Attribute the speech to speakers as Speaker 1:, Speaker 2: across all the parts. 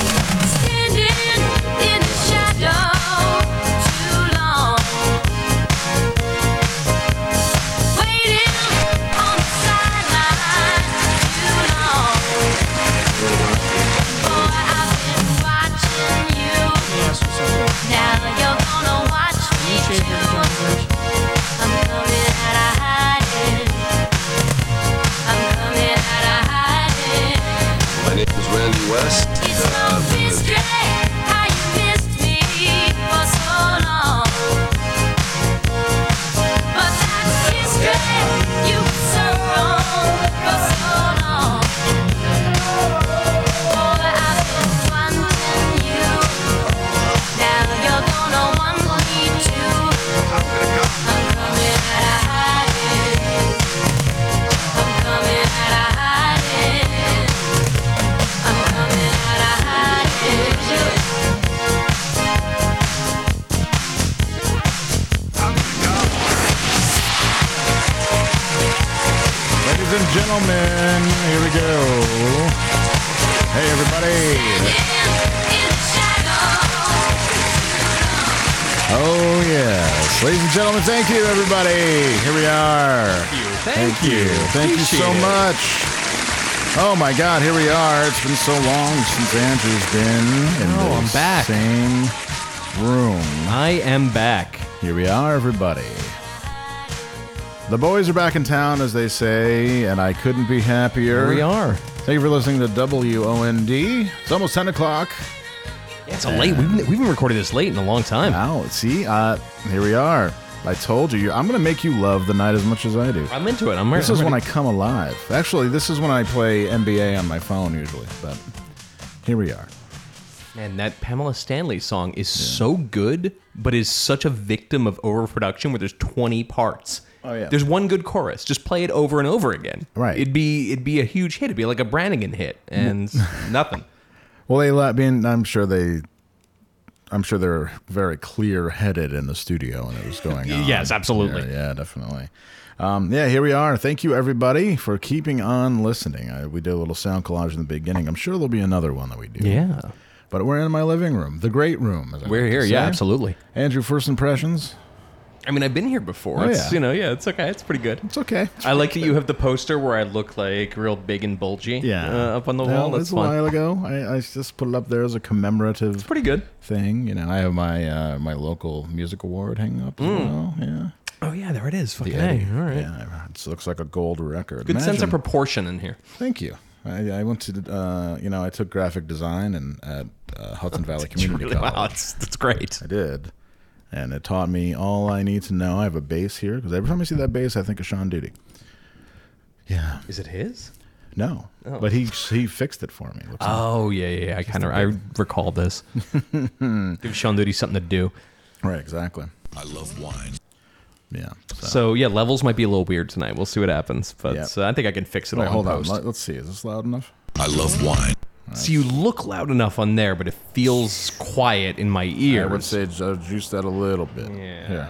Speaker 1: Standing in the shadow too long. Waiting on the sideline too long. Boy, I've been watching you. Now you're gonna watch me too. I'm coming out of hiding. I'm coming out of hiding.
Speaker 2: My name is Randy West.
Speaker 1: It's no
Speaker 2: Uh,
Speaker 1: mystery how you missed me for so long. But that's history. You were so wrong for so long. Boy, I've been wanting you. Now you're gonna want me too. I'm coming out of hiding. I'm coming out of hiding. I'm coming out of hiding.
Speaker 3: Ladies and gentlemen, here we go. Hey, everybody.
Speaker 1: In the shadow.
Speaker 3: Oh, yes. Ladies and gentlemen, thank you, everybody. Here we are. Thank you. Thank you, so much. Oh, my God, here we are. It's been so long since Andrew's been in
Speaker 4: No,
Speaker 3: the
Speaker 4: I'm back.
Speaker 3: same room.
Speaker 4: I am back.
Speaker 3: Here we are, everybody. The boys are back in town, as they say, and I couldn't be happier.
Speaker 4: Here we are.
Speaker 3: Thank you for listening to WOND. It's almost 10 o'clock.
Speaker 4: it's a late. We've been, we've been recording this late in a long time.
Speaker 3: Wow, see, uh, here we are. I told you, I'm going to make you love the night as much as I do.
Speaker 4: I'm into it. I'm ready.
Speaker 3: This is
Speaker 4: I'm
Speaker 3: when I
Speaker 4: ready.
Speaker 3: come alive. Actually, this is when I play NBA on my phone usually, but here we are.
Speaker 4: Man, that Pamela Stanley song is so good, but is such a victim of overproduction where there's 20 parts.
Speaker 3: Oh, yeah.
Speaker 4: There's one good chorus. Just play it over and over again.
Speaker 3: Right.
Speaker 4: It'd be it'd be a huge hit. It'd be like a Brannigan hit and nothing.
Speaker 3: Well, they, I mean, I'm sure they, I'm sure they're very clear-headed in the studio when it was going on.
Speaker 4: Yes, absolutely.
Speaker 3: Yeah, yeah, definitely. Um, yeah, here we are. Thank you, everybody, for keeping on listening. I, we did a little sound collage in the beginning. I'm sure there'll be another one that we do.
Speaker 4: Yeah.
Speaker 3: But we're in my living room, the great room. As I
Speaker 4: We're
Speaker 3: like to
Speaker 4: here. Yeah,
Speaker 3: say.
Speaker 4: absolutely.
Speaker 3: Andrew, first impressions?
Speaker 4: I mean, I've been here before.
Speaker 3: Oh,
Speaker 4: it's,
Speaker 3: yeah.
Speaker 4: You know, yeah, it's okay. It's pretty good.
Speaker 3: It's okay. It's
Speaker 4: I like that you have the poster where I look like real big and bulgy. Uh, up on the
Speaker 3: Well,
Speaker 4: wall. That's
Speaker 3: it's a
Speaker 4: fun.
Speaker 3: while ago. I, I just put it up there as a commemorative
Speaker 4: Pretty good.
Speaker 3: thing. You know, I have my uh, my local music award hanging up as
Speaker 4: Mm.
Speaker 3: well. Yeah.
Speaker 4: Oh yeah, there it is. Fucking
Speaker 3: Eddie.
Speaker 4: A. All right.
Speaker 3: Yeah, it looks like a gold record.
Speaker 4: Good sense of
Speaker 3: Imagine-
Speaker 4: proportion in here.
Speaker 3: Thank you. I, I went to, uh, you know, I took graphic design and at uh, Hudson Valley
Speaker 4: It's
Speaker 3: Community
Speaker 4: really
Speaker 3: College.
Speaker 4: wow. It's, it's great.
Speaker 3: I did, and it taught me all I need to know. I have a bass here because every time I see that bass, I think of Sean Duty. Yeah,
Speaker 4: Is it his?
Speaker 3: no,
Speaker 4: Oh.
Speaker 3: but he he fixed it for me. Looks like.
Speaker 4: Oh yeah, yeah. yeah. I kind of I recall this. Give Sean Duty something to do.
Speaker 3: Right, exactly.
Speaker 5: I love wine.
Speaker 3: Yeah. So,
Speaker 4: So yeah, levels might be a little weird tonight. We'll see what happens, but
Speaker 3: Yep.
Speaker 4: uh, I think I can fix it.
Speaker 3: Wait,
Speaker 4: all
Speaker 3: hold
Speaker 4: in
Speaker 3: on.
Speaker 4: post.
Speaker 3: Let, us see. Is this loud enough?
Speaker 5: I love wine.
Speaker 4: So you look loud enough on there, but it feels quiet in my
Speaker 3: I
Speaker 4: ear.
Speaker 3: would say ju- juice that a little bit.
Speaker 4: Yeah.
Speaker 3: Here.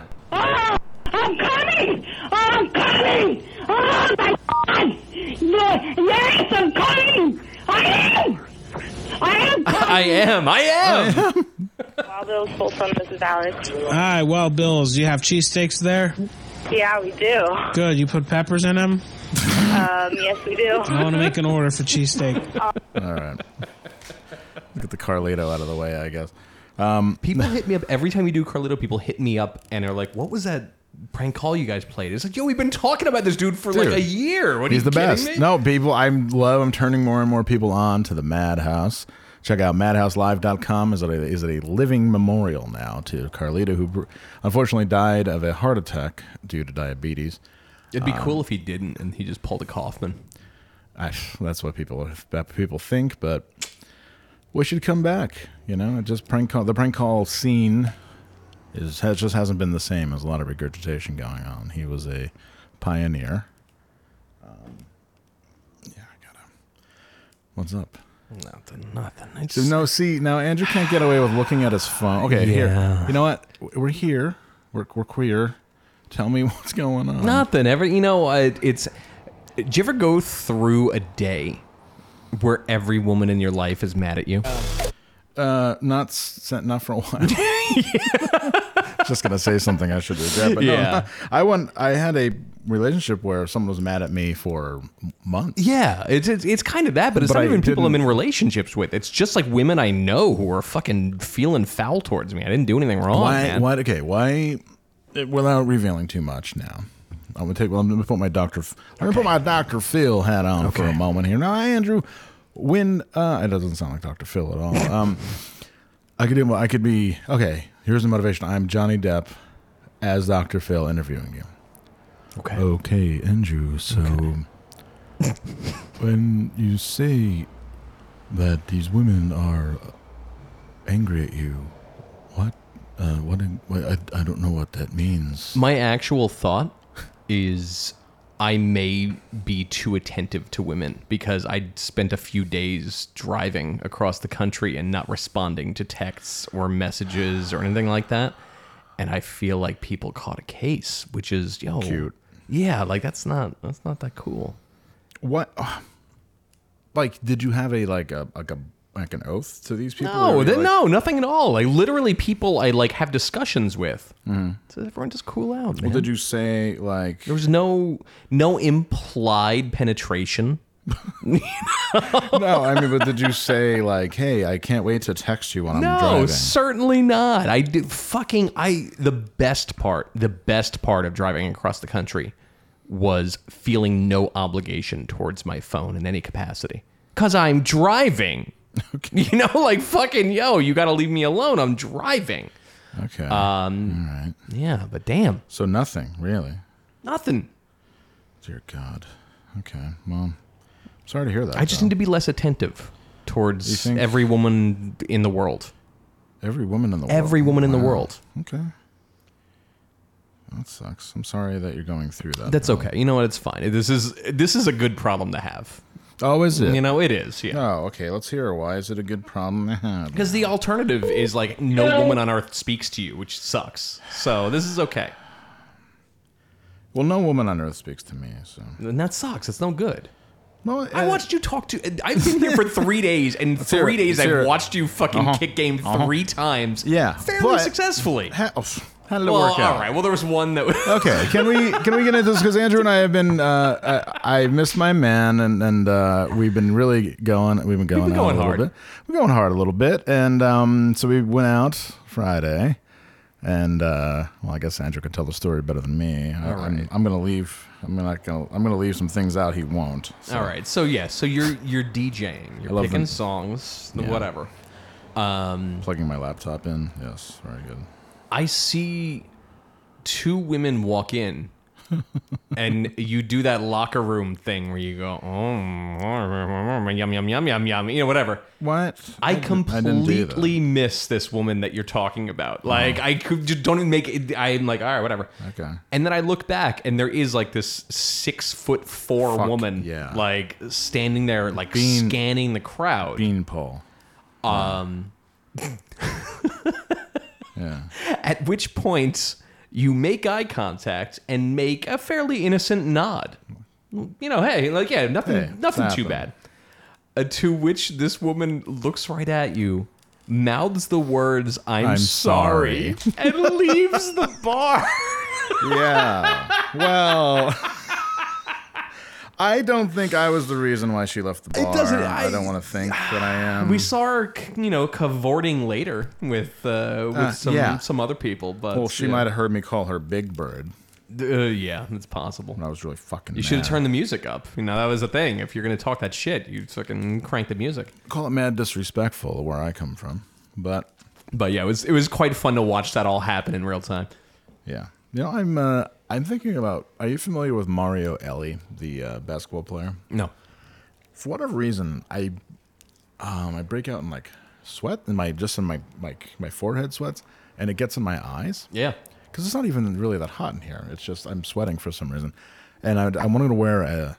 Speaker 6: I'm coming! I'm coming! Oh my god! Ye- Yes, I'm coming! I am! I am coming!
Speaker 4: I am. I am.
Speaker 7: Wild Bill's Folsom, this is Alex.
Speaker 8: Hi, Wild Bills. You have cheesesteaks there?
Speaker 7: Yeah, we do.
Speaker 8: Good. You put peppers in them?
Speaker 7: Um, yes, we do.
Speaker 8: I want to make an order for cheesesteak.
Speaker 3: All right. Let's get the Carlito out of the way, I guess.
Speaker 4: Um,
Speaker 3: Um,
Speaker 4: people hit me up every time you do Carlito. People hit me up and are like, "What was that prank call you guys played?" It's like, "Yo, we've been talking about this dude for
Speaker 3: Dude,
Speaker 4: like a year. What are
Speaker 3: He's
Speaker 4: you
Speaker 3: the best.
Speaker 4: kidding me?"
Speaker 3: No, people, I'm love. I'm turning more and more people on to the Madhouse. Check out madhouselive.com. Is it a, is it a living memorial now to Carlito, who br- unfortunately died of a heart attack due to diabetes.
Speaker 4: It'd be
Speaker 3: Um,
Speaker 4: cool if he didn't and he just pulled a Kaufman.
Speaker 3: I, that's what people that people think, but we should come back. You know, it just prank call the prank call scene is has just hasn't been the same. There's a lot of regurgitation going on. He was a pioneer. Um, yeah, I gotta. What's up?
Speaker 4: Nothing. Nothing. It's
Speaker 3: So, no, see now Andrew can't get away with looking at his phone. Okay, here.
Speaker 4: Yeah.
Speaker 3: You know what? We're here. We're we're queer. Tell me what's going on.
Speaker 4: nothing. Ever. You know, uh, it's. Do you ever go through a day where every woman in your life is mad at you?
Speaker 3: Uh, not s- not for a while. Just gonna say something I should regret. But
Speaker 4: Yeah.
Speaker 3: no, I went. I had a relationship where someone was mad at me for months.
Speaker 4: Yeah, it's it's, it's kind of that, but it's
Speaker 3: But
Speaker 4: not
Speaker 3: I
Speaker 4: even people I'm
Speaker 3: didn't-
Speaker 4: in relationships with. It's just like women I know who are fucking feeling foul towards me. I didn't do anything wrong.
Speaker 3: Why?
Speaker 4: man.
Speaker 3: Why? Okay. Why? eh, Without revealing too much now. I'm gonna take. Well, I'm gonna put my doctor. I'm gonna put my Doctor Phil hat on for a
Speaker 4: Okay.
Speaker 3: moment here. Now, Andrew, when uh, it doesn't sound like Doctor Phil at all. Um, I could do. I could be okay. Here's the motivation. I'm Johnny Depp as Doctor Phil interviewing you.
Speaker 4: Okay.
Speaker 3: Okay, Andrew, so when you say that these women are angry at you, what? Uh, what? what I, I don't know what that means.
Speaker 4: My actual thought is I may be too attentive to women because I spent a few days driving across the country and not responding to texts or messages or anything like that. And I feel like people caught a case, which is yo
Speaker 3: Cute.
Speaker 4: Yeah, like that's not that's not that cool.
Speaker 3: What? ah. Like, did you have a like a like a like an oath to these people? or
Speaker 4: No,
Speaker 3: were
Speaker 4: th-
Speaker 3: you like-
Speaker 4: no, nothing at all. Like literally, people I like have discussions with.
Speaker 9: Mm-hmm.
Speaker 4: So everyone just cool out. Man.
Speaker 3: Well, did you say like?
Speaker 4: there was no no implied penetration.
Speaker 3: no, I mean, but did you say like, "Hey, I can't wait to text you when I'm
Speaker 4: No,
Speaker 3: driving"?
Speaker 4: certainly not. I do fucking I the best part, the best part of driving across the country was feeling no obligation towards my phone in any capacity cuz I'm driving. You know, like fucking yo, you got to leave me alone. I'm driving.
Speaker 3: okay. Um, All right.
Speaker 4: Yeah, but damn.
Speaker 3: So nothing really.
Speaker 4: Nothing.
Speaker 3: Dear God. Okay. Well, sorry to hear that.
Speaker 4: I just
Speaker 3: though.
Speaker 4: need to be less attentive
Speaker 3: You
Speaker 4: towards
Speaker 3: think-
Speaker 4: every woman in the world.
Speaker 3: every woman in the world.
Speaker 4: Every woman in the
Speaker 3: Wow.
Speaker 4: world.
Speaker 3: Okay. That sucks. I'm sorry that you're going through that.
Speaker 4: That's okay. You know what? It's fine. This is this is a good problem to have.
Speaker 3: Oh, is it?
Speaker 4: You know, it is. Yeah.
Speaker 3: Oh, okay. Let's hear. Why is it a good problem to have?
Speaker 4: Because the alternative is like no woman on earth speaks to you, which sucks. So this is okay.
Speaker 3: Well, no woman on earth speaks to me. So.
Speaker 4: And that sucks. It's no good.
Speaker 3: No,
Speaker 4: I
Speaker 3: uh,
Speaker 4: watched you talk to. I've been here for three days, and
Speaker 3: hear
Speaker 4: three
Speaker 3: it.
Speaker 4: days
Speaker 3: Let's hear it.
Speaker 4: I've watched you fucking
Speaker 3: Uh-huh.
Speaker 4: kick game
Speaker 3: Uh-huh.
Speaker 4: three times.
Speaker 3: Yeah,
Speaker 4: fairly
Speaker 3: but-
Speaker 4: successfully.
Speaker 3: Ha- oh, pff, how did it
Speaker 4: well,
Speaker 3: work out?
Speaker 4: all right. Well, there was one that.
Speaker 3: Okay, can we can we get into this? Because Andrew and I have been uh, I, I missed my man, and and uh, we've been really going. We've been going,
Speaker 4: been
Speaker 3: out
Speaker 4: going
Speaker 3: a little
Speaker 4: hard.
Speaker 3: bit. We're going hard a little bit, and um, so we went out Friday, and uh, well, I guess Andrew can tell the story better than me. I, I'm, I'm gonna leave. I'm not gonna. I'm gonna leave some things out. He won't. So.
Speaker 4: All right. So yeah. So you're you're DJing. You're
Speaker 3: love
Speaker 4: picking
Speaker 3: them.
Speaker 4: songs.
Speaker 3: Yeah.
Speaker 4: Whatever. Um,
Speaker 3: Plugging my laptop in. Yes, very good.
Speaker 4: I see two women walk in and you do that locker room thing where you go, oh, yum, yum, yum, yum, yum, you know, whatever.
Speaker 3: What?
Speaker 4: I,
Speaker 3: didn't- I didn't do that. Oh.
Speaker 4: completely miss this woman that you're talking about. Like, I could just don't even make it. I'm like, all right, whatever.
Speaker 3: Okay.
Speaker 4: And then I look back, and there is like this six foot four
Speaker 3: Fuck,
Speaker 4: woman,
Speaker 3: yeah.
Speaker 4: like standing there, like
Speaker 3: Being-
Speaker 4: scanning the crowd.
Speaker 3: Beanpole.
Speaker 4: um,
Speaker 3: Yeah.
Speaker 4: at which point you make eye contact and make a fairly innocent nod. You know, hey, like yeah, nothing,
Speaker 3: Hey, it's
Speaker 4: nothing too
Speaker 3: happening.
Speaker 4: bad. Uh, to which this woman looks right at you, mouths the words "I'm,
Speaker 3: I'm
Speaker 4: sorry, and leaves the bar.
Speaker 3: Yeah. well, I don't think I was the reason why she left the bar.
Speaker 4: doesn't-
Speaker 3: I, don't
Speaker 4: I-
Speaker 3: want to think that I am.
Speaker 4: We saw her, c- you know, cavorting later with uh, with
Speaker 3: Uh,
Speaker 4: some
Speaker 3: yeah.
Speaker 4: some other people, but
Speaker 3: well, she
Speaker 4: yeah.
Speaker 3: might have heard me call her Big Bird
Speaker 4: Uh, yeah, it's possible.
Speaker 3: when I was really fucking.
Speaker 4: You should have turned the music up. You know, that was the thing. If you're going to talk that shit, you fucking crank the music.
Speaker 3: call it mad disrespectful where I come from, but
Speaker 4: But yeah, it was it was quite fun to watch that all happen in real time.
Speaker 3: yeah. You know, I'm uh, I'm thinking about. Are you familiar with Mario Ellie, the uh, basketball player?
Speaker 4: No.
Speaker 3: for whatever reason, I um, I break out in like sweat in my just in my like my forehead sweats, and it gets in my eyes
Speaker 4: Yeah.
Speaker 3: because it's not even really that hot in here. It's just I'm sweating for some reason, and I, I wanted to wear a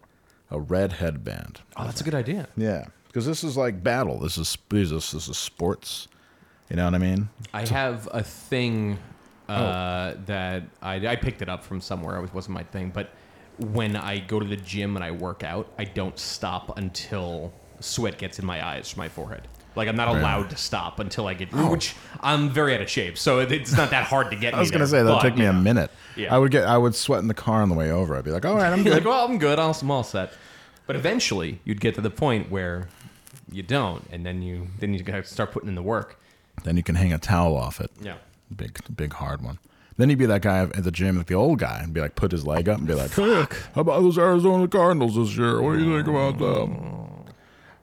Speaker 3: a red headband.
Speaker 4: Oh, that's a good idea.
Speaker 3: Yeah, because this is like battle. This is Jesus. This is sports. You know what I mean?
Speaker 4: I have a thing
Speaker 3: Oh.
Speaker 4: uh, that I, I picked it up from somewhere. It was- wasn't my thing, but when I go to the gym and I work out, I don't stop until sweat gets in my eyes, my forehead. Like I'm not allowed to stop until I get, which I'm very out of shape, so it- it's not that hard to get.
Speaker 3: I was
Speaker 4: going
Speaker 3: gonna
Speaker 4: to
Speaker 3: say that took me a minute.
Speaker 4: Yeah.
Speaker 3: I would get I would sweat in the car on the way over. I'd be like, all right, I'm
Speaker 4: You're like,
Speaker 3: good.
Speaker 4: well, I'm good. I'm I'm all set. But eventually, you'd get to the point where you don't, and then you then you gotta start putting in the work.
Speaker 3: then you can hang a towel off it.
Speaker 4: Yeah.
Speaker 3: big big hard one. Then he'd be that guy at the gym, like the old guy, and be like, put his leg up and be like, "How about those Arizona Cardinals this year? What do you think about them?"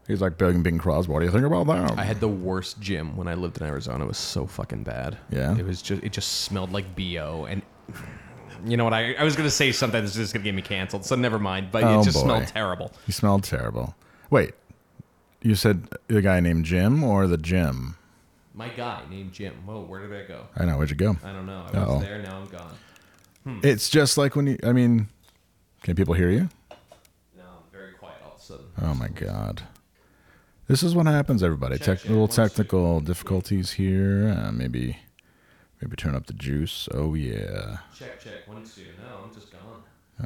Speaker 3: He's like Bing Bing Crosby. What do you think about them?
Speaker 4: I had the worst gym when I lived in Arizona. It was so fucking bad.
Speaker 3: Yeah?
Speaker 4: It was just it just smelled like bo and. You know what? I, I was going to say something that's just going to get me canceled, so never mind. But
Speaker 3: Oh,
Speaker 4: it just
Speaker 3: boy.
Speaker 4: smelled terrible.
Speaker 3: he smelled terrible. Wait, you said the guy named Jim or the gym?
Speaker 4: My guy named Jim. Whoa, where did I go?
Speaker 3: I know where'd you go.
Speaker 4: I don't know. I was
Speaker 3: Uh-oh.
Speaker 4: there. Now I'm gone. Hmm.
Speaker 3: It's just like when you. I mean, can people hear you?
Speaker 4: Now I'm very quiet all of a sudden.
Speaker 3: Oh my god. This is what happens, everybody. Tech, little technical difficulties here. Uh, maybe, maybe turn up the juice. Oh yeah.
Speaker 4: Check, check. One, two. No, I'm just gone.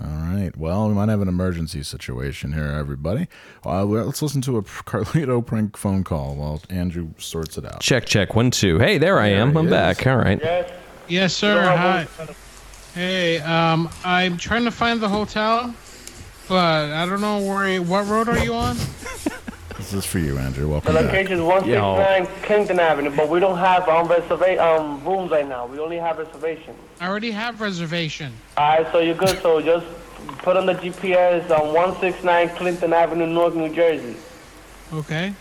Speaker 3: All right. Well, we might have an emergency situation here, everybody. Uh, well, let's listen to a Carlito prank phone call while Andrew sorts it out.
Speaker 4: Check, check. One, two. Hey, there I am.
Speaker 3: There
Speaker 4: I'm
Speaker 3: he
Speaker 4: back.
Speaker 3: is.
Speaker 4: All right.
Speaker 8: Yes, sir. Hi. Hey, um, I'm trying to find the hotel, but I don't know where. What road are you on?
Speaker 3: This is for you, Andrew. Welcome
Speaker 10: The
Speaker 3: back.
Speaker 10: location is 169 Clinton Avenue, but we don't have um, reserva- um rooms right now. We only have reservation.
Speaker 8: I already have reservation.
Speaker 10: Alright, so you're good. So just put on the GPS on 169 Clinton Avenue, North New Jersey.
Speaker 8: Okay.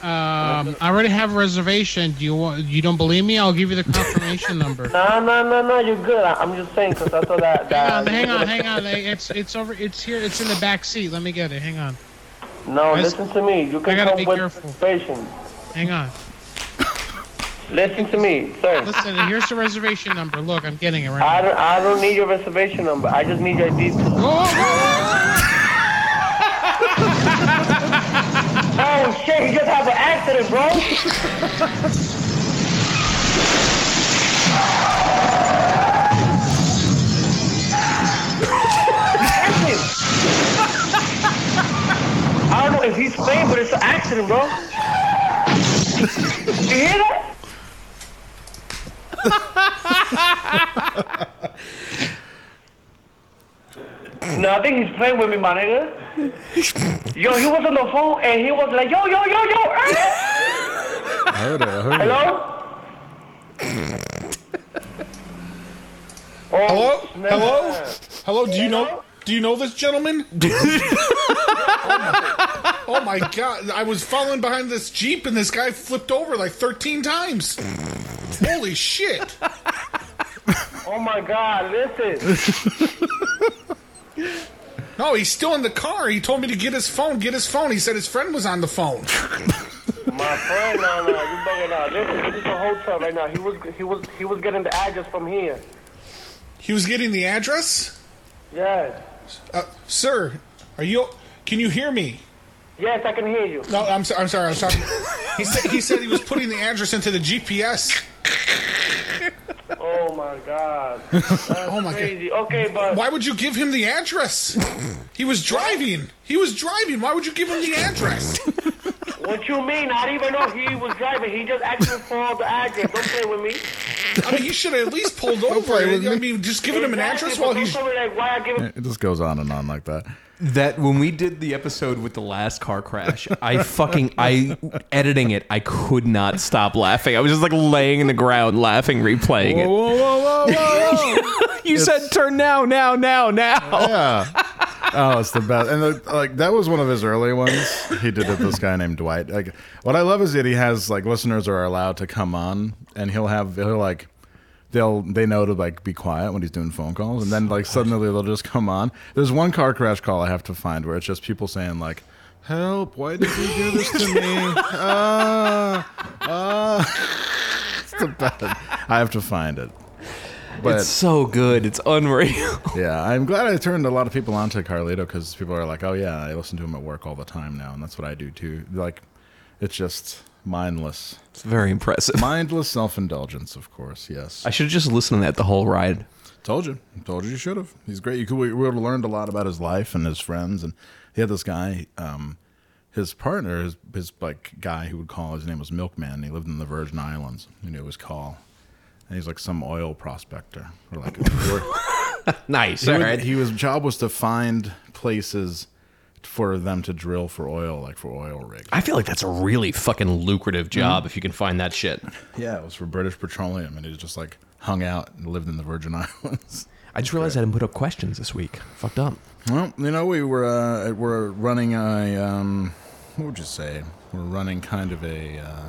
Speaker 8: Um, I already have reservation. Do you want? You don't believe me? I'll give you the confirmation number.
Speaker 10: No, no, no, no, you're good. I- I'm just saying because I thought that.
Speaker 8: Hang on, hang
Speaker 10: that
Speaker 8: on, hang on. Hey, It's it's over. It's here. It's in the back seat. Let me get it. Hang on,
Speaker 10: No,
Speaker 8: Let's-
Speaker 10: listen to me. You
Speaker 8: I
Speaker 10: can
Speaker 8: gotta
Speaker 10: come
Speaker 8: be
Speaker 10: with
Speaker 8: careful.
Speaker 10: reservation.
Speaker 8: hang on.
Speaker 10: Listen to me, sir.
Speaker 8: Listen, here's the reservation number. Look, I'm getting it right now. Oh,
Speaker 10: I don't, I don't need your reservation number. I just need your details.
Speaker 8: Whoa, whoa,
Speaker 10: Oh shit! You just have an accident, bro.
Speaker 8: oh.
Speaker 10: I don't know if he's playing, but it's an accident, bro. You hear that? No, I think he's playing with me, my nigga. Yo, he was on the phone and he was like, yo, yo, yo, yo, eh?
Speaker 3: I heard it. I heard it.
Speaker 10: hello? Oh, Hello? Hello?
Speaker 9: Hello, do you know do you know this gentleman? oh my god, I was following behind this Jeep and this guy flipped over like 13 times. Holy shit.
Speaker 10: Oh my God! Listen.
Speaker 9: No, he's still in the car. He told me to get his phone. Get his phone. He said his friend was on the phone.
Speaker 10: My friend, no, no, you bugging out. Listen, he's in the hotel right now. He was, he was, he was getting the address from here.
Speaker 9: He was getting the address.
Speaker 10: Yes.
Speaker 9: Uh, sir, are you? Can you hear me?
Speaker 10: Yes, I can hear you.
Speaker 9: No, I'm, so, I'm sorry. I was talking. he said he said he was putting the address into the GPS.
Speaker 10: Oh my God. That's
Speaker 9: Oh my God.
Speaker 10: crazy. Okay, but
Speaker 9: Why would you give him the address? he was driving. He was driving. Why would you give him the address?
Speaker 10: what you mean? I didn't even know he was driving. He just asked me for the address. Don't play with me.
Speaker 9: I mean, he should have at least pulled over. I mean, just giving him an
Speaker 10: Exactly,
Speaker 9: address
Speaker 10: but
Speaker 9: while
Speaker 10: don't
Speaker 9: he's.
Speaker 10: tell me, like why I give him.
Speaker 3: It just goes on and on like that.
Speaker 4: That when we did the episode with the last car crash, I fucking I editing it, I could not stop laughing. I was just like laying in the ground laughing, replaying it.
Speaker 3: Whoa, whoa, whoa, whoa, whoa.
Speaker 4: you said turn now, now,
Speaker 1: Oh,
Speaker 4: now, now.
Speaker 3: Yeah. Oh, it's the best. And the, like that was one of his early ones. He did it. with This guy named Dwight. Like what I love is that he has like listeners are allowed to come on, and he'll have he'll like they'll they know to like be quiet when he's doing phone calls, and then like suddenly they'll just come on. There's one car crash call I have to find where it's just people saying like. Help! Why did you do this to me? Uh, uh. It's the best. I have to find it. But-
Speaker 4: it's so good. It's unreal.
Speaker 3: yeah, I'm glad I turned a lot of people onto Carlito because people are like, "Oh yeah, I listen to him at work all the time now, and that's what I do too." Like, it's just mindless. It's
Speaker 4: very impressive.
Speaker 3: Mindless self-indulgence, of course. Yes,
Speaker 4: I should have just listened to that the whole ride.
Speaker 3: told you, told you, you should have. He's great. You could we would have learned a lot about his life and his friends, and he had this guy, um, his partner, his, his like guy who would call. His name was Milkman. And he lived in the Virgin Islands. He knew his call, and he's like some oil prospector or like.
Speaker 4: Nice.
Speaker 3: He
Speaker 4: all
Speaker 3: would-
Speaker 4: right.
Speaker 3: He was job was to find places for them to drill for oil, like for oil rigs.
Speaker 4: I feel like that's a really fucking lucrative job if you can find that shit.
Speaker 3: Yeah, it was for British Petroleum, and he just like hung out and lived in the Virgin Islands.
Speaker 4: I just realized I didn't put up questions this week. Fucked up.
Speaker 3: Well, you know, we were uh, we're running a um, what would you say? We're running kind of a uh,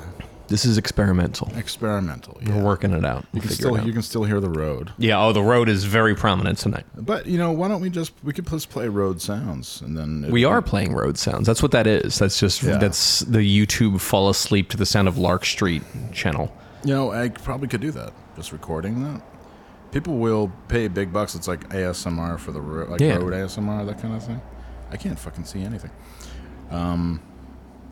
Speaker 4: This is experimental.
Speaker 3: Experimental.
Speaker 4: We're working it out.
Speaker 3: you
Speaker 4: We'll
Speaker 3: can
Speaker 4: figure
Speaker 3: still
Speaker 4: it out.
Speaker 3: you can still hear the road.
Speaker 4: yeah. Oh, the road is very prominent tonight.
Speaker 3: But you know, why don't we just we could just play road sounds and then it-
Speaker 4: We are playing road sounds. That's what that is. That's just
Speaker 3: Yeah.
Speaker 4: that's the YouTube fall asleep to the sound of Lark Street channel.
Speaker 3: You know, I probably could do that. Just recording that. People will pay big bucks. It's like ASMR for the road, like
Speaker 4: Yeah.
Speaker 3: road ASMR, that kind of thing. I can't fucking see anything. Um,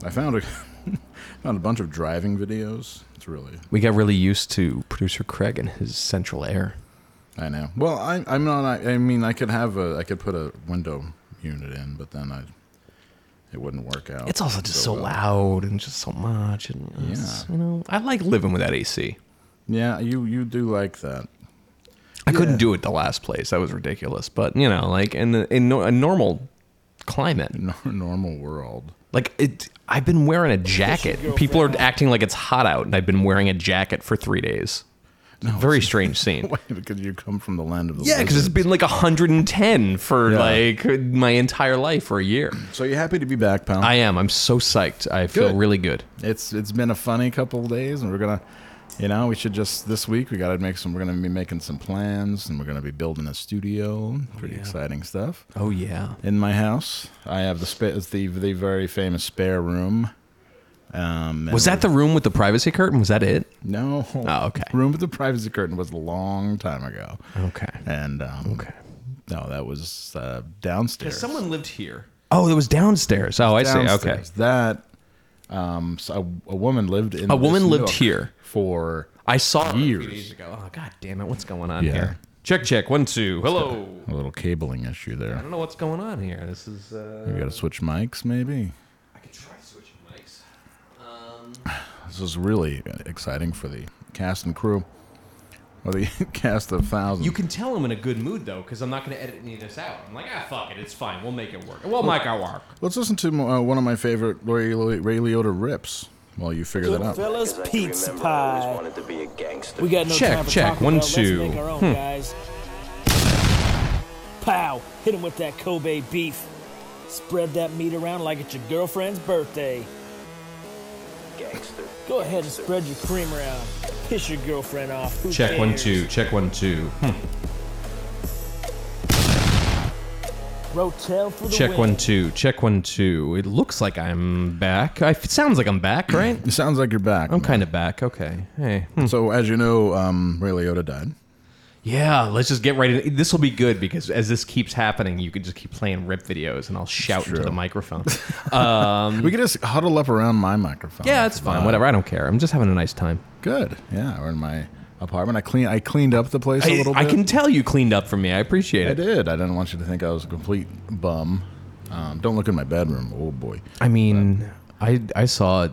Speaker 3: I found a found a bunch of driving videos. It's really
Speaker 4: We got really used to producer Craig and his central air.
Speaker 3: I know. well. I, I'm not. I, I mean, I could have a. I could put a window unit in, but then I it wouldn't work out. uh,
Speaker 4: It's also just so,
Speaker 3: Oh, well.
Speaker 4: loud and just so much. And it's, you know, I like living with that AC.
Speaker 3: Yeah, you you do like that.
Speaker 4: I couldn't do it the last place. That was ridiculous. But you know, like in the, in no, a normal climate,
Speaker 3: normal world,
Speaker 4: like it. I've been wearing a jacket. People are acting like it's hot out, and I've been wearing a jacket for three days. It's a very strange scene.
Speaker 3: Why? Because you come from the land of the
Speaker 4: Yeah, because it's been like 110 for
Speaker 3: Yeah.
Speaker 4: like my entire life for a year.
Speaker 3: So you happy to be back, pal?
Speaker 4: I am. I'm so psyched. I feel
Speaker 3: Good.
Speaker 4: really good.
Speaker 3: it's it's been a funny couple of days and we're gonna you know we should just this week we gotta make some we're gonna be making some plans and we're gonna be building a studio pretty exciting stuff
Speaker 4: oh yeah
Speaker 3: in my house i have the spa- it's the the very famous spare room um
Speaker 4: Was that the room with the privacy curtain? Was that it?
Speaker 3: no
Speaker 4: Oh, okay.
Speaker 3: room with the privacy curtain was a long time ago
Speaker 4: okay
Speaker 3: and um okay no that was uh downstairs
Speaker 4: someone lived here. Oh, it was downstairs. Oh, I see. Okay.
Speaker 3: Downstairs. that um so a, a woman lived in
Speaker 4: A woman
Speaker 3: this
Speaker 4: lived
Speaker 3: nook
Speaker 4: here.
Speaker 3: for
Speaker 4: I saw her a
Speaker 3: years
Speaker 4: few days ago. Oh god damn it! What's going on
Speaker 3: Yeah.
Speaker 4: here? Check check one two. Hello.
Speaker 3: A little cabling issue
Speaker 4: I
Speaker 3: there.
Speaker 4: don't know what's going on here. This is.
Speaker 3: We
Speaker 4: Uh,
Speaker 3: gotta switch mics, maybe.
Speaker 4: I could try switching mics. Um,
Speaker 3: This is really exciting for the cast and crew, or the cast of thousands.
Speaker 4: You can tell I'm in a good mood though, because I'm not going to edit any of this out. I'm like, ah, fuck it, it's fine. We'll make it work. We'll make it work.
Speaker 3: Let's listen to uh, one of my favorite Ray, Ray Liotta rips while you figure that out.
Speaker 11: Goodfellas pizza pie. We got no
Speaker 3: Check,
Speaker 11: time for
Speaker 3: check,
Speaker 11: Taco
Speaker 3: one,
Speaker 11: Bell.
Speaker 3: two.
Speaker 11: Let's make our own,
Speaker 3: Hmm.
Speaker 11: guys. Pow! Hit him with that Kobe beef. Spread that meat around like it's your girlfriend's birthday. Go ahead and spread your cream around. Piss your girlfriend off. Who
Speaker 12: Check one
Speaker 11: cares?
Speaker 12: two. Check one two. Hmm.
Speaker 11: Rotel for the
Speaker 4: Check
Speaker 11: win.
Speaker 4: one two. Check one two. It looks like I'm back. I, it sounds like I'm back, right?
Speaker 3: it sounds like you're back.
Speaker 4: I'm kind of back. Okay. Hey.
Speaker 3: So as you know, um, Ray Liotta died.
Speaker 4: Yeah. Let's just get right in. This will be good because as this keeps happening, you can just keep playing rip videos, and I'll shout into the microphone. Um,
Speaker 3: we can just huddle up around my microphone.
Speaker 4: yeah, it's fine. Whatever. I don't care. I'm just having a nice time.
Speaker 3: Good. Yeah, we're in my apartment. I clean. I cleaned up the place a
Speaker 4: I,
Speaker 3: little
Speaker 4: I
Speaker 3: bit.
Speaker 4: can tell you cleaned up for me. I appreciate
Speaker 3: I
Speaker 4: it.
Speaker 3: did. I didn't want you to think I was a complete bum. Um, don't look in my bedroom. Oh boy.
Speaker 4: I mean, I I saw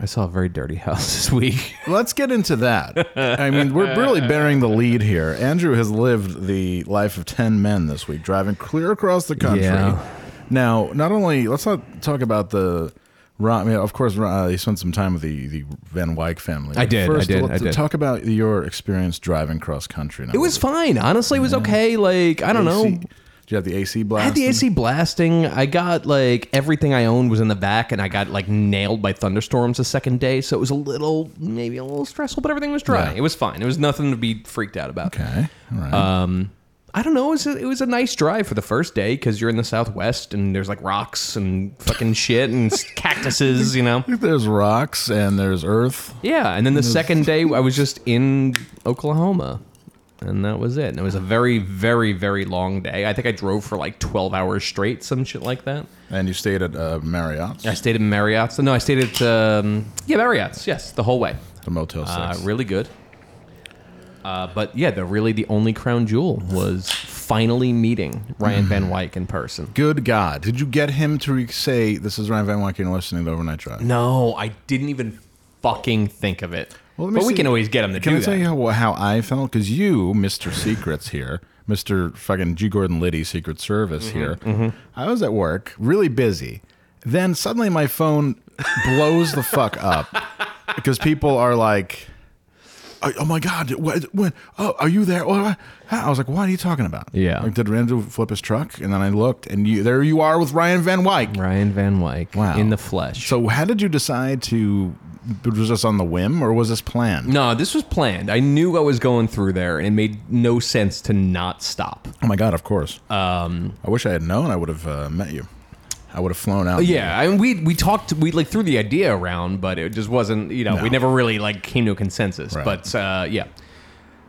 Speaker 4: I saw a very dirty house this week.
Speaker 3: Let's get into that. I mean, we're really bearing the lead here. Andrew has lived the life of 10 men this week, driving clear across the country.
Speaker 4: Yeah.
Speaker 3: Now, not only, let's not talk about the. Ron, I mean, of course, Ron, uh, you spent some time with the, the Van Wyck family.
Speaker 4: I did, I
Speaker 3: First,
Speaker 4: did,
Speaker 3: let's
Speaker 4: I did.
Speaker 3: Talk about your experience driving cross country. Now.
Speaker 4: It was fine. Honestly, it was okay. Like, I don't know.
Speaker 3: AC. Did you have the AC
Speaker 4: I
Speaker 3: blast?
Speaker 4: had the AC blasting. I got like everything I owned was in the back, and I got like nailed by thunderstorms the second day. So it was a little, maybe a little stressful, but everything was dry.
Speaker 3: Yeah.
Speaker 4: It was fine. It was nothing to be freaked out about.
Speaker 3: Okay. All right.
Speaker 4: Um, I don't know. It was a, it was a nice drive for the first day because you're in the Southwest and there's like rocks and fucking shit and s- cactuses, you know.
Speaker 3: There's rocks and there's earth.
Speaker 4: Yeah, and then the
Speaker 3: There's-
Speaker 4: second day I was just in Oklahoma. And that was it. And it was a very, very, very long day. I think I drove for like 12 hours straight, some shit like that.
Speaker 3: And you stayed at uh, Marriott's?
Speaker 4: I stayed at Marriott's. No, I stayed at, um, yeah, Marriott's, yes, the whole way.
Speaker 3: The Motel 6.
Speaker 4: Uh, really good. Uh, but yeah, the really the only crown jewel was finally meeting
Speaker 3: Mm-hmm.
Speaker 4: Ryan Van Wyk in person.
Speaker 3: Good God. Did you get him to re- say, This is Ryan Van Wyck and you're listening to Overnight Drive?
Speaker 4: No, I didn't even fucking think of it.
Speaker 3: Well, let me
Speaker 4: but we
Speaker 3: see-
Speaker 4: can always get him to
Speaker 3: Can
Speaker 4: do
Speaker 3: I tell
Speaker 4: that.
Speaker 3: you how, how I felt? Because you, Mr. Secrets here, Mr. fucking G. Gordon Liddy, Secret Service
Speaker 4: Mm-hmm,
Speaker 12: Mhm,
Speaker 3: here,
Speaker 12: mhm.
Speaker 3: I was at work, really busy. Then suddenly my phone blows the fuck up because people are like, "Oh oh my God, what, what, oh, are you there? What, I was like, what are you talking about?
Speaker 4: Yeah.
Speaker 3: Like, did Randall flip his truck? And then I looked, and you there you are with Ryan Van Wyck.
Speaker 4: Ryan Van Wyck.
Speaker 3: Wow.
Speaker 4: In the flesh.
Speaker 3: So how did you decide to? Was this on the whim or was this planned?
Speaker 4: No, this was planned. I knew I was going through there, and it made no sense to not stop.
Speaker 3: Oh my God, of course. Um, I wish I had known. I would have uh, met you. I would have flown out.
Speaker 4: yeah, I mean, we we talked, we like threw the idea around, but it just wasn't. You know, we
Speaker 3: No.
Speaker 4: never really like came to a consensus.
Speaker 3: Right.
Speaker 4: But uh, yeah.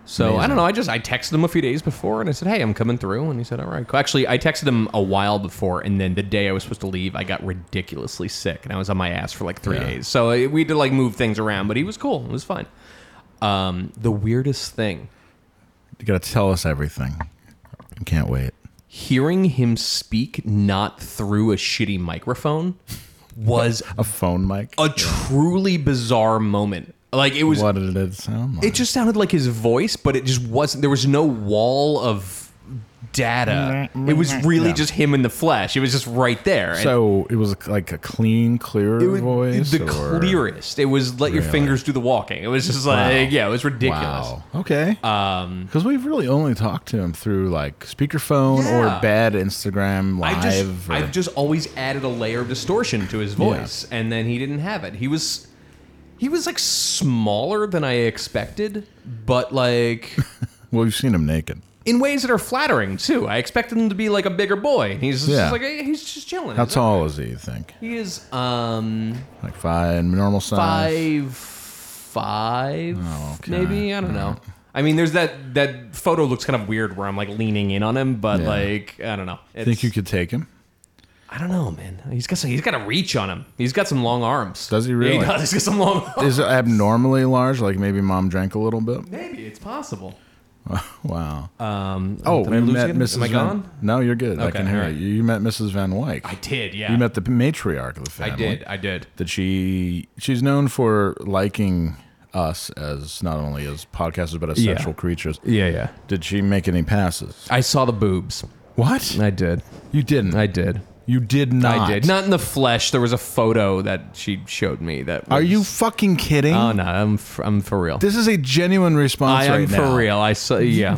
Speaker 4: So I
Speaker 3: Amazing.
Speaker 4: don't know. I just I texted him a few days before, and I said, "Hey, I'm coming through," and he said, "All right." cool." Actually, I texted him a while before, and then the day I was supposed to leave, I got ridiculously sick, and I was on my ass for like three
Speaker 12: Yeah.
Speaker 4: days. So uh, we had to like move things around, but he was cool. It was fine. Um, the weirdest thing
Speaker 3: You got to tell us everything. I can't wait.
Speaker 4: hearing him speak not through a shitty microphone was
Speaker 3: a phone mic.
Speaker 4: A truly bizarre moment. Like it was
Speaker 3: What did it sound like?
Speaker 4: it just sounded like his voice, but it just wasn't there was no wall of data. It was really
Speaker 3: Yeah.
Speaker 4: just him in the flesh. It was just right there. And
Speaker 3: so it was like a clean, clear
Speaker 4: it was
Speaker 3: voice.
Speaker 4: the
Speaker 3: or-
Speaker 4: clearest. It was let your
Speaker 3: Really?
Speaker 4: fingers do the walking. It was just like
Speaker 3: Wow.
Speaker 4: yeah, it was ridiculous. Uh,
Speaker 3: Wow. Okay. Um, because we've really only talked to him through like speakerphone
Speaker 4: Yeah.
Speaker 3: or bad Instagram live.
Speaker 4: I just,
Speaker 3: or-
Speaker 4: I've just always added a layer of distortion to his voice, and then he didn't have it. He was, he was like smaller than I expected, but like
Speaker 3: well, you've seen him naked.
Speaker 4: in ways that are flattering too. I expected him to be like a bigger boy, and he's just
Speaker 3: Yeah.
Speaker 4: like eh, he's just chilling.
Speaker 3: How
Speaker 4: He's
Speaker 3: tall is he? You think?
Speaker 4: like- He is um
Speaker 3: Like five, normal size.
Speaker 4: five five
Speaker 3: Oh, okay.
Speaker 4: maybe I don't know. I mean, there's that that photo looks kind of weird where I'm like leaning in on him, but
Speaker 3: Yeah.
Speaker 4: like I don't know. It's,
Speaker 3: Think you could take him?
Speaker 4: I don't know, man. He's got some, he's got a reach on him. He's got some long arms.
Speaker 3: Does he really?
Speaker 4: Yeah, he does. He's got some long.
Speaker 3: Is it abnormally large? Like maybe mom drank a little bit.
Speaker 4: Maybe it's possible.
Speaker 3: wow.
Speaker 4: Um,
Speaker 3: oh,
Speaker 4: did I
Speaker 3: and
Speaker 4: lose
Speaker 3: met
Speaker 4: again?
Speaker 3: Mrs.
Speaker 4: Am I
Speaker 3: Van-
Speaker 4: gone?
Speaker 3: No, you're good. I
Speaker 4: Okay,
Speaker 3: can hear
Speaker 4: all right.
Speaker 3: you. You met Mrs. Van Wyck. I
Speaker 4: did, yeah.
Speaker 3: You met the matriarch of the family.
Speaker 4: I did. I did.
Speaker 3: That she she's known for liking us as not only as podcasters but as
Speaker 4: Yeah.
Speaker 3: sexual creatures.
Speaker 4: Yeah, yeah.
Speaker 3: Did she make any passes?
Speaker 4: I saw the boobs.
Speaker 3: What?
Speaker 4: I did.
Speaker 3: You didn't.
Speaker 4: I did.
Speaker 3: You did not.
Speaker 4: I did. Not in the flesh. There was a photo that she showed me. That
Speaker 3: Are
Speaker 4: was-
Speaker 3: you fucking kidding?
Speaker 4: Oh no, I'm f- I'm for real.
Speaker 3: This is a genuine response
Speaker 4: I am
Speaker 3: right
Speaker 4: for
Speaker 3: now.
Speaker 4: real. I saw. Yeah.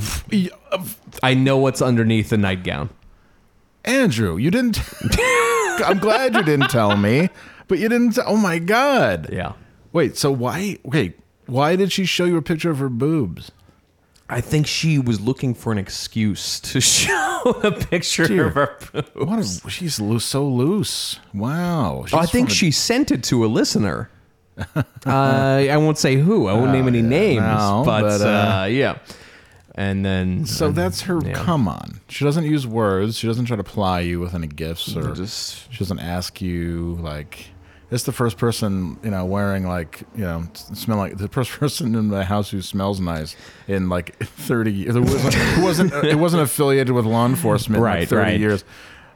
Speaker 4: I know what's underneath the nightgown.
Speaker 3: Andrew, you didn't. I'm glad you didn't tell me, but you didn't. Oh my God.
Speaker 4: Yeah.
Speaker 3: Wait. So why? Okay. Why did she show you a picture of her boobs?
Speaker 4: I think she was looking for an excuse to show a picture
Speaker 3: Dear.
Speaker 4: of her boobs.
Speaker 3: What a, she's loose, so loose. Wow. She's
Speaker 4: Oh, I think
Speaker 3: from a-
Speaker 4: she sent it to a listener. uh, I won't say who. I won't name any names.
Speaker 3: Uh, Oh, No,
Speaker 4: but
Speaker 3: but,
Speaker 4: uh,
Speaker 3: uh,
Speaker 4: yeah. And then
Speaker 3: So that's her.
Speaker 4: yeah.
Speaker 3: Come on. She doesn't use words. She doesn't try to ply you with any gifts or
Speaker 4: just.
Speaker 3: She doesn't ask you like. It's the first person you know wearing like you know s- smell like the first person in the house who smells nice in like thirty years. There wasn't it wasn't it wasn't affiliated with law enforcement in like,
Speaker 4: Right,
Speaker 3: thirty
Speaker 4: right.
Speaker 3: years.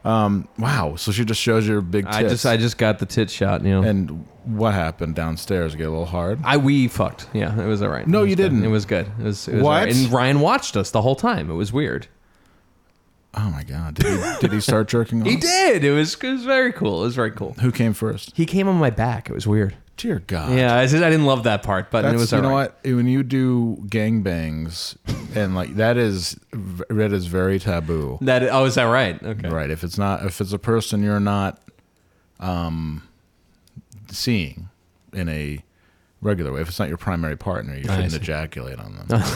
Speaker 3: Um, wow. So she just shows you her big. Tits.
Speaker 4: I just I just got the tit shot, you know.
Speaker 3: and what happened downstairs? Get a little hard.
Speaker 4: I we fucked. Yeah, it was all right.
Speaker 3: No,
Speaker 4: It was
Speaker 3: you
Speaker 4: good.
Speaker 3: didn't.
Speaker 4: It was good. It was, it was
Speaker 3: What?
Speaker 4: all right. And Ryan watched us the whole time. It was weird.
Speaker 3: Oh my god! Did he, did he start jerking off?
Speaker 4: He did. It was it was very cool. It was very cool.
Speaker 3: Who came first?
Speaker 4: He came on my back. It was weird.
Speaker 3: Dear God.
Speaker 4: Yeah, I, just, I didn't love that part, but it
Speaker 3: That's-
Speaker 4: was
Speaker 3: you
Speaker 4: all
Speaker 3: know
Speaker 4: right.
Speaker 3: what when you do gangbangs and like that is v- that is very taboo
Speaker 4: That oh, is that right? Okay.
Speaker 3: right if it's not if it's a person you're not um seeing in a regular way if it's not your primary partner you
Speaker 4: I
Speaker 3: shouldn't
Speaker 4: see.
Speaker 3: ejaculate on them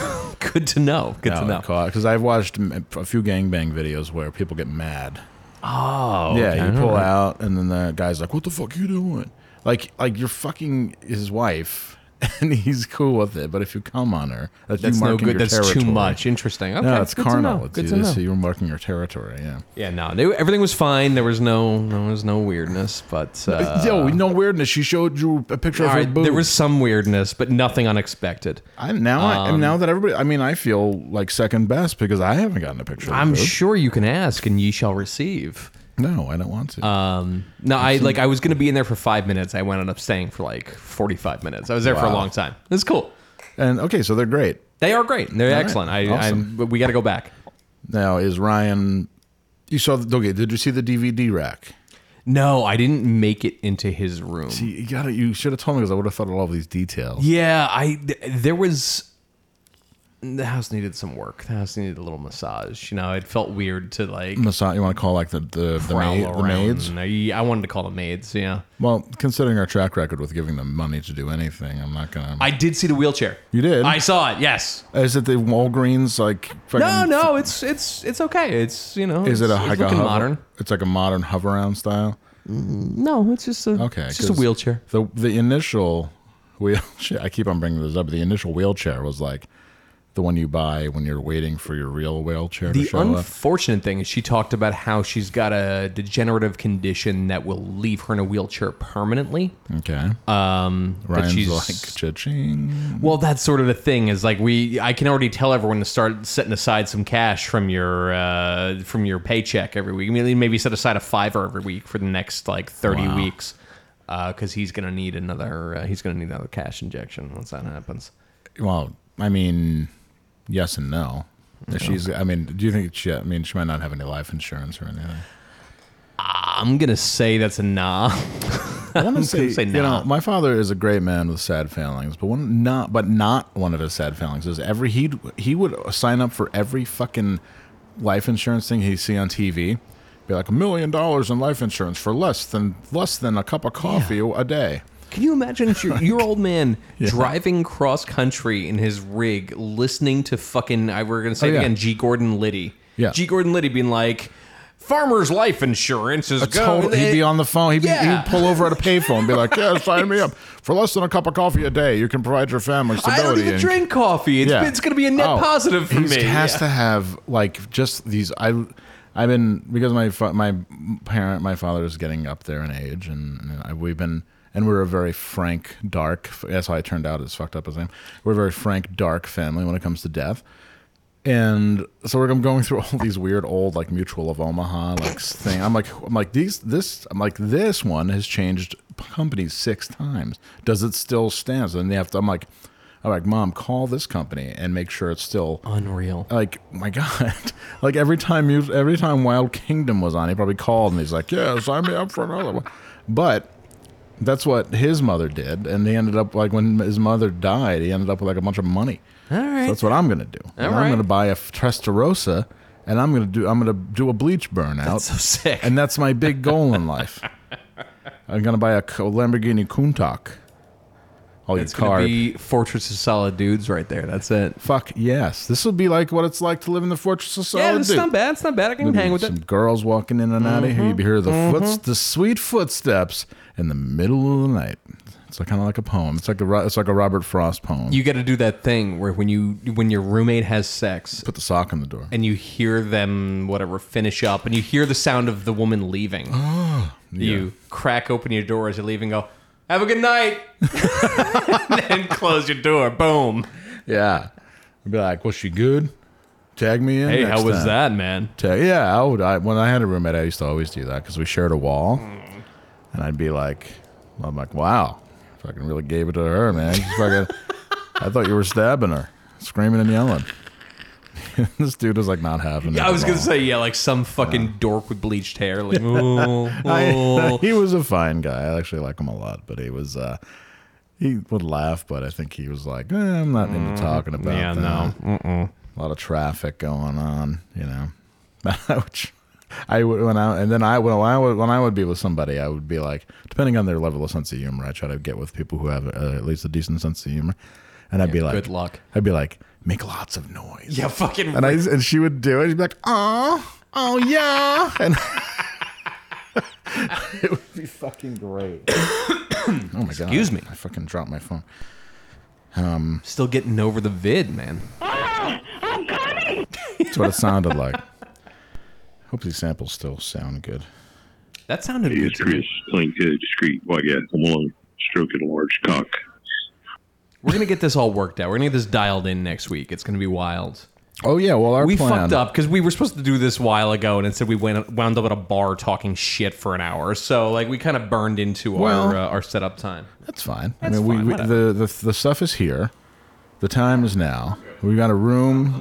Speaker 4: Good to know. Good to know.
Speaker 3: because I've watched m- a few gangbang videos where people get mad
Speaker 4: Oh.
Speaker 3: yeah,
Speaker 4: okay.
Speaker 3: you pull
Speaker 4: All right.
Speaker 3: out, and then the guy's like, "What the fuck you doing?" Like, like you're fucking his wife, and he's cool with it. But if you come on her, that's, you
Speaker 4: That's no
Speaker 3: marking
Speaker 4: good.
Speaker 3: your
Speaker 4: That's too
Speaker 3: territory.
Speaker 4: much. Interesting. Okay,
Speaker 3: no, it's
Speaker 4: good to
Speaker 3: carnal.
Speaker 4: know.
Speaker 3: It's,
Speaker 4: Good to know.
Speaker 3: it's- You're marking your territory. Yeah.
Speaker 4: Yeah, no, they, everything was fine. There was no, there was no weirdness, but uh,
Speaker 3: Yo, no weirdness. She showed you a picture
Speaker 4: all
Speaker 3: of her
Speaker 4: right,
Speaker 3: boobs.
Speaker 4: there was some weirdness, but nothing unexpected.
Speaker 3: I, now, I,
Speaker 4: Um,
Speaker 3: and now that everybody, I mean, I feel like second best because I haven't gotten a picture. Of
Speaker 4: I'm
Speaker 3: her boob.
Speaker 4: sure you can ask, and ye shall receive.
Speaker 3: No, I don't want to.
Speaker 4: Um, no, I like I was gonna be in there for five minutes. I wound up staying for like 45 minutes. I was there for a
Speaker 3: Wow.
Speaker 4: long time. It's cool.
Speaker 3: and okay, so they're great.
Speaker 4: They are great. They're
Speaker 3: All right.
Speaker 4: excellent. I,
Speaker 3: Awesome.
Speaker 4: I, but we got to go back.
Speaker 3: Now is Ryan. You saw the, okay. Did you see the DVD rack?
Speaker 4: No, I didn't make it into his room.
Speaker 3: See, you got You should have told me because I would have thought of all these details.
Speaker 4: Yeah, I th- there was the house needed some work. The house needed a little massage. You know, it felt weird to like
Speaker 3: Masa- you want to call like the the, the,
Speaker 4: prowl
Speaker 3: maid, the
Speaker 4: around.
Speaker 3: maids?
Speaker 4: I, I wanted to call them maids. Yeah,
Speaker 3: Well, considering our track record with giving them money to do anything, I'm not gonna.
Speaker 4: I did see the wheelchair.
Speaker 3: you did.
Speaker 4: I saw it. Yes.
Speaker 3: is it the Walgreens like?
Speaker 4: No,
Speaker 3: fucking-
Speaker 4: no, it's it's it's okay. It's you know,
Speaker 3: Is it
Speaker 4: it's-
Speaker 3: a,
Speaker 4: it's
Speaker 3: like a
Speaker 4: looking
Speaker 3: hover-
Speaker 4: modern? Mm,
Speaker 3: It's like a modern hover around style.
Speaker 4: No, it's just a
Speaker 3: Okay,
Speaker 4: it's just a
Speaker 3: 'cause
Speaker 4: wheelchair.
Speaker 3: The the initial wheelchair. I keep on bringing this up. but The initial wheelchair was like the one you buy when you're waiting for your real wheelchair to
Speaker 4: The
Speaker 3: show up.
Speaker 4: unfortunate thing is she talked about how she's got a degenerative condition that will leave her in a wheelchair permanently.
Speaker 3: Okay.
Speaker 4: Um, but
Speaker 3: Ryan's
Speaker 4: she's
Speaker 3: like cha-ching.
Speaker 4: Well, that's sort of the thing is like we I can already tell everyone to start setting aside some cash from your uh, from your paycheck every week. Maybe maybe set aside a fiver every week for the next like 30
Speaker 3: Wow.
Speaker 4: weeks. Because he's gonna need another, uh, he's gonna need another cash injection once that happens.
Speaker 3: Well, I mean, yes and no. If She's. I mean, do you think she? I mean, she might not have any life insurance or anything.
Speaker 4: I'm gonna say that's a nah.
Speaker 3: I want
Speaker 4: I'm
Speaker 3: to
Speaker 4: gonna
Speaker 3: say,
Speaker 4: say
Speaker 3: you
Speaker 4: nah.
Speaker 3: know, my father is a great man with sad failings, but one not, but not one of his sad failings is every he he would sign up for every fucking life insurance thing he see on TV, be like a million dollars in life insurance for less than less than a cup of coffee a day.
Speaker 4: Can you imagine if your, your old man
Speaker 3: Yeah.
Speaker 4: driving cross country in his rig, listening to fucking I we're gonna say
Speaker 3: Oh,
Speaker 4: it
Speaker 3: yeah.
Speaker 4: again, G. Gordon Liddy.
Speaker 3: Yeah.
Speaker 4: G. Gordon Liddy being like, "Farmers' life insurance is
Speaker 3: A
Speaker 4: going."
Speaker 3: total, he'd be on the phone. He'd, be,
Speaker 4: Yeah.
Speaker 3: he'd pull over at a payphone and be like, "Yeah, sign me up for less than a cup of coffee a day. You can provide your family
Speaker 4: I
Speaker 3: stability."
Speaker 4: don't even
Speaker 3: and-
Speaker 4: drink coffee. It's,
Speaker 3: Yeah.
Speaker 4: it's gonna be a net
Speaker 3: Oh,
Speaker 4: positive for
Speaker 3: he's-
Speaker 4: me.
Speaker 3: He has
Speaker 4: Yeah.
Speaker 3: to have like just these. I, I've been because my fa- my parent, my father is getting up there in age, and, and I, we've been and we're a very frank, dark. That's how I turned out as fucked up as I am. We're a very frank, dark family when it comes to death. And so we're, I'm going through all these weird old like Mutual of Omaha like thing. I'm like I'm like these this I'm like this one has changed companies six times. Does it still stand? So then they have to. I'm like, I'm like, mom, call this company and make sure it's still
Speaker 4: Unreal.
Speaker 3: like my god like every time you every time wild kingdom was on he probably called and he's like yeah sign me up for another one but that's what his mother did and he ended up like when his mother died he ended up with like a bunch of money
Speaker 4: All right.
Speaker 3: so that's what i'm gonna do And i'm
Speaker 4: right.
Speaker 3: gonna buy a f- testarossa and i'm gonna do i'm gonna do a bleach burnout
Speaker 4: That's so sick.
Speaker 3: and that's my big goal in life i'm gonna buy a c- lamborghini countach all
Speaker 4: It's
Speaker 3: your card.
Speaker 4: gonna be Fortress of Solid Dudes right there. That's it.
Speaker 3: Fuck yes. This will be like what it's like to live in the Fortress of Solid
Speaker 4: Yeah, it's
Speaker 3: Dude.
Speaker 4: not bad. It's not bad. I can
Speaker 3: There'd be
Speaker 4: hang with
Speaker 3: some
Speaker 4: it.
Speaker 3: girls walking in and out of here. You'd hear the
Speaker 4: Mhm.
Speaker 3: foots, the sweet footsteps in the middle of the night. It's like, kind of like a poem. It's like a Ro- it's like a Robert Frost poem.
Speaker 4: You got to do that thing where when you when your roommate has sex,
Speaker 3: put the sock on the door,
Speaker 4: and you hear them whatever finish up, and you hear the sound of the woman leaving.
Speaker 3: Ah,
Speaker 4: You crack open your door as you're leaving. Go, have a good night, and then close your door. Boom.
Speaker 3: Yeah. I'd be like, was she good? Tag me in.
Speaker 4: Hey,
Speaker 3: next
Speaker 4: how was
Speaker 3: time.
Speaker 4: that, man?
Speaker 3: Ta- yeah, I would. I, when I had a roommate, I used to always do that because we shared a wall, and I'd be like, I'm like, wow, fucking really gave it to her, man. You fucking, I thought you were stabbing her, screaming and yelling. this dude was like not having it.
Speaker 4: I was
Speaker 3: at
Speaker 4: gonna
Speaker 3: all.
Speaker 4: say yeah, like some fucking dork with bleached hair. Like, ooh,
Speaker 3: I-
Speaker 4: ooh.
Speaker 3: he was a fine guy. I actually like him a lot, but he was uh he would laugh, but I think he was like, eh, I'm not
Speaker 4: Mm,
Speaker 3: into talking about
Speaker 4: yeah,
Speaker 3: that.
Speaker 4: no.
Speaker 3: A lot of traffic going on, you know. Which I would when I and then I when I would when I would be with somebody, I would be like, depending on their level of sense of humor, I try to get with people who have uh, at least a decent sense of humor, and I'd be like,
Speaker 4: good luck.
Speaker 3: I'd be like, make lots of noise.
Speaker 4: Yeah, fucking.
Speaker 3: And I and she would do it. She'd be like, oh, oh yeah, and it would be fucking great. oh my god!
Speaker 4: Excuse me.
Speaker 3: I fucking dropped my phone. Um,
Speaker 4: still getting over the vid, man.
Speaker 3: That's what it sounded like. Hope these samples still sound good.
Speaker 4: That sounded
Speaker 13: hey, it's Chris, clean, good, discreet, white guy. Come along, stroking a large cock.
Speaker 4: We're gonna get this all worked out. We're gonna get this dialed in next week. It's gonna be wild.
Speaker 3: Oh yeah, well our
Speaker 4: we
Speaker 3: plan.
Speaker 4: fucked up because we were supposed to do this a while ago, and instead we went wound up at a bar talking shit for an hour. So like we kind of burned into
Speaker 3: Well-
Speaker 4: our uh, our setup time.
Speaker 3: That's fine.
Speaker 4: That's
Speaker 3: I mean,
Speaker 4: fine,
Speaker 3: we, we
Speaker 4: whatever.
Speaker 3: the, the the stuff is here. The time is now. We've got a room.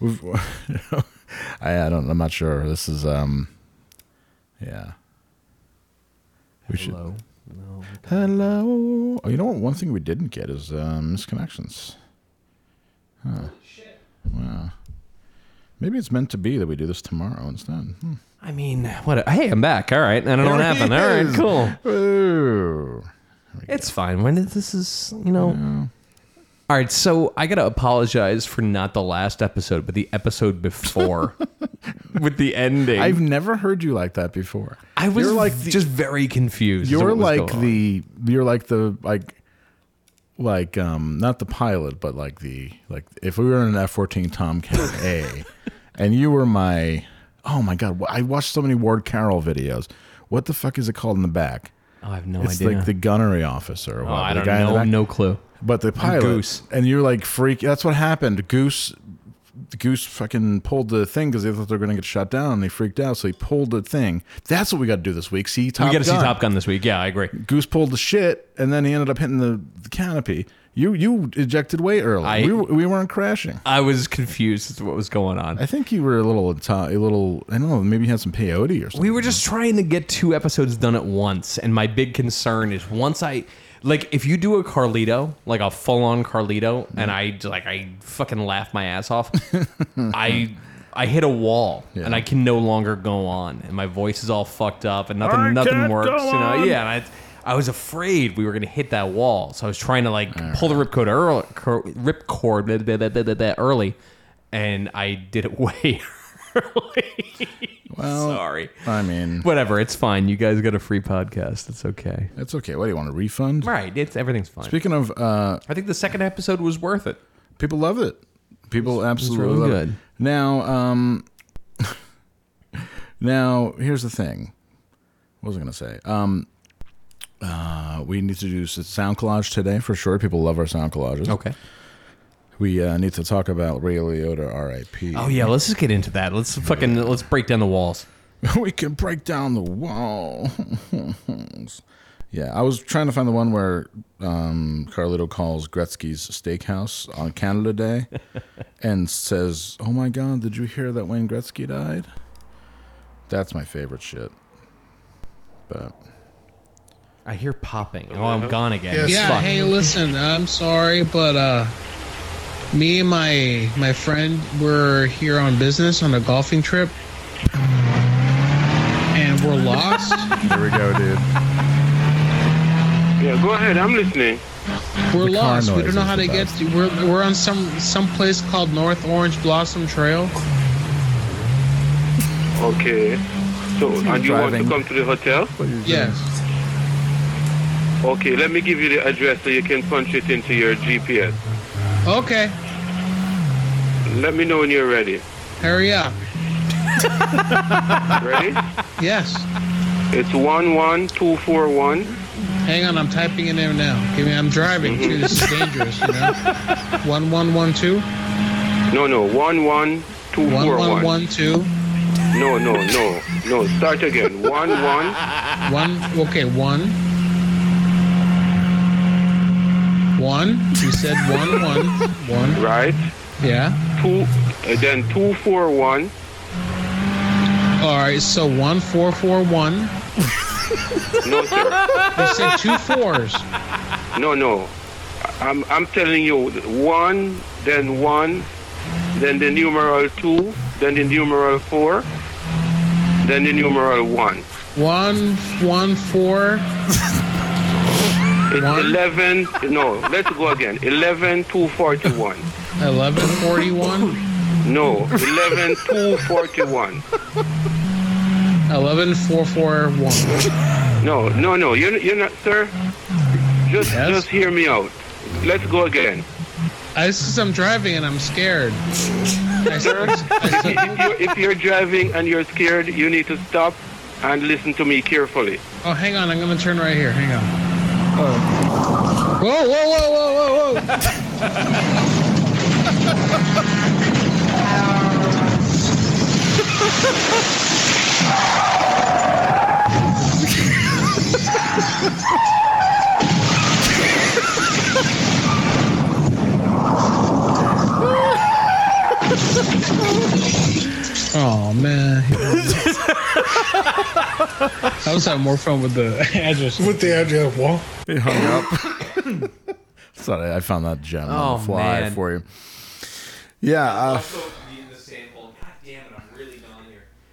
Speaker 3: We've, I, I don't. I'm not sure. This is um. Yeah. We Hello. Hello. Oh, you know what? One thing we didn't get is um, misconnections. Huh. Wow. Maybe it's meant to be that we do this tomorrow instead. Hmm.
Speaker 4: I mean, what? A, hey, I'm back. All right, I don't know what
Speaker 3: There
Speaker 4: happened.
Speaker 3: he
Speaker 4: All right,
Speaker 3: is.
Speaker 4: cool.
Speaker 3: Ooh.
Speaker 4: It's fine. When did this is you know. All right, so I gotta apologize for not the last episode, but the episode before with the ending.
Speaker 3: I've never heard you like that before.
Speaker 4: I was
Speaker 3: You're
Speaker 4: like
Speaker 3: like the-
Speaker 4: just very confused. as to
Speaker 3: You're
Speaker 4: what was
Speaker 3: like
Speaker 4: going on.
Speaker 3: the you're like the like like um not the pilot but like the like if we were in an F-14 Tomcat A and you were my oh my god I watched so many Ward Carroll videos. What the fuck is it called in the back?
Speaker 4: Oh, I have no
Speaker 3: it's
Speaker 4: idea.
Speaker 3: like the gunnery officer. or
Speaker 4: Oh,
Speaker 3: whatever,
Speaker 4: I
Speaker 3: the
Speaker 4: don't
Speaker 3: guy in the
Speaker 4: know.
Speaker 3: back.
Speaker 4: No clue.
Speaker 3: But the pilot
Speaker 4: Goose.
Speaker 3: and you're like freak. That's what happened. Goose, Goose fucking pulled the thing because they thought they were going to get shot down, and they freaked out. So he pulled the thing. That's what we got to do this week. See Top
Speaker 4: we gotta
Speaker 3: Gun.
Speaker 4: see Top Gun this week. Yeah, I agree.
Speaker 3: Goose pulled the shit, and then he ended up hitting the, the canopy. You you ejected way early.
Speaker 4: I-
Speaker 3: we, were- we weren't crashing.
Speaker 4: I was confused as to what was going on.
Speaker 3: I think you were a little enti- a little. I don't know. Maybe you had some peyote or something.
Speaker 4: We were just trying to get two episodes done at once, and my big concern is once I like if you do a Carlito, like a full on Carlito, and I
Speaker 3: Mm-hmm.
Speaker 4: like I fucking laugh my ass off,
Speaker 3: Hmm.
Speaker 4: I I hit a wall and I can no longer go on, and my voice is all fucked up, and nothing
Speaker 14: I
Speaker 4: nothing
Speaker 14: can't
Speaker 4: works,
Speaker 14: go
Speaker 4: you know?
Speaker 14: on.
Speaker 4: Yeah, and I I was afraid we were gonna hit that wall, so I was trying to like pull the ripcord early, cor- ripcord blah, blah, blah, blah, blah, blah, early, and I did it way.
Speaker 3: Well,
Speaker 4: Sorry.
Speaker 3: I mean,
Speaker 4: Whatever, it's fine. You guys got a free podcast. It's okay.
Speaker 3: It's okay. What do you want a refund?
Speaker 4: Right. It's everything's fine.
Speaker 3: Speaking of, uh,
Speaker 4: I think the second episode was worth it.
Speaker 3: People love it. People absolutely
Speaker 4: really
Speaker 3: love
Speaker 4: good.
Speaker 3: it. Now, um, now here's the thing. What was I going to say? Um, uh, we need to do s- sound collage today for sure. People love our sound collages.
Speaker 4: Okay.
Speaker 3: We uh, need to talk about Ray Liotta, R.I.P.
Speaker 4: Oh yeah, let's just get into that. Let's fucking let's break down the walls.
Speaker 3: we can break down the walls. yeah, I was trying to find the one where um, Carlito calls Gretzky's Steakhouse on Canada Day and says, "Oh my God, did you hear that Wayne Gretzky died?" That's my favorite shit. But
Speaker 4: I hear popping. Oh, I'm gone again.
Speaker 8: Yeah.
Speaker 4: Fuck.
Speaker 8: Hey, listen. I'm sorry, but uh, me and my my friend were here on business on a golfing trip, and we're lost.
Speaker 3: here we go, dude.
Speaker 10: Yeah, go ahead. I'm listening.
Speaker 8: We're
Speaker 10: The car
Speaker 8: lost. We
Speaker 10: noise
Speaker 8: don't know
Speaker 10: is
Speaker 8: how
Speaker 10: the
Speaker 8: to get to. We're, we're on some some place called North Orange Blossom Trail.
Speaker 10: Okay. So, and you want to come to the hotel?
Speaker 8: Yes.
Speaker 10: Okay, let me give you the address so you can punch it into your GPS.
Speaker 8: Okay.
Speaker 10: Let me know when you're ready.
Speaker 8: Hurry up.
Speaker 10: Ready?
Speaker 8: Yes.
Speaker 10: It's 11241.
Speaker 8: Hang on, I'm typing it in now. Give me. I'm driving. too. This is dangerous. You know. One one one two.
Speaker 10: No, no, 11241.
Speaker 8: One one one two.
Speaker 10: No, no, no, no. Start again. 1 1.
Speaker 8: One. Okay. One. One. You said one one one.
Speaker 10: Right.
Speaker 8: Yeah.
Speaker 10: Two. And then 241.
Speaker 8: All right. So one four four one.
Speaker 10: No, sir.
Speaker 8: You said two fours.
Speaker 10: No, no. I'm, I'm telling you, one, then one, then the numeral two, then the numeral four, then the numeral one.
Speaker 8: One one four.
Speaker 10: It's 11, no, let's go again. 11, 241.
Speaker 8: Eleven forty one.
Speaker 10: No, 11, 241.
Speaker 8: Eleven four four one.
Speaker 10: No, no, no, you're, you're not, sir. Just, just hear me out. Let's go again.
Speaker 8: I, this is I'm driving and I'm scared. I,
Speaker 10: Sir, if, you- if you're, if you're driving and you're scared, you need to stop and listen to me carefully.
Speaker 8: oh, hang on. I'm gonna turn right here. Hang on. Whoa, whoa, whoa, whoa, whoa, whoa. Oh man. I was having more fun with the address.
Speaker 9: With the address, well.
Speaker 3: He hung up. Sorry, I found that gem on
Speaker 9: Oh,
Speaker 3: the fly
Speaker 9: man.
Speaker 3: for you. Yeah. Uh,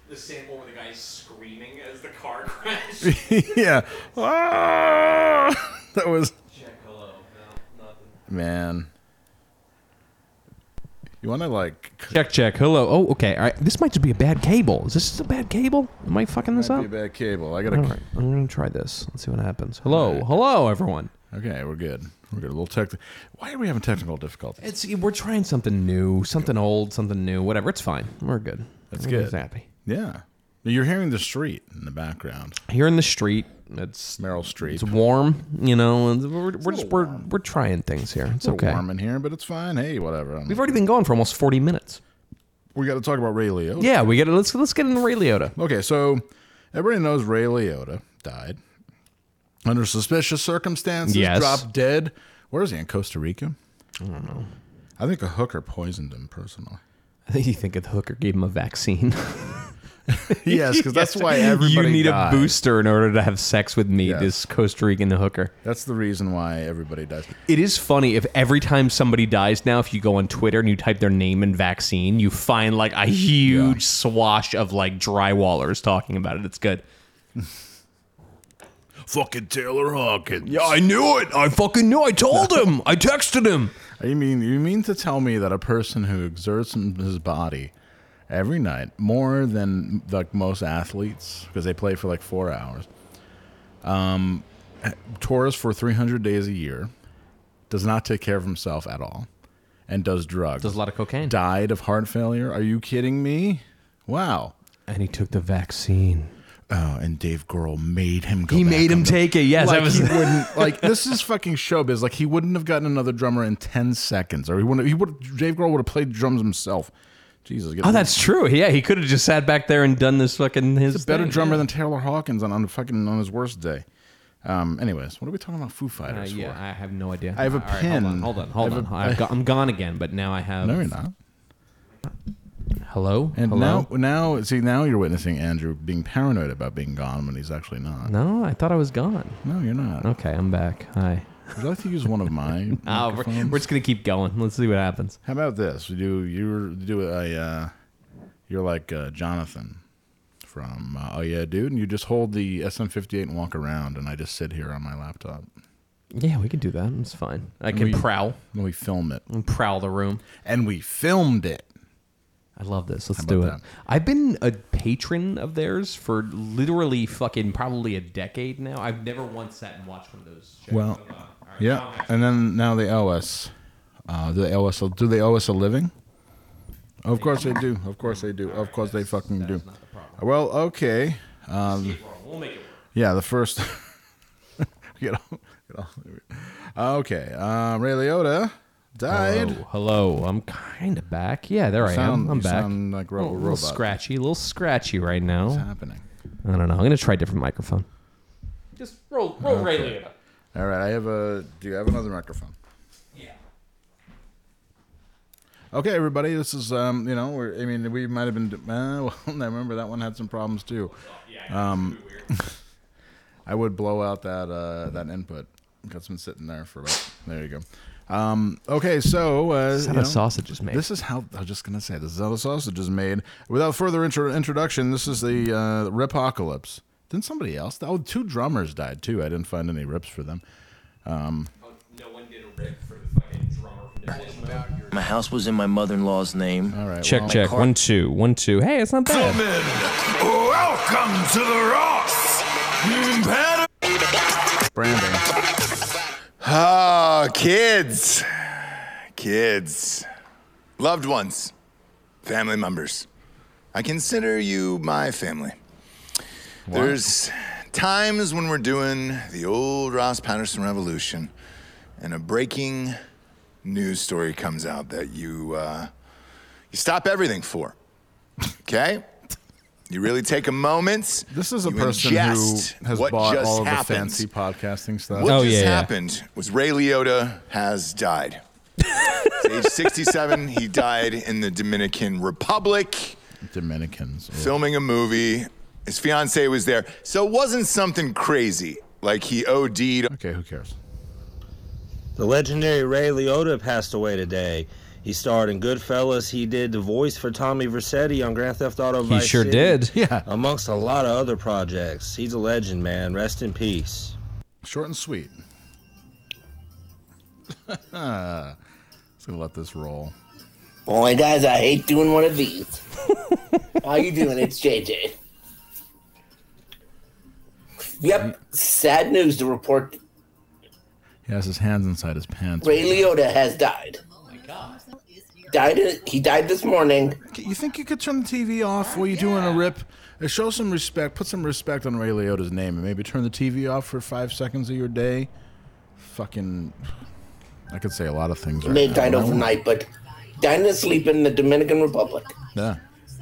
Speaker 4: The sample where the guy's screaming as the car
Speaker 3: yeah. Ah! that was. Man. You want to like
Speaker 4: Check, check. Hello. Oh, okay. All right. This might just be a bad cable. Is this a bad cable? Am I fucking this
Speaker 3: might
Speaker 4: up?
Speaker 3: be a bad cable. I
Speaker 4: All
Speaker 3: gotta.
Speaker 4: right. I'm gonna try this. Let's see what happens. Hello. Hello, everyone.
Speaker 3: Okay, we're good. We're good. A little tech. Why are we having technical difficulties?
Speaker 4: It's we're trying something new, something old, something new, whatever. It's fine. We're good.
Speaker 3: That's
Speaker 4: Everybody's
Speaker 3: good.
Speaker 4: Happy.
Speaker 3: Yeah. You're hearing the street in the background.
Speaker 4: Here in the street, it's
Speaker 3: Meryl Street.
Speaker 4: It's warm, you know. And we're we're just we're, we're trying things here. It's
Speaker 3: It's a little
Speaker 4: okay.
Speaker 3: warm in here, but it's fine. Hey, whatever.
Speaker 4: We've already been going for almost forty minutes.
Speaker 3: We got to talk about Ray Liotta.
Speaker 4: Yeah, we get it. Let's let's get into Ray Liotta.
Speaker 3: Okay, so everybody knows Ray Liotta died under suspicious circumstances.
Speaker 4: Yes.
Speaker 3: Dropped dead. Where is he in Costa Rica? I don't know. I think a hooker poisoned him personally.
Speaker 4: I think you think the hooker gave him a vaccine.
Speaker 3: yes, because that's why
Speaker 4: you
Speaker 3: everybody
Speaker 4: need
Speaker 3: died.
Speaker 4: a booster in order to have sex with me. This Costa Rican hooker.
Speaker 3: That's the reason why everybody dies.
Speaker 4: It is funny if every time somebody dies now, if you go on Twitter and you type their name and vaccine, you find like a huge swash of like drywallers talking about it. It's good.
Speaker 3: Fucking Taylor Hawkins.
Speaker 4: Yeah, I knew it. I fucking knew. I told him. I texted him.
Speaker 3: You mean you mean to tell me that a person who exerts his body every night more than like most athletes because they play for like four hours, um, tours for three hundred days a year, does not take care of himself at all, and does drugs. Does a
Speaker 4: lot of cocaine.
Speaker 3: Died of heart failure. Are you kidding me? Wow.
Speaker 4: And he took the vaccine.
Speaker 3: Oh, and Dave Grohl made him go.
Speaker 4: He
Speaker 3: back
Speaker 4: made
Speaker 3: on
Speaker 4: him
Speaker 3: the-
Speaker 4: take it. Yes,
Speaker 3: like
Speaker 4: I was.
Speaker 3: he wouldn't like this is fucking showbiz. Like he wouldn't have gotten another drummer in ten seconds, or he wouldn't. He would. Dave Grohl would have played drums himself. Jesus. get-
Speaker 4: Oh, that's true. Yeah, he could have just sat back there and done this fucking his
Speaker 3: He's a better
Speaker 4: thing.
Speaker 3: drummer than Taylor Hawkins on, on fucking on his worst day. Um. Anyways, what are we talking about? Foo
Speaker 4: Uh,
Speaker 3: Fighters.
Speaker 4: yeah,
Speaker 3: for?
Speaker 4: I have no idea.
Speaker 3: I have
Speaker 4: All
Speaker 3: a
Speaker 4: right, hold on,
Speaker 3: pen.
Speaker 4: hold on,
Speaker 3: I
Speaker 4: hold on.
Speaker 3: have a-
Speaker 4: I've got, I'm gone again, but now I have.
Speaker 3: No, you're not.
Speaker 4: Hello.
Speaker 3: And
Speaker 4: Hello?
Speaker 3: now, now, see, now you're witnessing Andrew being paranoid about being gone when he's actually not.
Speaker 4: No, Oh, I thought I was gone.
Speaker 3: No, you're not.
Speaker 4: Okay, I'm back. Hi.
Speaker 3: Would you like to use one of my?
Speaker 4: Oh, we're, we're just gonna keep going. Let's see what happens.
Speaker 3: How about this? We do you do a uh, you're like uh, Jonathan from uh, Oh Yeah Dude, and you just hold the SM58 and walk around, and I just sit here on my laptop.
Speaker 4: Yeah, we could do that. It's fine. I can
Speaker 3: We-
Speaker 4: prowl.
Speaker 3: We film it.
Speaker 4: And prowl the room.
Speaker 3: And we filmed it.
Speaker 4: I love this. Let's
Speaker 3: How
Speaker 4: do it.
Speaker 3: about that?
Speaker 4: I've been a patron of theirs for literally fucking probably a decade now. I've never once sat and watched one of those. Shows.
Speaker 3: Well, yeah, and then now they owe us. Uh, do they owe us? A, do they owe us a living? Of course they do. Of course they do. Of course they fucking do. Well, okay. Um,
Speaker 4: We'll make it work.
Speaker 3: yeah, the first. you know, you know. Okay, uh, Ray Liotta died.
Speaker 4: Hello, hello. I'm kind of back. Yeah, there I am.
Speaker 3: Sound-
Speaker 4: I'm
Speaker 3: you
Speaker 4: back.
Speaker 3: sound like Ro-
Speaker 4: a little
Speaker 3: Robot.
Speaker 4: scratchy, a little scratchy right now. What's
Speaker 3: happening?
Speaker 4: I don't know. I'm gonna try a different microphone.
Speaker 15: Just roll, roll Ray Liotta.
Speaker 3: All right, I have a. Do you have another microphone? Yeah. Okay, everybody, this is um, you know, we're, I mean, we might have been. Uh, well, I remember that one had some problems too. Um, I would blow out that uh, that input. Got some sitting there for about. There you go. Um, okay, so uh,
Speaker 4: This is how
Speaker 3: you
Speaker 4: the
Speaker 3: know,
Speaker 4: sausage is made.
Speaker 3: This is how I was just gonna say. This is how the sausage is made. Without further intro, introduction, this is the uh, Ripocalypse. Didn't somebody else? Oh, two drummers died too. I didn't find any rips for them. Um,
Speaker 16: My house was in my mother-in-law's name. All
Speaker 3: right.
Speaker 4: Check, check. One, two, one, two. Hey, it's not bad.
Speaker 15: Welcome to the Ross.
Speaker 3: Brandon.
Speaker 17: Oh, kids. Kids. Loved ones. Family members. I consider you my family. There's times when we're doing the old Ross Patterson Revolution and a breaking news story comes out that you uh, you stop everything for. Okay? You really take a moment.
Speaker 3: This is a
Speaker 17: you
Speaker 3: person
Speaker 17: ingest
Speaker 3: who has
Speaker 17: what
Speaker 3: bought
Speaker 17: just
Speaker 3: all of the
Speaker 17: happened.
Speaker 3: fancy podcasting stuff.
Speaker 17: What just happened was Ray Liotta has died. He's age 67, he died in the Dominican Republic
Speaker 3: Dominicans.
Speaker 17: filming a movie. His fiance was there. So it wasn't something crazy like he OD'd.
Speaker 3: Okay, who cares?
Speaker 18: The legendary Ray Liotta passed away today. He starred in Goodfellas. He did the voice for Tommy Vercetti on Grand Theft Auto
Speaker 4: He
Speaker 18: Vice
Speaker 4: sure
Speaker 18: City,
Speaker 4: did. Yeah.
Speaker 18: Amongst a lot of other projects. He's a legend, man. Rest in peace.
Speaker 3: Short and sweet. Just gonna Ah, let this roll.
Speaker 19: Only guys, I hate doing one of these. How you doing? It's JJ. Yep, sad news to report.
Speaker 3: He has his hands inside his pants.
Speaker 19: Ray Liotta has died. Oh my god! Died. He died this morning.
Speaker 3: You think you could turn the TV off while you're doing a rip? Uh, Show some respect. Put some respect on Ray Liotta's name, and maybe turn the TV off for five seconds of your day. Fucking, I could say a lot of things.
Speaker 19: He may
Speaker 3: right
Speaker 19: have died
Speaker 3: now.
Speaker 19: overnight, but died in his sleep in the Dominican Republic
Speaker 3: Yeah.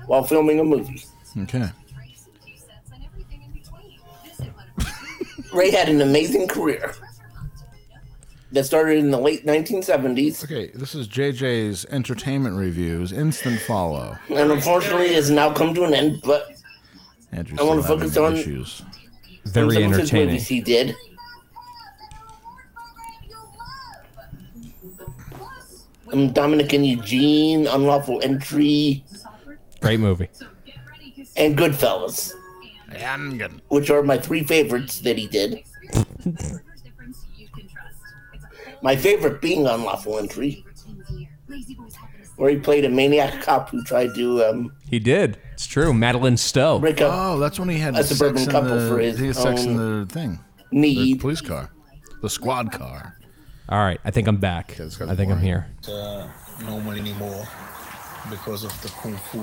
Speaker 19: while filming a movie.
Speaker 3: Okay.
Speaker 19: Ray had an amazing career that started in the late 1970s.
Speaker 3: Okay, this is JJ's entertainment reviews. Instant follow.
Speaker 19: and unfortunately, has now come to an end. But
Speaker 3: Andrew's
Speaker 19: I want to
Speaker 3: still having
Speaker 19: focus on
Speaker 3: issues.
Speaker 19: Very Some of his entertaining. movies he did. um, Dominic and Eugene, Unlawful Entry,
Speaker 4: Great movie.
Speaker 19: and Goodfellas, which are my three favorites that he did. my favorite being Unlawful Entry, where he played a maniac cop who tried to um,
Speaker 4: He did. It's true. Madeline Stowe.
Speaker 19: break up
Speaker 3: Oh, that's when he had
Speaker 19: a
Speaker 3: sex
Speaker 19: suburban
Speaker 3: in
Speaker 19: couple
Speaker 3: the-
Speaker 19: for his
Speaker 3: he had sex in
Speaker 19: own
Speaker 3: the thing.
Speaker 19: need.
Speaker 3: The police car, the squad car.
Speaker 4: All right, I think I'm back. I think I'm here.
Speaker 10: uh, normal anymore because of the kung fu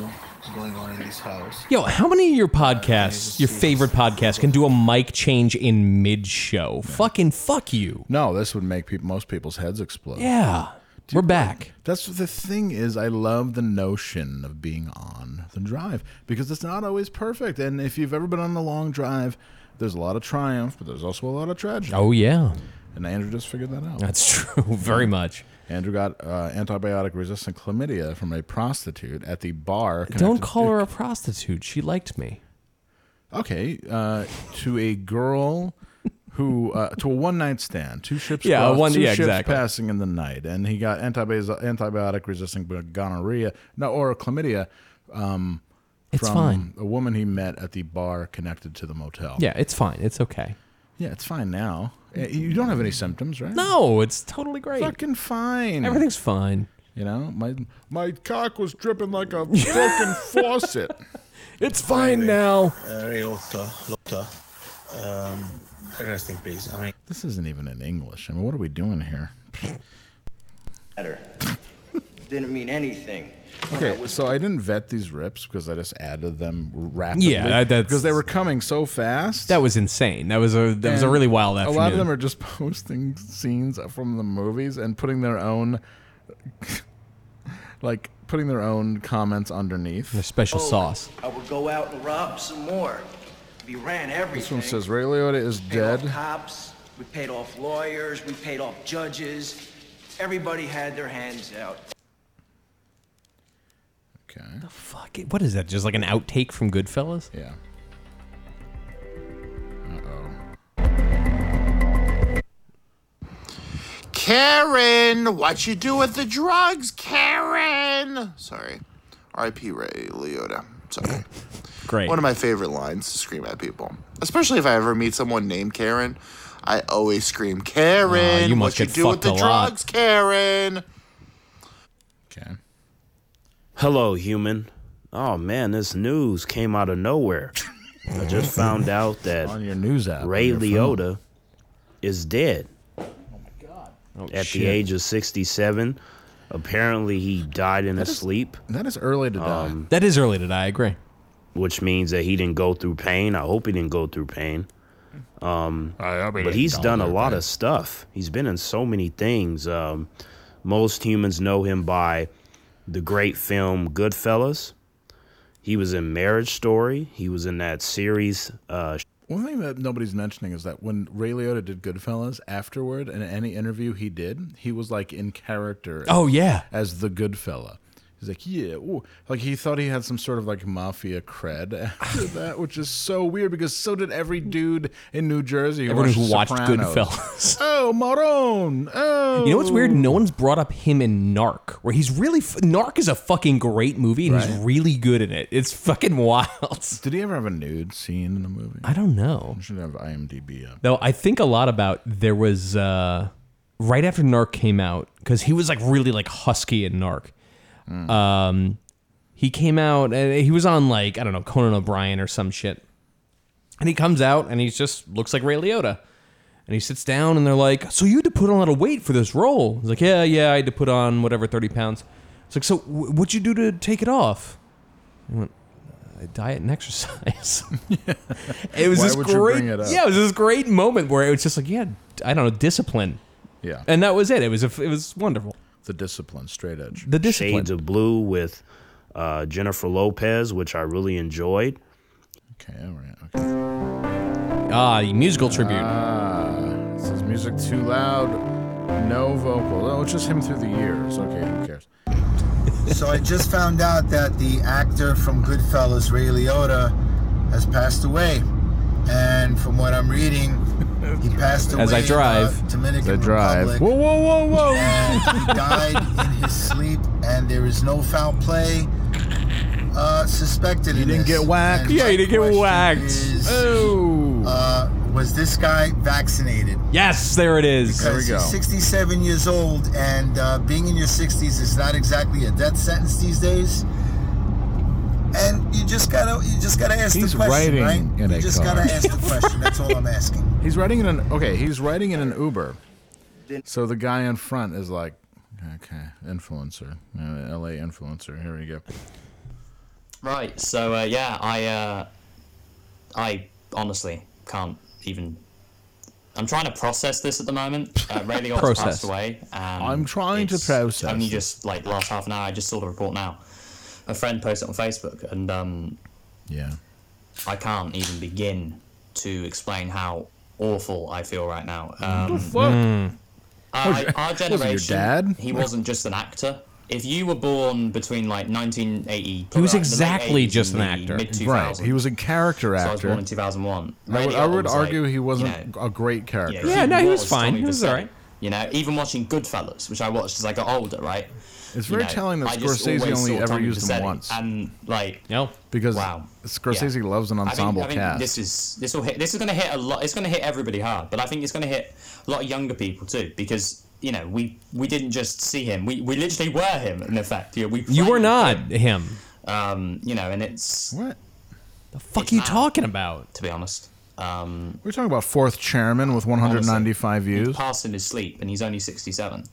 Speaker 10: going on in this house.
Speaker 4: Yo, how many of your podcasts, your favorite podcasts, can do a mic change in mid-show? Fucking fuck you.
Speaker 3: No, this would make people, most people's heads explode.
Speaker 4: Yeah, we're back.
Speaker 3: That's the thing is, I love the notion of being on the drive because it's not always perfect. And if you've ever been on a long drive, there's a lot of triumph, but there's also a lot of tragedy.
Speaker 4: Oh yeah,
Speaker 3: And Andrew just figured that out.
Speaker 4: that's true. Very much.
Speaker 3: Andrew got uh, antibiotic-resistant chlamydia from a prostitute at the bar.
Speaker 4: Don't
Speaker 3: connected
Speaker 4: call
Speaker 3: to-
Speaker 4: her a prostitute. She liked me.
Speaker 3: Okay, uh, to a girl who uh, to a one night stand, two ships,
Speaker 4: Yeah,
Speaker 3: crossed,
Speaker 4: one-
Speaker 3: two
Speaker 4: yeah,
Speaker 3: ships
Speaker 4: exactly.
Speaker 3: passing in the night, and he got antibiotic antibiotic resistant gonorrhea, no, or chlamydia. Um,
Speaker 4: It's
Speaker 3: from
Speaker 4: fine.
Speaker 3: A woman he met at the bar connected to the motel.
Speaker 4: Yeah, it's fine. It's okay.
Speaker 3: Yeah, it's fine now. Eh, You don't have any symptoms, right?
Speaker 4: No, it's totally great.
Speaker 3: Fucking fine.
Speaker 4: Everything's fine.
Speaker 3: You know, my my cock was dripping like a fucking faucet.
Speaker 4: It's fine now.
Speaker 20: Uh, Ryota, Lota. Um, rest in peace. I mean,
Speaker 3: This isn't even in English. I mean, what are we doing here?
Speaker 16: Better. Didn't mean anything.
Speaker 3: Okay, so I didn't vet these rips because I just added them rapidly.
Speaker 4: Yeah, that- that's-
Speaker 3: because they were coming so fast.
Speaker 4: That was insane. That was a that was a
Speaker 3: And
Speaker 4: really wild
Speaker 3: A
Speaker 4: afternoon.
Speaker 3: lot of them are just posting scenes from the movies and putting their own, like putting their own comments underneath. Their
Speaker 4: special
Speaker 16: Oh,
Speaker 4: sauce.
Speaker 16: I would go out and rob some more. We ran
Speaker 3: This
Speaker 16: everything.
Speaker 3: one says Ray Liotta is
Speaker 16: paid
Speaker 3: dead.
Speaker 16: off cops. We paid off lawyers. We paid off judges. Everybody had their hands out.
Speaker 3: Okay.
Speaker 4: The fuck? What is that? Just like an outtake from Goodfellas?
Speaker 3: Yeah.
Speaker 21: Karen, what you do with the drugs, Karen? Sorry. R.I.P. Ray Liotta. Sorry.
Speaker 4: Great.
Speaker 21: One of my favorite lines to scream at people, especially if I ever meet someone named Karen. I always scream, Karen,
Speaker 4: Ah, you must
Speaker 21: what you
Speaker 4: get
Speaker 21: do with
Speaker 4: fucked
Speaker 21: the
Speaker 4: a lot."
Speaker 3: Uh,
Speaker 21: drugs, Karen?
Speaker 11: Hello, human. Oh man, this news came out of nowhere. I just found out that
Speaker 3: on your news app,
Speaker 11: Ray
Speaker 3: on your phone. Oh,
Speaker 11: Liotta is dead.
Speaker 4: Oh,
Speaker 11: At
Speaker 3: shit.
Speaker 11: the age of 67, apparently he died in his sleep. Um,
Speaker 3: That is early to die.
Speaker 4: That is early to die. I agree.
Speaker 11: Which means that he didn't go through pain. I hope he didn't go through pain. Um, but
Speaker 3: didn't
Speaker 11: he's
Speaker 3: go
Speaker 11: done a
Speaker 3: through
Speaker 11: lot of stuff. He's been in so many things. Um, most humans know him by the great film Goodfellas. He was in Marriage Story. He was in that series. Uh,
Speaker 3: One thing that nobody's mentioning is that when Ray Liotta did Goodfellas, afterward, in any interview he did, he was like in character.
Speaker 4: Oh, yeah.
Speaker 3: as the Goodfella. He's like, yeah, ooh. like he thought he had some sort of like mafia cred after that, which is so weird because so did every dude in New Jersey. Who
Speaker 4: Everyone who
Speaker 3: watched,
Speaker 4: watched
Speaker 3: Sopranos.
Speaker 4: Goodfellas.
Speaker 3: oh, Marone. Oh,
Speaker 4: You know what's weird? No one's brought up him in Narc, where he's really f- Narc is a fucking great movie and he's
Speaker 3: Right.
Speaker 4: really good in it. It's fucking wild.
Speaker 3: Did he ever have a nude scene in a movie?
Speaker 4: I don't know.
Speaker 3: should have IMDb up.
Speaker 4: Though I think a lot about there was uh, right after Narc came out because he was like really like husky in Narc.
Speaker 3: Hmm.
Speaker 4: Um, he came out and he was on like I don't know Conan O'Brien or some shit, and he comes out and he just looks like Ray Liotta, and he sits down and they're like, "So you had to put on a lot of weight for this role?" He's like, "Yeah, yeah, I had to put on whatever thirty pounds." It's like, "So wh- what'd you do to take it off?" I went, "Uh, "Diet and exercise." it was
Speaker 3: Why
Speaker 4: this
Speaker 3: would you
Speaker 4: great.
Speaker 3: bring it up?
Speaker 4: Yeah, it was this great moment where it was just like, yeah, I don't know, discipline.
Speaker 3: Yeah.
Speaker 4: and that was it. It was a, f- it was wonderful.
Speaker 3: The discipline, straight edge.
Speaker 4: The discipline.
Speaker 11: Shades of Blue with uh, Jennifer Lopez, which I really enjoyed.
Speaker 3: Okay, all right.
Speaker 4: Ah, the musical tribute.
Speaker 3: Ah, this is music too loud, no vocals. Oh, it's just him through the years. Okay, who cares?
Speaker 22: so I just found out that the actor from Goodfellas, Ray Liotta, has passed away. And from what I'm reading, he passed away
Speaker 3: As I
Speaker 22: in, uh,
Speaker 3: drive.
Speaker 22: Dominican
Speaker 3: As I drive.
Speaker 22: Republic.
Speaker 3: Whoa, whoa, whoa, whoa.
Speaker 22: And he died in his sleep, and there is no foul play uh, suspected. He didn't get whacked.
Speaker 4: Yeah, he didn't get whacked.
Speaker 22: oh. Uh, was this guy vaccinated?
Speaker 4: Yes, there it is.
Speaker 22: Because You're 67 years old, and uh, being in your 60s is not exactly a death sentence these days. And you just gotta, you just gotta ask
Speaker 3: He's
Speaker 22: the question,
Speaker 3: riding
Speaker 22: right?
Speaker 3: in
Speaker 22: you
Speaker 3: a
Speaker 22: just
Speaker 3: car.
Speaker 22: gotta ask the question. That's all I'm asking.
Speaker 3: He's riding in an okay. He's riding in an Uber. So the guy in front is like, okay, influencer, uh, LA influencer. Here we go.
Speaker 23: Right. So uh, yeah, I uh, I honestly can't even. I'm trying to process this at the moment. Uh, Ray Liotta's
Speaker 3: Process.
Speaker 23: passed away. And
Speaker 3: I'm trying to
Speaker 23: it's
Speaker 3: process
Speaker 23: Only
Speaker 3: this.
Speaker 23: just like last half an hour, I just saw the report now. A friend posted it on Facebook, and um,
Speaker 3: Yeah.
Speaker 23: I can't even begin to explain how awful I feel right now.
Speaker 3: What
Speaker 23: Um,
Speaker 3: the fuck?
Speaker 23: I,
Speaker 3: Was-
Speaker 23: our
Speaker 3: wasn't your
Speaker 23: generation,
Speaker 3: dad?
Speaker 23: he wasn't just an actor. If you were born between like 1980,
Speaker 3: He was
Speaker 23: like, the late
Speaker 3: exactly
Speaker 23: 80s
Speaker 3: just
Speaker 23: and
Speaker 3: an
Speaker 23: the
Speaker 3: actor.
Speaker 23: mid-
Speaker 3: Right,
Speaker 23: 2000s.
Speaker 3: he was a character
Speaker 23: So I was born
Speaker 3: actor.
Speaker 23: in 2001.
Speaker 3: I would,
Speaker 23: Radio
Speaker 3: I would
Speaker 23: was, like,
Speaker 3: argue he wasn't a great character.
Speaker 23: yeah, he was Tommy Vercetti, You know, even watching Goodfellas, which I watched as I got older, right?
Speaker 3: It's
Speaker 23: you
Speaker 3: very
Speaker 23: know,
Speaker 3: telling that
Speaker 23: I just
Speaker 3: Scorsese
Speaker 23: always
Speaker 3: only
Speaker 23: saw
Speaker 3: ever
Speaker 23: Tommy
Speaker 3: used them
Speaker 23: Vercetti,
Speaker 3: once.
Speaker 23: And like,
Speaker 3: because
Speaker 23: wow.
Speaker 3: Scorsese
Speaker 23: Yeah.
Speaker 3: loves an
Speaker 23: I think-
Speaker 3: ensemble
Speaker 23: I think,
Speaker 3: cast.
Speaker 23: This is this will hit. This is going to hit a lot. It's going to hit everybody hard, but I think it's going to hit a lot of younger people too because you know we we didn't just see him. We we literally were him in effect. Yeah, we.
Speaker 4: You were not him.
Speaker 23: Um, you know, and it's
Speaker 3: what
Speaker 23: the
Speaker 4: fuck are you talking about?
Speaker 23: To be honest, um,
Speaker 3: We're talking about fourth chairman with 195
Speaker 23: He
Speaker 3: views.
Speaker 23: passed in his sleep, and he's only 67.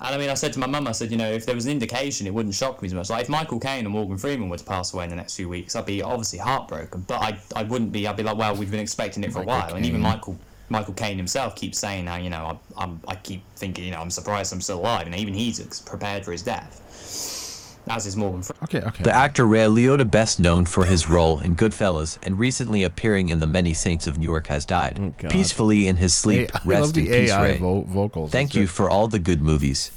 Speaker 23: And I mean, I said to my mum, I said, you know, if there was an indication, it wouldn't shock me as much. Like, if Michael Caine and Morgan Freeman were to pass away in the next few weeks, I'd be obviously heartbroken, but I, I wouldn't be. I'd be like, well, we've been expecting it for a while. And even
Speaker 3: Caine.
Speaker 23: Michael Michael Caine himself keeps saying now, you know, I, I'm, I keep thinking, you know, I'm surprised I'm still alive. And even he's ex- prepared for his death, as is Morgan Freeman.
Speaker 3: Okay, okay.
Speaker 24: The actor Ray Liotta, best known for his role in Goodfellas and recently appearing in The Many Saints of Newark, has died peacefully in his sleep.
Speaker 3: Oh, I love
Speaker 24: Rest in
Speaker 3: the
Speaker 24: peace,
Speaker 3: AI
Speaker 24: Ray.
Speaker 3: vo- vocals.
Speaker 24: Thank
Speaker 3: It's
Speaker 24: you
Speaker 3: good.
Speaker 24: for all the good movies.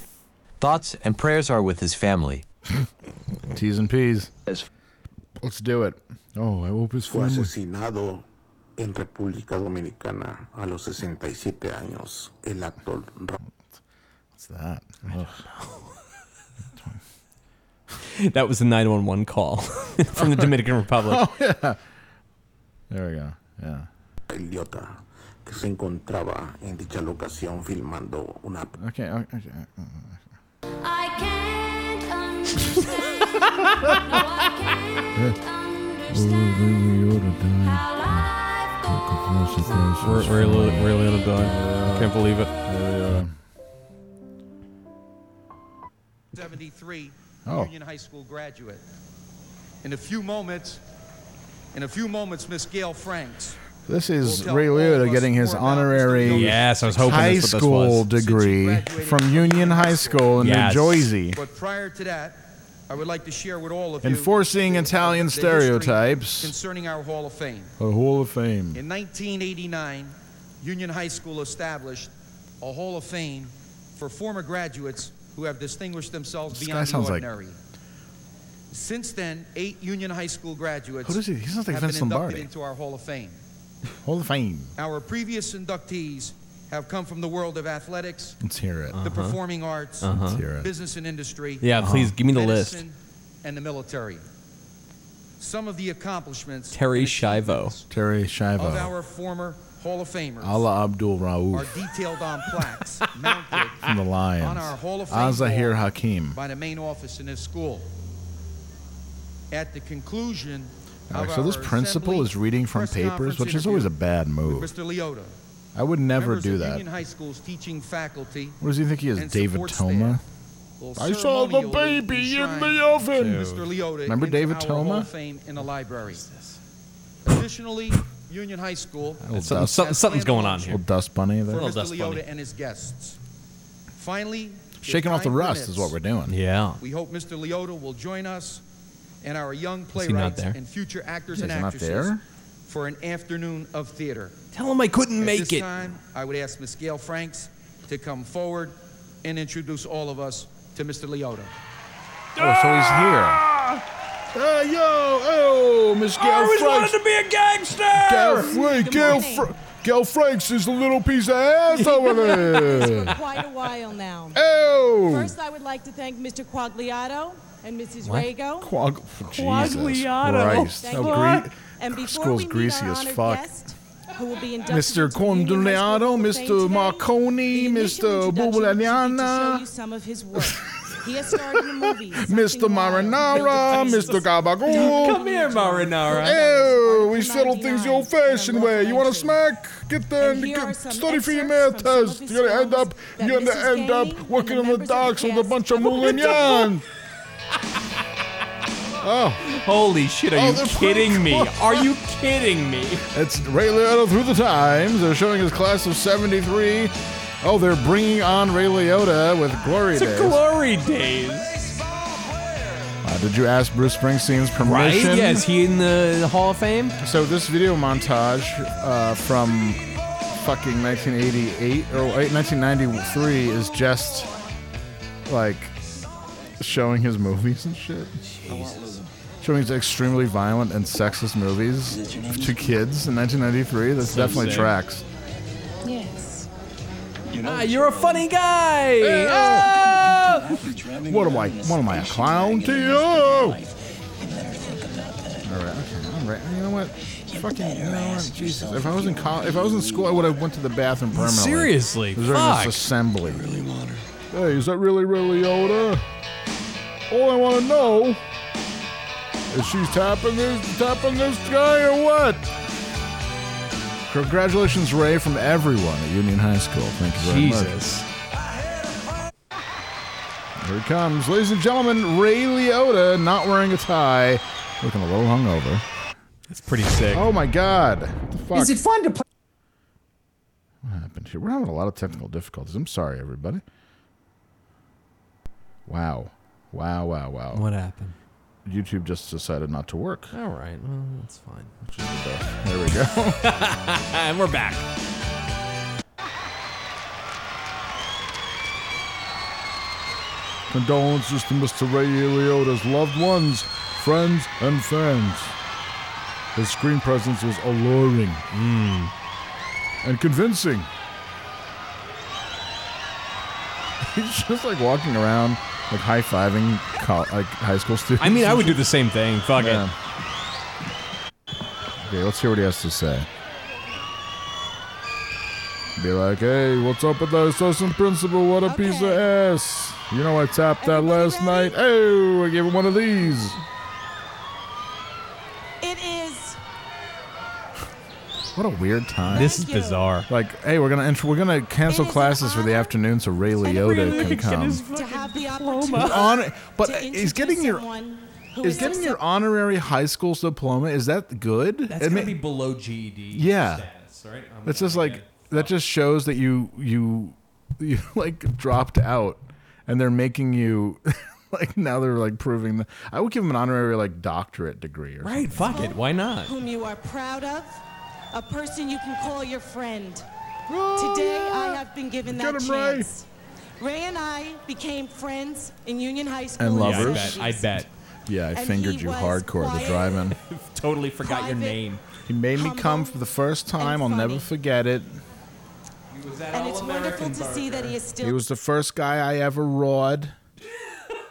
Speaker 24: Thoughts and prayers are with his family.
Speaker 3: T's and P's. Let's do it. Oh, I hope his
Speaker 25: Fue
Speaker 3: family.
Speaker 25: asesinado en República Dominicana a los 67 años el actor Ra-
Speaker 3: What's that?
Speaker 4: That was the 911 call from the Dominican Republic.
Speaker 3: Oh yeah. There we go. Yeah.
Speaker 25: Eliota que se encontraba en dicha locación filmando una
Speaker 3: Okay. okay, okay.
Speaker 1: I can't understand. no, I can't
Speaker 4: We're, we're, li- we're little done. Can't believe it.
Speaker 2: Seventy-three
Speaker 3: Oh.
Speaker 2: Union High School graduate. In a few moments, in a few moments, Miss Gail Franks.
Speaker 3: This is Ray Liotta getting his honorary
Speaker 4: Yes, I was hoping
Speaker 3: high
Speaker 4: that's what this
Speaker 3: school
Speaker 4: was.
Speaker 3: degree from Union High School in
Speaker 4: Yes.
Speaker 3: New Jersey.
Speaker 2: But prior to that, I would like to share with all of you
Speaker 3: Enforcing Italian
Speaker 2: the history
Speaker 3: stereotypes.
Speaker 2: concerning our Hall of Fame.
Speaker 3: The Hall of Fame.
Speaker 2: In 1989, Union High School established a Hall of Fame for former graduates who have distinguished themselves
Speaker 3: This guy
Speaker 2: beyond the
Speaker 3: sounds like-
Speaker 2: ordinary. Since then, eight Union High School graduates
Speaker 3: Who does he- he sounds like
Speaker 2: have
Speaker 3: Vince
Speaker 2: been inducted
Speaker 3: Lombardi.
Speaker 2: into our Hall of Fame.
Speaker 3: Hall of Fame.
Speaker 2: Our previous inductees have come from the world of athletics,
Speaker 3: Let's hear it.
Speaker 2: the
Speaker 3: Uh-huh.
Speaker 2: performing arts,
Speaker 3: Uh-huh. Let's hear it.
Speaker 2: business and industry.
Speaker 4: Yeah, please, give me the list.
Speaker 2: medicine, And the military. Some of the accomplishments
Speaker 4: Terry Shivo.
Speaker 3: Terry
Speaker 2: of
Speaker 3: Shivo.
Speaker 2: our former Hall of Famers
Speaker 3: Allah Abdul
Speaker 2: are
Speaker 3: Raouf
Speaker 2: detailed on plaques mounted
Speaker 3: from the Lions.
Speaker 2: Ah, on our Hall of Fame
Speaker 3: Azahir
Speaker 2: wall
Speaker 3: Hakim.
Speaker 2: by the main office in this school. At the conclusion
Speaker 3: All right,
Speaker 2: of
Speaker 3: so this
Speaker 2: our
Speaker 3: principal
Speaker 2: assembly
Speaker 3: is reading from
Speaker 2: press
Speaker 3: papers,
Speaker 2: conference
Speaker 3: which is
Speaker 2: interview
Speaker 3: always a bad
Speaker 2: with
Speaker 3: move.
Speaker 2: Mr. Leota,
Speaker 3: I would never
Speaker 2: members
Speaker 3: do
Speaker 2: of
Speaker 3: that.
Speaker 2: Union High School's teaching faculty.
Speaker 3: What does he think he is,
Speaker 2: and
Speaker 3: David
Speaker 2: support
Speaker 3: Toma?
Speaker 2: staff
Speaker 3: I
Speaker 2: will
Speaker 3: saw the
Speaker 2: ceremonially
Speaker 3: baby in
Speaker 2: enshrine
Speaker 3: the oven.
Speaker 2: Mr. Leota
Speaker 3: Remember
Speaker 2: into
Speaker 3: David
Speaker 2: our
Speaker 3: Toma?
Speaker 2: Hall of Fame in the library. Additionally, Union High School
Speaker 3: Little
Speaker 2: has
Speaker 3: dust-
Speaker 2: planned launches
Speaker 3: Little dust bunny
Speaker 2: for
Speaker 3: there.
Speaker 2: Mr. Leota and his guests. Finally, if
Speaker 3: Shaking off the
Speaker 2: time
Speaker 3: rust is
Speaker 2: permits,
Speaker 3: what we're doing. Yeah.
Speaker 2: We hope Mr. Leota will join us and our young
Speaker 3: he not
Speaker 2: playwrights
Speaker 3: there?
Speaker 2: and future actors
Speaker 3: Yeah,
Speaker 2: and
Speaker 3: he's not
Speaker 2: actresses
Speaker 3: there.
Speaker 2: for an afternoon of theater.
Speaker 4: Tell him I couldn't
Speaker 2: At
Speaker 4: make
Speaker 2: this
Speaker 4: it.
Speaker 2: time, I would ask Miss Gail Franks to come forward and introduce all of us to Mr. Leota.
Speaker 3: Oh, so he's here. Uh, yo, oh, Miss Gail
Speaker 2: always
Speaker 3: Franks.
Speaker 2: wanted to
Speaker 3: be a gangster. Gail, Fra- Gail, Fra- Gail Franks is a little piece of ass over
Speaker 5: for
Speaker 3: there.
Speaker 5: quite a while now.
Speaker 3: Oh.
Speaker 5: First, I would like to thank Mr. Quagliato and Mrs.
Speaker 3: What?
Speaker 5: Rago.
Speaker 3: Quag- oh, Jesus
Speaker 5: Quagliato.
Speaker 3: Christ.
Speaker 5: Thank
Speaker 3: How
Speaker 5: you.
Speaker 3: gre-
Speaker 5: and before
Speaker 3: school's
Speaker 5: we meet
Speaker 3: greasy
Speaker 5: our
Speaker 3: as
Speaker 5: honored
Speaker 3: fuck.
Speaker 5: guest, who will be inducted
Speaker 3: Mr.
Speaker 5: into the Union High School
Speaker 3: Condoliano,
Speaker 5: Hall of Fame
Speaker 3: Mr.
Speaker 5: today,
Speaker 3: Marconi, Mr.
Speaker 5: To show you
Speaker 3: Bubulaniana,
Speaker 5: some of his work. he has starred in the movies.
Speaker 3: Mr. Marinara, Mr. Gabagool.
Speaker 5: Come here, Marinara.
Speaker 3: Oh, we settle things the old-fashioned way. You want a smack? Get there and, get, study for your math test. You're gonna end up, you're gonna end up working on the docks with a bunch of moulignons. Oh.
Speaker 4: Holy shit, are
Speaker 3: Oh,
Speaker 4: you
Speaker 3: they're
Speaker 4: kidding me?
Speaker 3: pretty cool.
Speaker 4: Are you kidding me?
Speaker 3: It's Ray Liotta through the times. They're showing his class of 73. Oh, they're bringing on Ray Liotta with Glory
Speaker 4: It's a
Speaker 3: Days.
Speaker 4: glory days.
Speaker 3: Uh, did you ask Bruce Springsteen's permission?
Speaker 4: Yeah, is
Speaker 3: he in the Hall of Fame? So this video montage uh, from fucking 1988 or eight- 1993 is just like showing his movies and shit. Jesus. Showing his extremely violent and sexist movies to kids in 1993. That's
Speaker 4: So
Speaker 3: definitely
Speaker 4: sick.
Speaker 3: tracks.
Speaker 5: Yes.
Speaker 4: ah, you're a funny guy.
Speaker 3: Hey,
Speaker 4: Oh.
Speaker 3: What am I? What am I, a clown to you? All right, okay, all right. You know what? Fucking, you know what? Jesus. If I was in col- if I was in school, I would have went to the bathroom permanently.
Speaker 6: Seriously,
Speaker 3: It was during this
Speaker 6: fuck.
Speaker 3: assembly. Hey, is that really, really Yoda? All I want to know is she's tapping this, tapping this guy or what? Congratulations, Ray, from everyone at Union High School. Thank you very much.
Speaker 4: Jesus.
Speaker 3: Here it comes, ladies and gentlemen. Ray Liotta, not wearing a tie, looking a little hungover.
Speaker 6: That's pretty sick.
Speaker 3: Oh my God! What the fuck?
Speaker 1: Is it fun to play?
Speaker 3: What happened here? We're having a lot of technical difficulties. I'm sorry, everybody. Wow, wow, wow, wow.
Speaker 6: What happened?
Speaker 3: YouTube just decided not to work.
Speaker 4: All right, well, that's fine.
Speaker 3: There we go.
Speaker 6: and we're back.
Speaker 3: Condolences to Mr. Ray Liotta's loved ones, friends, and fans. His screen presence was alluring and convincing. He's just like walking around, like high fiving col- like high school students.
Speaker 6: I mean, I
Speaker 3: and
Speaker 6: would do
Speaker 3: shit.
Speaker 6: the same thing. Fuck it.
Speaker 3: Okay, let's hear what he has to say. Be like, hey, what's up with that assistant principal? What a piece of ass. You know, I tapped that last night. Oh, I gave him one of these.
Speaker 5: It is
Speaker 3: What a weird time.
Speaker 6: This is bizarre.
Speaker 3: Like, hey, we're gonna int- we're gonna cancel classes for the afternoon so Ray Liotta can come.
Speaker 5: to have the
Speaker 3: He's
Speaker 5: opportunity.
Speaker 3: on, but
Speaker 5: to
Speaker 3: he's getting your
Speaker 5: someone who
Speaker 3: is getting your honorary high school diploma. Is that good?
Speaker 6: That's
Speaker 3: It
Speaker 6: gonna
Speaker 3: ma-
Speaker 6: be below GED.
Speaker 3: Yeah.
Speaker 6: Status, right? I'm
Speaker 3: That's just like that just shows that you you you like dropped out and they're making you like now they're like proving that I would give him an honorary like doctorate degree or
Speaker 6: Right, fuck
Speaker 3: something.
Speaker 6: it, why not?
Speaker 5: whom you are proud of, a person you can call your friend. Today I have been given
Speaker 1: Get
Speaker 5: that
Speaker 1: him, Ray.
Speaker 5: chance. Ray and I became friends in Union High School.
Speaker 3: And
Speaker 5: in
Speaker 3: lovers.
Speaker 5: Syracuse.
Speaker 3: Yeah, I
Speaker 5: And
Speaker 3: fingered
Speaker 5: he
Speaker 3: you
Speaker 5: was
Speaker 3: hardcore at the
Speaker 5: quiet.
Speaker 3: drive-in.
Speaker 6: totally forgot your name.
Speaker 3: He made me come for the first time. I'll never forget it.
Speaker 5: And it's wonderful to see that he is
Speaker 3: He
Speaker 5: still
Speaker 3: was the first guy I ever rawed.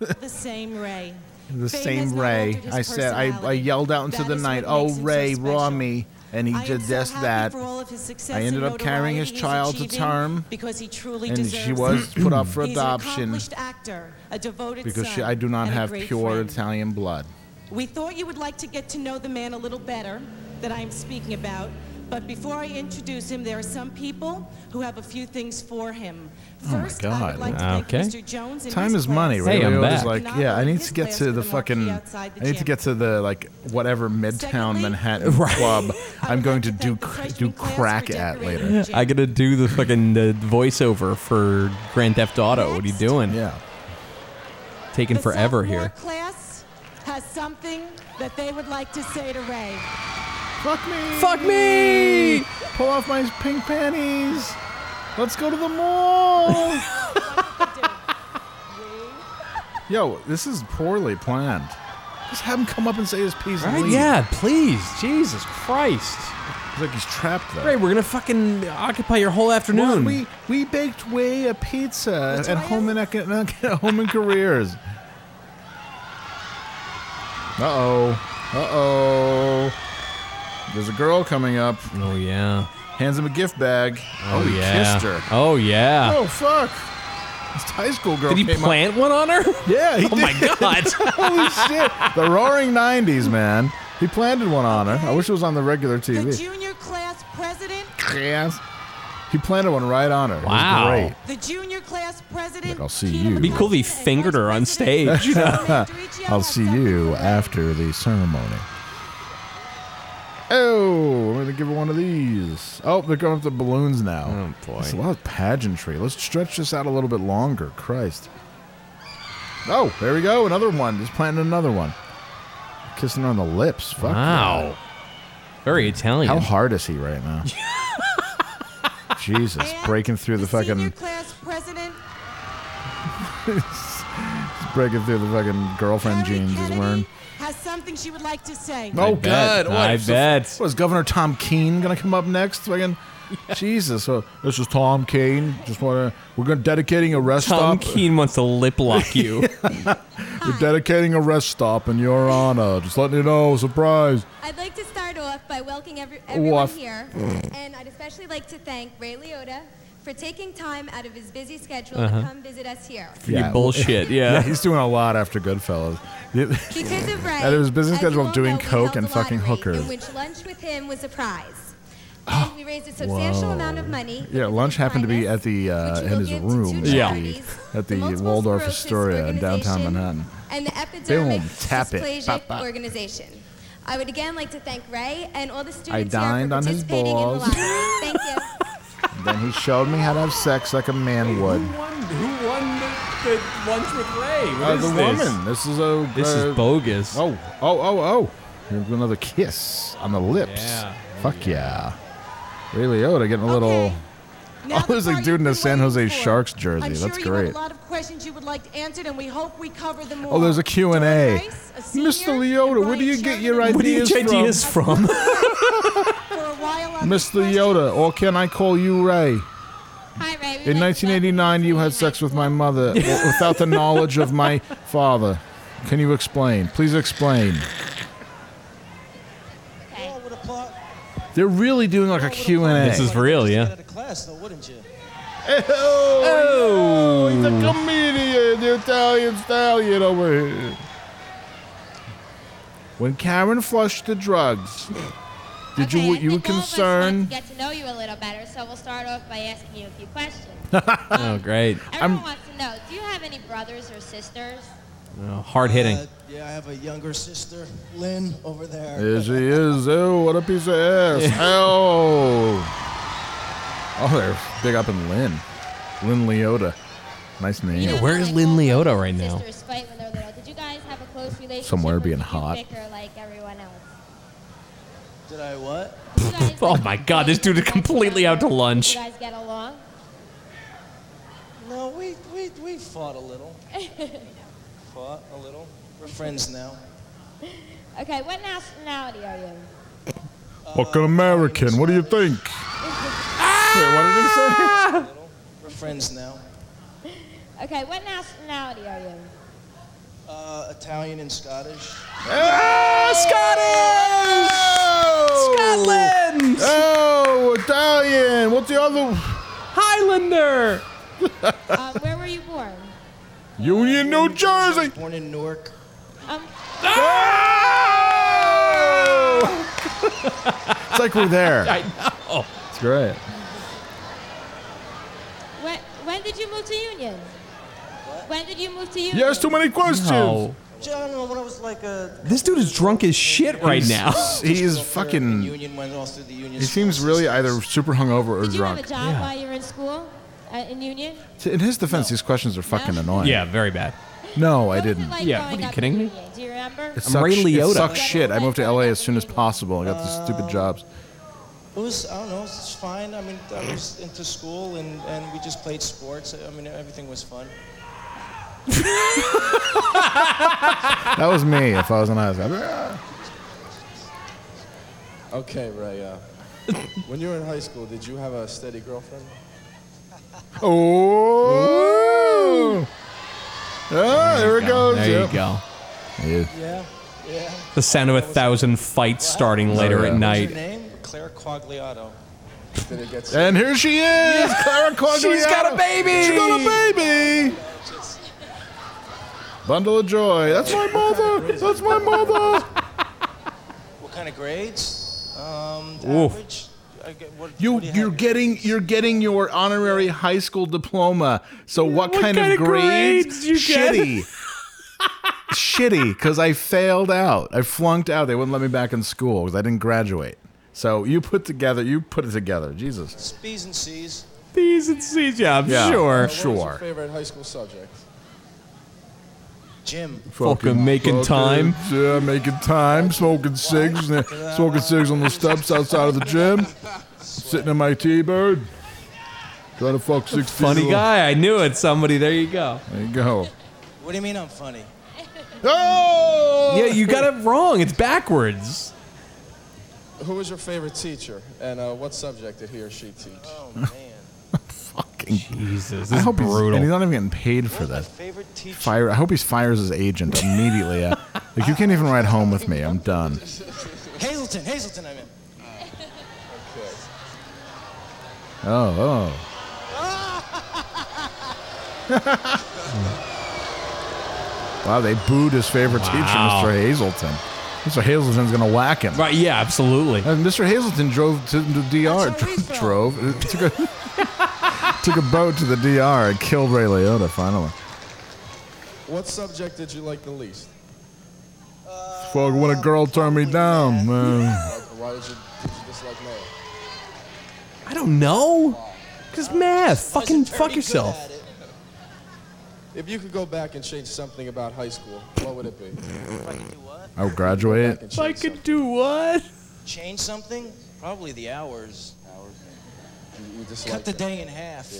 Speaker 5: the same Ray.
Speaker 3: The
Speaker 5: Fame has
Speaker 3: same
Speaker 5: not
Speaker 3: Ray.
Speaker 5: altered his
Speaker 3: I said, I, I yelled out into the night, "Oh Ray, raw me," and he
Speaker 5: I am
Speaker 3: did
Speaker 5: so
Speaker 3: just
Speaker 5: happy
Speaker 3: that.
Speaker 5: for all of his success
Speaker 3: I
Speaker 5: and
Speaker 3: ended up carrying his
Speaker 5: notoriety
Speaker 3: child
Speaker 5: he's
Speaker 3: to
Speaker 5: achieving
Speaker 3: term,
Speaker 5: because he truly
Speaker 3: and
Speaker 5: deserves
Speaker 3: she was
Speaker 5: it.
Speaker 3: put up for
Speaker 5: He's an
Speaker 3: adoption
Speaker 5: accomplished actor, a devoted
Speaker 3: because she,
Speaker 5: son,
Speaker 3: I do not
Speaker 5: and a
Speaker 3: have
Speaker 5: great
Speaker 3: pure
Speaker 5: friend.
Speaker 3: Italian blood.
Speaker 5: We thought you would like to get to know the man a little better that I am speaking about, but before I introduce him, there are some people who have a few things for him.
Speaker 3: Oh my
Speaker 5: First, I
Speaker 3: God!
Speaker 5: would like to thank
Speaker 6: Okay.
Speaker 5: Mr. Jones and
Speaker 3: Time
Speaker 5: his
Speaker 3: is money,
Speaker 5: class.
Speaker 3: right? It was like, yeah, I need to get to the fucking, I
Speaker 5: outside the
Speaker 3: need to
Speaker 5: gym.
Speaker 3: get to the like whatever Midtown Manhattan club I'm going to do cr- do crack at later.
Speaker 6: I gotta do the fucking the voiceover for Grand Theft Auto. What are you doing?
Speaker 3: Yeah.
Speaker 6: Taking
Speaker 5: The
Speaker 6: forever
Speaker 5: sophomore
Speaker 6: here.
Speaker 5: class has something that they would like to say to Ray.
Speaker 3: Fuck me.
Speaker 6: Fuck me.
Speaker 3: Pull off my pink panties. Let's go to the mall. Yo, this is poorly planned. Just have him come up and say his piece.
Speaker 6: Right?
Speaker 3: and leave.
Speaker 6: Yeah, please. Jesus Christ.
Speaker 3: It's like he's trapped there.
Speaker 6: Ray, we're gonna fucking occupy your whole
Speaker 3: Mom,
Speaker 6: afternoon.
Speaker 3: we we baked way a pizza Uh, at home and economic, home and careers. Uh oh. Uh oh. There's a girl coming up.
Speaker 6: Oh yeah.
Speaker 3: Hands him a gift bag.
Speaker 6: oh,
Speaker 3: he
Speaker 6: yeah.
Speaker 3: Kissed her.
Speaker 6: Oh yeah.
Speaker 3: Oh fuck. This high school girl.
Speaker 6: Did he
Speaker 3: came up-
Speaker 6: plant one on her?
Speaker 3: Yeah. He
Speaker 6: oh my
Speaker 3: did.
Speaker 6: god.
Speaker 3: Holy shit. The Roaring '90s, man. He planted one on her. I wish it was on the regular TV.
Speaker 5: The junior class president,
Speaker 3: Yes. He planted one right on her. It was
Speaker 6: Wow.
Speaker 3: great.
Speaker 5: the junior class president,
Speaker 3: I'll see you.
Speaker 6: It'd be cool if he fingered her on stage.
Speaker 3: I'll see you after the ceremony. Oh, I'm gonna give her one of these. Oh, they're going up to balloons now. Oh boy, it's a lot of pageantry. Let's stretch this out a little bit longer. Christ. Oh, there we go. Another one. Just planting another one. Kissing her on the lips. Fuck
Speaker 6: Wow. Very Italian.
Speaker 3: How hard is he right now? Jesus, breaking through the fucking,
Speaker 5: class president,
Speaker 3: breaking through the fucking girlfriend jeans he's wearing.
Speaker 5: has has something she would like to say.
Speaker 3: Oh God! What,
Speaker 4: I
Speaker 3: is the-
Speaker 4: bet.
Speaker 3: What is Governor Tom Keene gonna come up next? Fucking Jesus! uh, this is Tom Keene. Just wanna we're gonna dedicating a rest
Speaker 4: Tom
Speaker 3: stop.
Speaker 4: Keen wants to lip lock you.
Speaker 3: We're dedicating a rest stop in your honor. Just letting you know, surprise.
Speaker 7: I'd like to start off by welcoming every, everyone
Speaker 3: I've-
Speaker 7: here,
Speaker 3: Mm.
Speaker 7: and I'd especially like to thank Ray Liotta for taking time out of his busy schedule
Speaker 3: Uh-huh.
Speaker 7: to come visit us here.
Speaker 3: well- he's doing a lot after Goodfellas.
Speaker 7: Because of Ray,
Speaker 3: out of his busy
Speaker 7: as you
Speaker 3: schedule
Speaker 7: all
Speaker 3: doing
Speaker 7: know, we
Speaker 3: coke
Speaker 7: held
Speaker 3: and
Speaker 7: a
Speaker 3: fucking
Speaker 7: lottery
Speaker 3: hookers.
Speaker 7: in which lunch with him was a prize. And we raised a substantial
Speaker 3: Ah. Whoa.
Speaker 7: amount of money.
Speaker 3: Yeah, lunch happened to be at the uh, in his room
Speaker 7: two
Speaker 3: at the,
Speaker 7: charities,
Speaker 3: at the Waldorf Astoria in downtown Manhattan.
Speaker 7: And the Epidermic
Speaker 3: Boom, tap it.
Speaker 7: Dysplasia
Speaker 3: Bop, bop.
Speaker 7: Organization. I would again like to thank Ray and all the students
Speaker 3: I dined
Speaker 7: here
Speaker 3: on
Speaker 7: for
Speaker 3: his
Speaker 7: participating in the
Speaker 3: balls.
Speaker 7: lottery. Thank you.
Speaker 3: And then he showed me how to have sex like a man would.
Speaker 4: Who won the, the lunch with Ray? What
Speaker 3: Uh,
Speaker 4: is
Speaker 3: the
Speaker 4: this?
Speaker 3: woman. This is a.
Speaker 4: This is
Speaker 3: uh,
Speaker 4: bogus.
Speaker 3: Oh, oh, oh, oh! Here's another kiss on the lips.
Speaker 4: Yeah.
Speaker 3: Fuck yeah. Ray Liotta getting a little.
Speaker 5: Now
Speaker 3: oh, there's a dude in a San Jose Sharks jersey.
Speaker 5: I'm
Speaker 3: That's
Speaker 5: sure you
Speaker 3: great.
Speaker 5: have a lot of questions you would like answered, and we hope we cover them all.
Speaker 3: Oh, there's a Q and A.
Speaker 5: Mr.
Speaker 3: Liotta, where do you get your ideas
Speaker 5: Where do you get
Speaker 3: from?
Speaker 5: ideas
Speaker 3: from?
Speaker 5: For a while, I
Speaker 3: Mr. Yoda, or can I call you Ray?
Speaker 7: Hi, Ray.
Speaker 3: In 1989, you had sex with my mother w- without the knowledge of my father. Can you explain? Please explain. They're really doing like a Q&A.
Speaker 4: This is real, yeah.
Speaker 16: class, though, wouldn't you?
Speaker 3: Oh, he's a comedian, the Italian stallion over here. When Karen flushed the drugs, did you you were concerned?
Speaker 7: Get to know you a little better, so we'll start off by asking you a few questions.
Speaker 4: oh, great.
Speaker 7: Everyone wants to know, do you have any brothers or sisters?
Speaker 4: hard hitting.
Speaker 16: Uh, yeah, I have a younger sister, Lynn, over there.
Speaker 3: There she is. Oh, what a piece of ass. Oh. Oh, they're big up in Lynn. Lynn Leota. Nice name.
Speaker 7: Yeah,
Speaker 4: where is Lynn Leota right now?
Speaker 7: Sisters fight when they're little. Did you guys have a close relationship?
Speaker 3: Somewhere
Speaker 7: or
Speaker 3: being
Speaker 7: did you
Speaker 3: hot.
Speaker 7: bicker like everyone else?
Speaker 16: Did I what?
Speaker 4: Oh my god, this dude is completely out to lunch.
Speaker 7: Did you guys get along?
Speaker 16: No, we, we, we fought a little. Fought a little. We're friends now.
Speaker 7: okay, what nationality are you?
Speaker 3: Fucking American. What do you think? Wait, what did he say?
Speaker 16: We're friends now.
Speaker 7: Okay, what nationality are you?
Speaker 16: Uh, Italian and Scottish.
Speaker 3: Ah, Scotland! Oh, Italian. What's the other? Highlander.
Speaker 7: uh, where were you born?
Speaker 3: Union, New Jersey. Ah!
Speaker 16: Born in Newark.
Speaker 7: Um,
Speaker 3: It's like we're there.
Speaker 7: I
Speaker 3: know. Oh, It's great.
Speaker 7: when, when did you move to Union? When did you move to Union?
Speaker 3: Yes, too many questions.
Speaker 4: No.
Speaker 16: John, when I was like a
Speaker 4: This dude is drunk as shit right
Speaker 3: He's-
Speaker 4: now.
Speaker 3: He is fucking.
Speaker 16: union, went all through the union.
Speaker 3: He seems really either super hungover or
Speaker 7: Did you have a
Speaker 3: drunk.
Speaker 7: job while you were in school uh, in Union?
Speaker 3: In his defense, these questions are fucking annoying.
Speaker 4: Yeah, very bad.
Speaker 3: No, I didn't.
Speaker 7: Like growing up in Union? Do you remember?
Speaker 3: It sucks, It sucks shit. I moved to LA as soon as possible. I got these
Speaker 7: Oh.
Speaker 3: stupid jobs.
Speaker 16: It was, I don't know, it's fine. I mean, I was into school and, and we just played sports. I mean, everything was fun.
Speaker 3: That was me if I was in high school. I'd be, "Ah."
Speaker 26: Okay, Ray. Uh, when you were in high school, did you have a steady girlfriend?
Speaker 3: Oh. Ah, there it goes.
Speaker 4: There you
Speaker 3: Yep.
Speaker 4: go.
Speaker 16: Yeah, yeah.
Speaker 4: The sound of a thousand fights
Speaker 3: Oh,
Speaker 4: starting later at
Speaker 16: What's your
Speaker 4: night.
Speaker 16: name? Claire Quagliato. Did it get
Speaker 3: And here she is, Clara Quagliano.
Speaker 16: She's got a baby.
Speaker 3: She's got a baby. Bundle of joy. That's my mother. That's my mother.
Speaker 16: What kind of grades? Um,
Speaker 3: Oof.
Speaker 16: average. I get, what,
Speaker 3: You
Speaker 16: what do
Speaker 3: you're getting you're getting your honorary high school diploma. So what, kind, of,
Speaker 16: kind of
Speaker 3: grades?
Speaker 16: grades you get?
Speaker 3: Shitty. Shitty, because I failed out. I flunked out. They wouldn't let me back in school because I didn't graduate. So you put together, you put it together. Jesus.
Speaker 16: B's and C's.
Speaker 4: B's and C's, yeah, I'm
Speaker 3: Yeah,
Speaker 4: sure.
Speaker 3: what was your Sure.
Speaker 26: Favorite high school subject?
Speaker 16: Jim.
Speaker 4: Fucking making time.
Speaker 3: Yeah, making time. Smoking cigs. and- Smoking cigs on the steps outside of the gym. Sitting in my T-bird. Trying to fuck six
Speaker 4: Funny guy, I knew it. Somebody, there you go.
Speaker 3: There you go.
Speaker 16: What do you mean I'm funny?
Speaker 2: No!
Speaker 4: Yeah, you got it wrong. It's backwards.
Speaker 2: Who was your favorite teacher, and uh, what subject did he or she teach?
Speaker 3: Fucking
Speaker 4: Jesus,
Speaker 3: I
Speaker 4: this is
Speaker 3: hope He's,
Speaker 4: brutal.
Speaker 3: and he's not even getting paid for that. Fire. I hope he fires his agent immediately. uh, like you can't even ride home with me. I'm done.
Speaker 16: Hazleton, Hazleton, I mean. okay.
Speaker 3: Oh, oh. wow, they booed his favorite
Speaker 4: Wow.
Speaker 3: teacher, Mr. Hazelton. Mr. Hazelton's gonna whack him.
Speaker 4: Right? Yeah, absolutely.
Speaker 3: And Mr. Hazelton drove to the DR. drove uh, took a took a boat to the DR and killed Ray Liotta. Finally,
Speaker 2: What subject did you like the least?
Speaker 3: fuck when a girl turned me down, man.
Speaker 2: Like, why did you, did you dislike math?
Speaker 4: I don't know. Cause math, fucking fuck yourself.
Speaker 2: If you could go back and change something about high school, what would it be?
Speaker 3: I would Oh, graduate.
Speaker 16: If I
Speaker 4: could do what?
Speaker 16: Change something? Probably the hours. Hours.
Speaker 2: You
Speaker 16: Cut the day in half.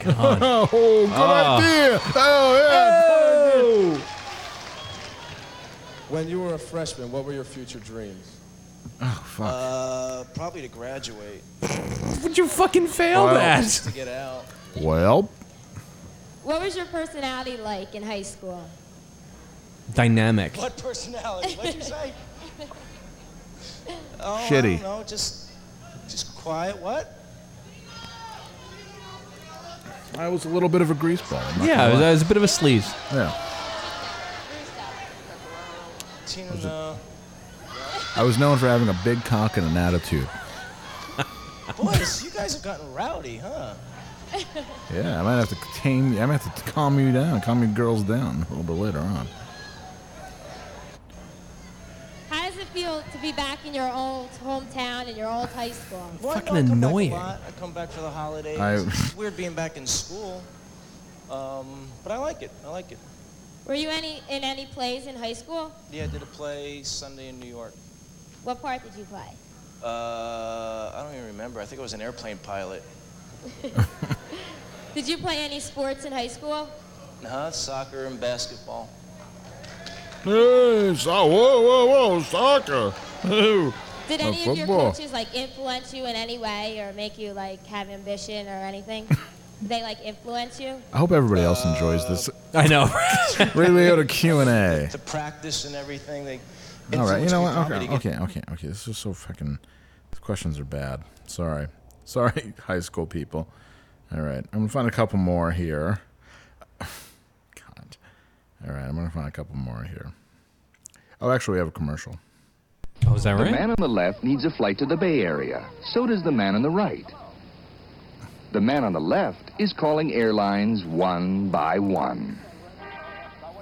Speaker 4: God.
Speaker 3: oh, good
Speaker 4: Ah.
Speaker 3: idea. Oh,
Speaker 2: yeah. When you were a freshman, what were your future dreams?
Speaker 3: Oh fuck.
Speaker 16: Uh, probably to graduate.
Speaker 4: Would you fucking fail
Speaker 3: Wow.
Speaker 4: that?
Speaker 16: to get out.
Speaker 3: Well,
Speaker 7: What was your personality like in high school?
Speaker 4: Dynamic.
Speaker 16: What personality? What'd you say? oh, I
Speaker 4: Shitty.
Speaker 16: don't know. Just, just quiet. What?
Speaker 3: I was a little bit of a greaseball. I'm not
Speaker 4: Yeah, I
Speaker 3: gonna
Speaker 4: was,
Speaker 3: lie.
Speaker 4: I was a bit of a sleaze.
Speaker 3: Yeah,
Speaker 16: Tina, no.
Speaker 3: I was known for having a big cock and an attitude.
Speaker 16: Boys, you guys have gotten rowdy, huh?
Speaker 3: Yeah, I might have to tame. I might have to calm you down, calm you girls down a little bit later on.
Speaker 7: How does it feel to be back in your old hometown and your old high school?
Speaker 16: Well, I
Speaker 4: Fucking
Speaker 16: know I
Speaker 4: annoying.
Speaker 16: come back a lot. I come back for the holidays.
Speaker 4: I-
Speaker 16: It's weird being back in school. Um, but I like it. I like it.
Speaker 7: Were you any in any plays in high school?
Speaker 16: Yeah, I did a play Sunday in New York.
Speaker 7: What part did you play?
Speaker 16: Uh, I don't even remember. I think it was an airplane pilot.
Speaker 7: Did you play any sports in high school?
Speaker 16: Huh? Soccer and basketball.
Speaker 3: Hey, so, whoa, whoa, whoa, soccer.
Speaker 7: Did
Speaker 3: Uh,
Speaker 7: any of your
Speaker 3: football.
Speaker 7: coaches like influence you in any way or make you like have ambition or anything? Did they like influence you?
Speaker 3: I hope everybody else enjoys this.
Speaker 4: I know.
Speaker 3: Ray Liotta Q and A.
Speaker 16: The practice and everything. They
Speaker 3: All right, you know
Speaker 16: influenced me
Speaker 3: what?
Speaker 16: probably
Speaker 3: Okay,
Speaker 16: to get-
Speaker 3: okay, okay, okay. This is so fucking. These questions are bad. Sorry, sorry, high school people. All right, I'm gonna find a couple more here. God. All right, I'm gonna find a couple more here. Oh, actually, we have a commercial.
Speaker 4: Oh, is that
Speaker 8: The man on the left needs a flight to the Bay Area. So does the man on the right. The man on the left is calling airlines one by one.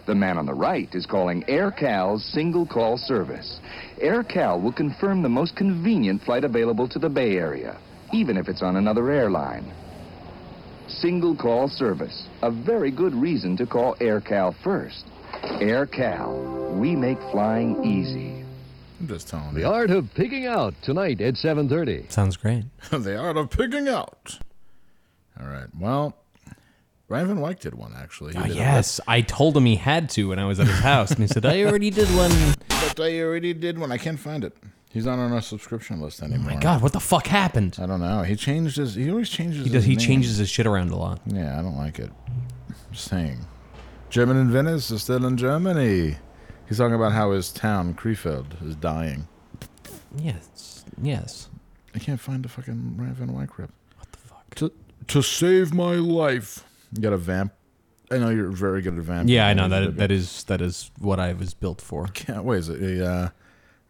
Speaker 8: The man on the right is calling AirCal's single call service. AirCal will confirm the most convenient flight available to the Bay Area, even if it's on another airline. Single call service, a very good reason to call AirCal first. AirCal, we make flying easy.
Speaker 3: I'm just telling
Speaker 8: The Art of Picking Out tonight at 7:30.
Speaker 4: Sounds great.
Speaker 3: the art of picking out. All right. Well, Ryan Van Wyk did one actually. He
Speaker 4: Ah,
Speaker 3: did a-
Speaker 4: yes, I told him he had to when I was at his house, and he said, "I already did one."
Speaker 3: But I already did one. I can't find it. He's not on our subscription list anymore.
Speaker 4: Oh My God, what the fuck happened?
Speaker 3: I don't know. He changed his. He always changes.
Speaker 4: He does.
Speaker 3: His
Speaker 4: He
Speaker 3: name.
Speaker 4: changes his shit around a lot.
Speaker 3: Yeah, I don't like it. Just saying. German in Venice is still in Germany. He's talking about how his town, Krefeld, is dying.
Speaker 4: Yes, yes.
Speaker 3: I can't find the fucking Ryan Van Wyk rip. What the fuck? To, to save my life. You got a vamp. I know you're very good at vamp.
Speaker 4: Yeah, I know that. That is that is what I was built for.
Speaker 3: Can't wait. Is it a uh,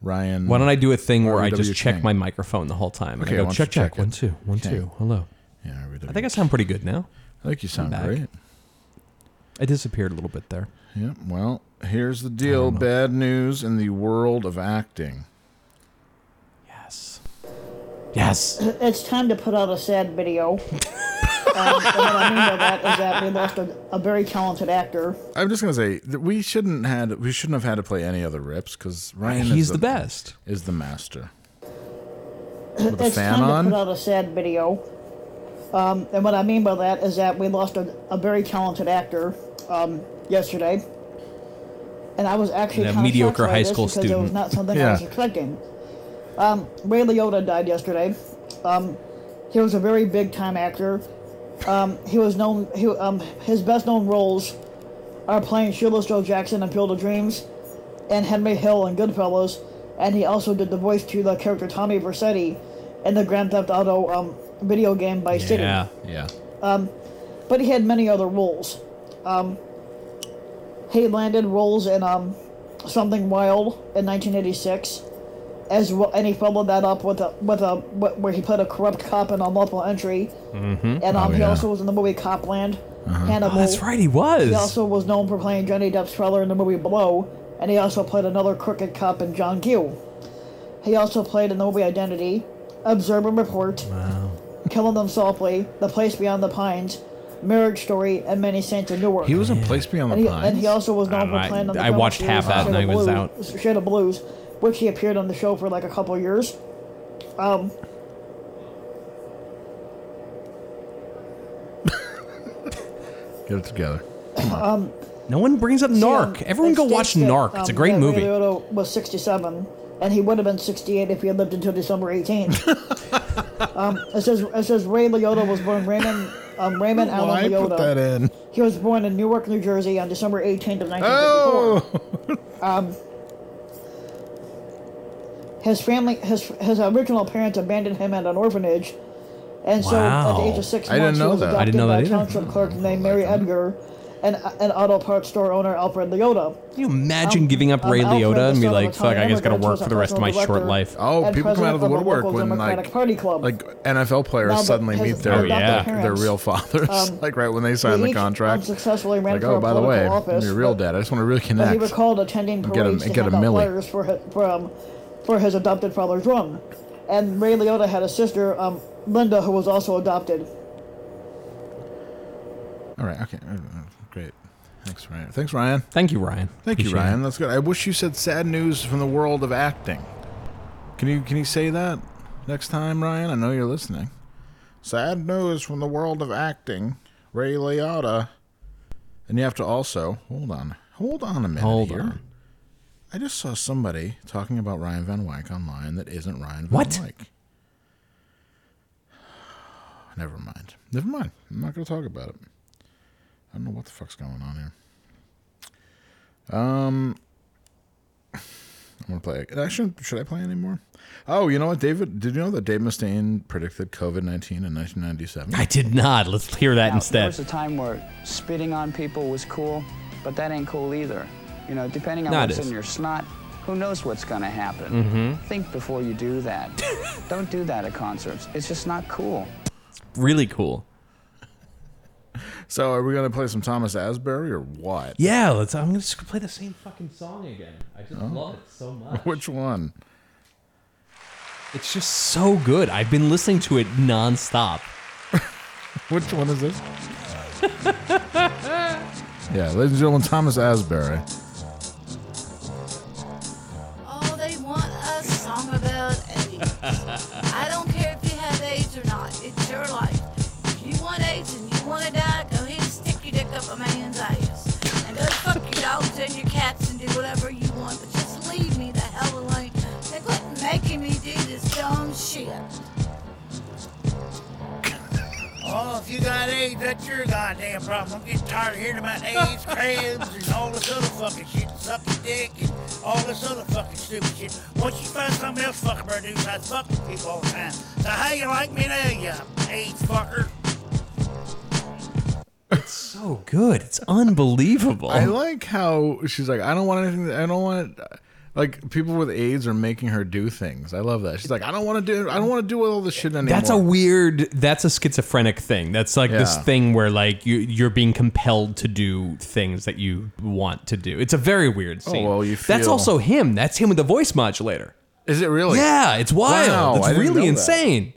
Speaker 3: Ryan?
Speaker 4: Why don't I do a thing where I
Speaker 3: RW
Speaker 4: just check
Speaker 3: King?
Speaker 4: my microphone the whole time?
Speaker 3: Okay,
Speaker 4: Okay, I
Speaker 3: why
Speaker 4: go
Speaker 3: don't
Speaker 4: check,
Speaker 3: you check
Speaker 4: check, one,
Speaker 3: it?
Speaker 4: two, one,
Speaker 3: Okay.
Speaker 4: two. Hello.
Speaker 3: Yeah, I
Speaker 4: think I sound pretty good now.
Speaker 3: I think you sound
Speaker 4: back.
Speaker 3: great.
Speaker 4: I disappeared a little bit there.
Speaker 3: Yeah, well, here's the deal. Bad news in the world of acting.
Speaker 4: Yes. Yes.
Speaker 9: It's time to put out a sad video. um, and what I mean by that is that we lost a, a very talented actor.
Speaker 3: I'm just gonna say that we shouldn't had we shouldn't have had to play any other rips because Ryan
Speaker 4: He's
Speaker 3: is
Speaker 4: the best.
Speaker 3: Is the master. With a
Speaker 9: It's
Speaker 3: fan
Speaker 9: time to
Speaker 3: on.
Speaker 9: put out a sad video. Um, and what I mean by that is that we lost a, a very talented actor um, yesterday. and I was actually
Speaker 4: And a
Speaker 9: kind
Speaker 4: mediocre
Speaker 9: of
Speaker 4: high school
Speaker 9: because It was
Speaker 4: student.
Speaker 9: not something I
Speaker 4: Yeah.
Speaker 9: was expecting. Um, Ray Liotta died yesterday. Um, he was a very big time actor. Um, he was known. He, um, his best known roles are playing Shoeless Joe Jackson in Field of Dreams, and Henry Hill in Goodfellas, and he also did the voice to the character Tommy Vercetti in the Grand Theft Auto um, video game by City.
Speaker 6: Yeah, yeah.
Speaker 9: Um, but he had many other roles. Um, he landed roles in um, Something Wild in 1986, as well, and he followed that up with a with a wh- where he played a corrupt cop in a multiple entry,
Speaker 6: Mm-hmm.
Speaker 9: and um, he also was in the movie Copland, Hannibal.
Speaker 6: Oh, that's right, he was.
Speaker 9: He also was known for playing Johnny Depp's brother in the movie Blow, and he also played another crooked cop in John Gill. He also played in the movie Identity, Observe and Report, Killing Them Softly, The Place Beyond the Pines, Marriage Story, and Many Saints of Newark.
Speaker 3: He was in Place Beyond the
Speaker 9: and he,
Speaker 3: Pines.
Speaker 9: And he also was
Speaker 4: Uh,
Speaker 9: known
Speaker 3: Um, I-
Speaker 9: for playing on the
Speaker 3: I
Speaker 9: cover
Speaker 3: watched
Speaker 9: series
Speaker 3: half that
Speaker 9: Shade
Speaker 3: and
Speaker 9: of
Speaker 3: I was
Speaker 9: Blue-
Speaker 3: out.
Speaker 9: Shade of Blues, which he appeared on the show for like a couple years. Um,
Speaker 3: Get it together.
Speaker 9: um,
Speaker 4: No one brings up Narc. Everyone go watch Narc. it's a great movie.
Speaker 9: Ray Liotta was 67, and he would have been 68 if he had lived until December 18th. um, it says it says Ray Liotta was born Raymond um, Raymond Allen
Speaker 3: Why
Speaker 9: Liotta.
Speaker 3: put that in?
Speaker 9: He was born in Newark, New Jersey, on December 18th of 1954.
Speaker 3: Oh!
Speaker 9: um, his family, his his original parents abandoned him at an orphanage, and so at the age
Speaker 6: Wow.
Speaker 9: of six
Speaker 6: I didn't
Speaker 9: months,
Speaker 6: know
Speaker 9: he was
Speaker 6: that.
Speaker 9: adopted
Speaker 6: I didn't know
Speaker 9: by
Speaker 6: that
Speaker 9: a
Speaker 6: either.
Speaker 9: township clerk named Mary
Speaker 3: Oh
Speaker 9: Edgar, and an auto parts store owner Alfred Liotta.
Speaker 4: Can you imagine giving up Ray
Speaker 9: Alfred,
Speaker 4: Liotta
Speaker 9: the
Speaker 4: and be
Speaker 9: son of
Speaker 4: like,
Speaker 9: a
Speaker 4: "Fuck, I
Speaker 9: Italian
Speaker 4: just gotta
Speaker 9: immigrant,
Speaker 4: work for the rest of my
Speaker 9: professional
Speaker 4: short
Speaker 9: director
Speaker 4: life."
Speaker 3: Oh,
Speaker 9: and
Speaker 3: people come out
Speaker 9: president
Speaker 3: of the
Speaker 9: a
Speaker 3: woodwork
Speaker 9: local
Speaker 3: when
Speaker 9: Democratic
Speaker 3: like
Speaker 9: Party Club.
Speaker 3: like NFL players
Speaker 9: Now, but
Speaker 3: suddenly
Speaker 9: his-
Speaker 3: meet their
Speaker 9: Oh, yeah.
Speaker 3: their, their real fathers,
Speaker 9: Um,
Speaker 3: like right when they sign
Speaker 9: he
Speaker 3: the
Speaker 9: each, um,
Speaker 3: contract.
Speaker 9: successfully ran
Speaker 3: Like,
Speaker 9: for
Speaker 3: oh,
Speaker 9: a
Speaker 3: by the way,
Speaker 9: political
Speaker 3: I'm
Speaker 9: office,
Speaker 3: your real
Speaker 9: but-
Speaker 3: dad. I just want to really
Speaker 9: But he
Speaker 3: connect.
Speaker 9: recalled attending
Speaker 3: Get
Speaker 9: parades to
Speaker 3: him- get
Speaker 9: hand
Speaker 3: him
Speaker 9: out
Speaker 3: Millie.
Speaker 9: letters for his, for, um, for his adopted father's rum. And Ray Liotta had a sister, um, Linda, who was also adopted.
Speaker 3: All right, okay, Uh, uh, great. Thanks, Ryan. Thanks, Ryan.
Speaker 4: Thank you, Ryan.
Speaker 3: Thank you,
Speaker 4: Appreciate
Speaker 3: Ryan. That's good. I wish you said sad news from the world of acting. Can you can you say that next time, Ryan? I know you're listening. Sad news from the world of acting. Ray Liotta. And you have to also hold on, hold on a minute
Speaker 4: Hold
Speaker 3: here.
Speaker 4: on.
Speaker 3: I just saw somebody talking about Ryan Van Wyck online that isn't Ryan Van
Speaker 4: What?
Speaker 3: Wyck. Never mind. Never mind. I'm not going to talk about it. I don't know what the fuck's going on here. Um, I'm going to play. I shouldn't, should I play anymore? Oh, you know what, David? Did you know that Dave Mustaine predicted COVID 19 in 1997?
Speaker 4: I did not. Let's hear that
Speaker 13: Now, There
Speaker 4: instead.
Speaker 13: was a time where spitting on people was cool, but that ain't cool either. You know, depending on
Speaker 4: No, it
Speaker 13: what's
Speaker 4: is.
Speaker 13: in your snot, who knows what's gonna happen.
Speaker 4: Mhm.
Speaker 13: Think before you do that. Don't do that at concerts. It's just not cool.
Speaker 4: Really cool.
Speaker 3: So, are we going to play some Thomas Asbury or what?
Speaker 4: Yeah, let's. I'm gonna just play the same fucking song again. I just love it so much.
Speaker 3: Oh. Which one?
Speaker 4: It's just so good. I've been listening to it nonstop.
Speaker 3: Which one is this? Yeah, ladies and gentlemen, Thomas Asbury.
Speaker 14: Oh, they want a song about AIDS. I don't care if you have AIDS or not. It's your life. If you want AIDS and you want to die, go ahead and stick your dick up a man's ass. And go fuck your dogs and your cats and do whatever you want. But just leave me the hell alone. They quit making me do this dumb shit. Oh, if you got AIDS, that's your goddamn problem. I'm getting tired of hearing about AIDS, crabs, and all this other fucking shit, and sucking dick, and all this other fucking stupid shit. Once you find something else fucking better to do besides fucking people all the time. So how you like me now, you AIDS fucker?
Speaker 4: It's so good. It's unbelievable.
Speaker 3: I like how she's like, I don't want anything. I don't want like people with AIDS are making her do things. I love that. She's like, I don't want to do. I don't want to do all this shit anymore.
Speaker 4: That's a weird. That's a schizophrenic thing. That's like this
Speaker 3: Yeah.
Speaker 4: thing where like you you're being compelled to do things that you want to do. It's a very weird
Speaker 3: Oh,
Speaker 4: scene.
Speaker 3: well, you
Speaker 4: That's
Speaker 3: feel-
Speaker 4: also him. That's him with the voice modulator.
Speaker 3: Is it really?
Speaker 4: Yeah, it's wild.
Speaker 3: Wow,
Speaker 4: That's
Speaker 3: I didn't know
Speaker 4: really
Speaker 3: that.
Speaker 4: insane.